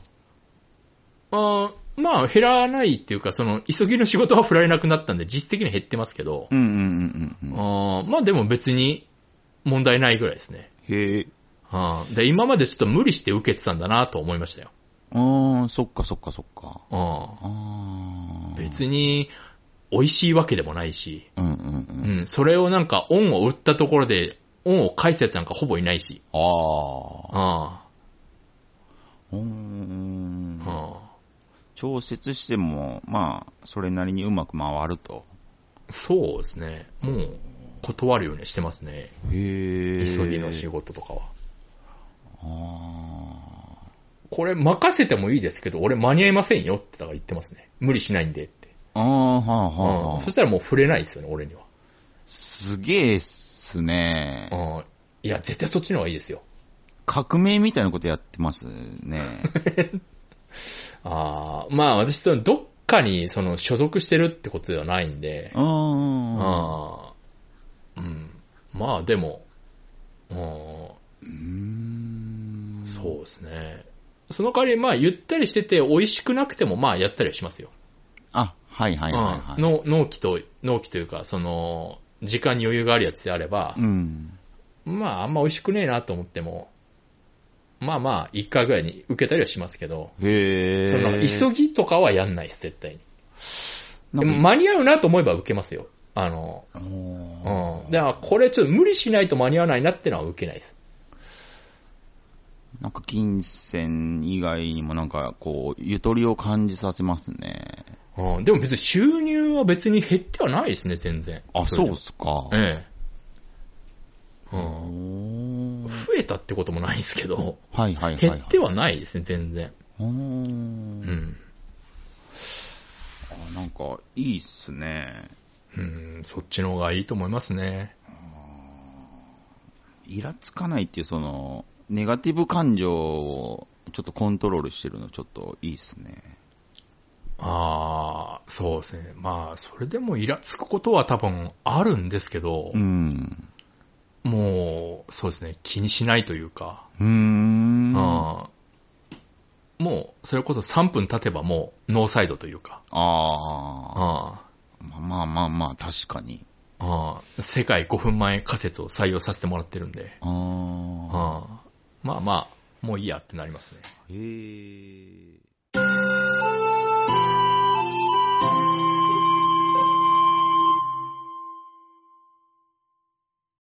[SPEAKER 1] ああまあ、減らないっていうか、その、急ぎの仕事は振られなくなったんで、実質的に減ってますけど、
[SPEAKER 2] うんうんうんうんうん。
[SPEAKER 1] ああまあでも別に問題ないぐらいですね。
[SPEAKER 2] へえ。
[SPEAKER 1] ああで今までちょっと無理して受けてたんだなと思いましたよ。
[SPEAKER 2] ああ、そっかそっかそっか。
[SPEAKER 1] ああ
[SPEAKER 2] ああ。
[SPEAKER 1] 別に、美味しいわけでもないし、
[SPEAKER 2] うんうんうん。
[SPEAKER 1] うん、それをなんか、恩を売ったところで、恩を返すやつなんかほぼいないし。
[SPEAKER 2] ああ。
[SPEAKER 1] あ
[SPEAKER 2] うーん
[SPEAKER 1] あ、。あ
[SPEAKER 2] 調節しても、まあ、それなりにうまく回ると。
[SPEAKER 1] あ。そうですね。もう、断るようにしてますね。
[SPEAKER 2] へえ。
[SPEAKER 1] 急ぎの仕事とかは。
[SPEAKER 2] あ
[SPEAKER 1] これ任せてもいいですけど、俺間に合いませんよってだから言ってますね。無理しないんでって。
[SPEAKER 2] ああ、はあ、はあ、
[SPEAKER 1] う
[SPEAKER 2] は
[SPEAKER 1] ん
[SPEAKER 2] あ
[SPEAKER 1] そ。したらもう触れないですよね、俺には。
[SPEAKER 2] すげえっすね。
[SPEAKER 1] うん。いや、絶対そっちの方がいいですよ。
[SPEAKER 2] 革命みたいなことやってます ね。
[SPEAKER 1] ああ、まあ私、そのどっかにその所属してるってことではないんで、
[SPEAKER 2] う。
[SPEAKER 1] うんうん。まあでも、うん、
[SPEAKER 2] うん。
[SPEAKER 1] そうですね。その代わり、まあ、ゆったりしてて、美味しくなくても、まあ、やったりはしますよ。
[SPEAKER 2] あ、はいはいはい、はい。
[SPEAKER 1] うんの納期と、納期というか、その、時間に余裕があるやつであれば
[SPEAKER 2] う、ん。
[SPEAKER 1] まあ、あんま美味しくねえなと思っても、まあまあ、一回ぐらいに受けたりはしますけど、
[SPEAKER 2] へえ。
[SPEAKER 1] その、急ぎとかはやんないです、絶対に。でも
[SPEAKER 2] なんか
[SPEAKER 1] 間に合うなと思えば受けますよ。あの、
[SPEAKER 2] お
[SPEAKER 1] う
[SPEAKER 2] ー
[SPEAKER 1] ん。だから、これちょっと無理しないと間に合わないなってのは受けないです。
[SPEAKER 2] なんか金銭以外にもなんかこう、ゆとりを感じさせますね。
[SPEAKER 1] うん。でも別に収入は別に減ってはないですね、全然。
[SPEAKER 2] あ、
[SPEAKER 1] れ
[SPEAKER 2] そ
[SPEAKER 1] で
[SPEAKER 2] う
[SPEAKER 1] も
[SPEAKER 2] っすか。
[SPEAKER 1] ええ。う
[SPEAKER 2] お
[SPEAKER 1] ん。
[SPEAKER 2] ー
[SPEAKER 1] 増えたってこともないですけど、
[SPEAKER 2] はいはいはい、
[SPEAKER 1] 減
[SPEAKER 2] はい。
[SPEAKER 1] ってはないですね、全然。
[SPEAKER 2] おー
[SPEAKER 1] うん。
[SPEAKER 2] あなんか、いいっすね。
[SPEAKER 1] うん、そっちの方がいいと思いますね。
[SPEAKER 2] イラつかないっていう、その、ネガティブ感情をちょっとコントロールしてるの、ちょっといいっすね。
[SPEAKER 1] ああ、そうですね。まあ、それでもイラつくことは多分あるんですけど、
[SPEAKER 2] うん。
[SPEAKER 1] もう、そうですね、気にしないというか、
[SPEAKER 2] うーん。
[SPEAKER 1] あーもう、それこそ3分経てばもう、ノーサイドというか、
[SPEAKER 2] あ
[SPEAKER 1] あ
[SPEAKER 2] ーまあまあまあまあ、確かに。
[SPEAKER 1] ーあー世界5分前仮説を採用させてもらってるんで、
[SPEAKER 2] ああ。
[SPEAKER 1] ああまあまあ、もういいやってなりますね。
[SPEAKER 2] へえ。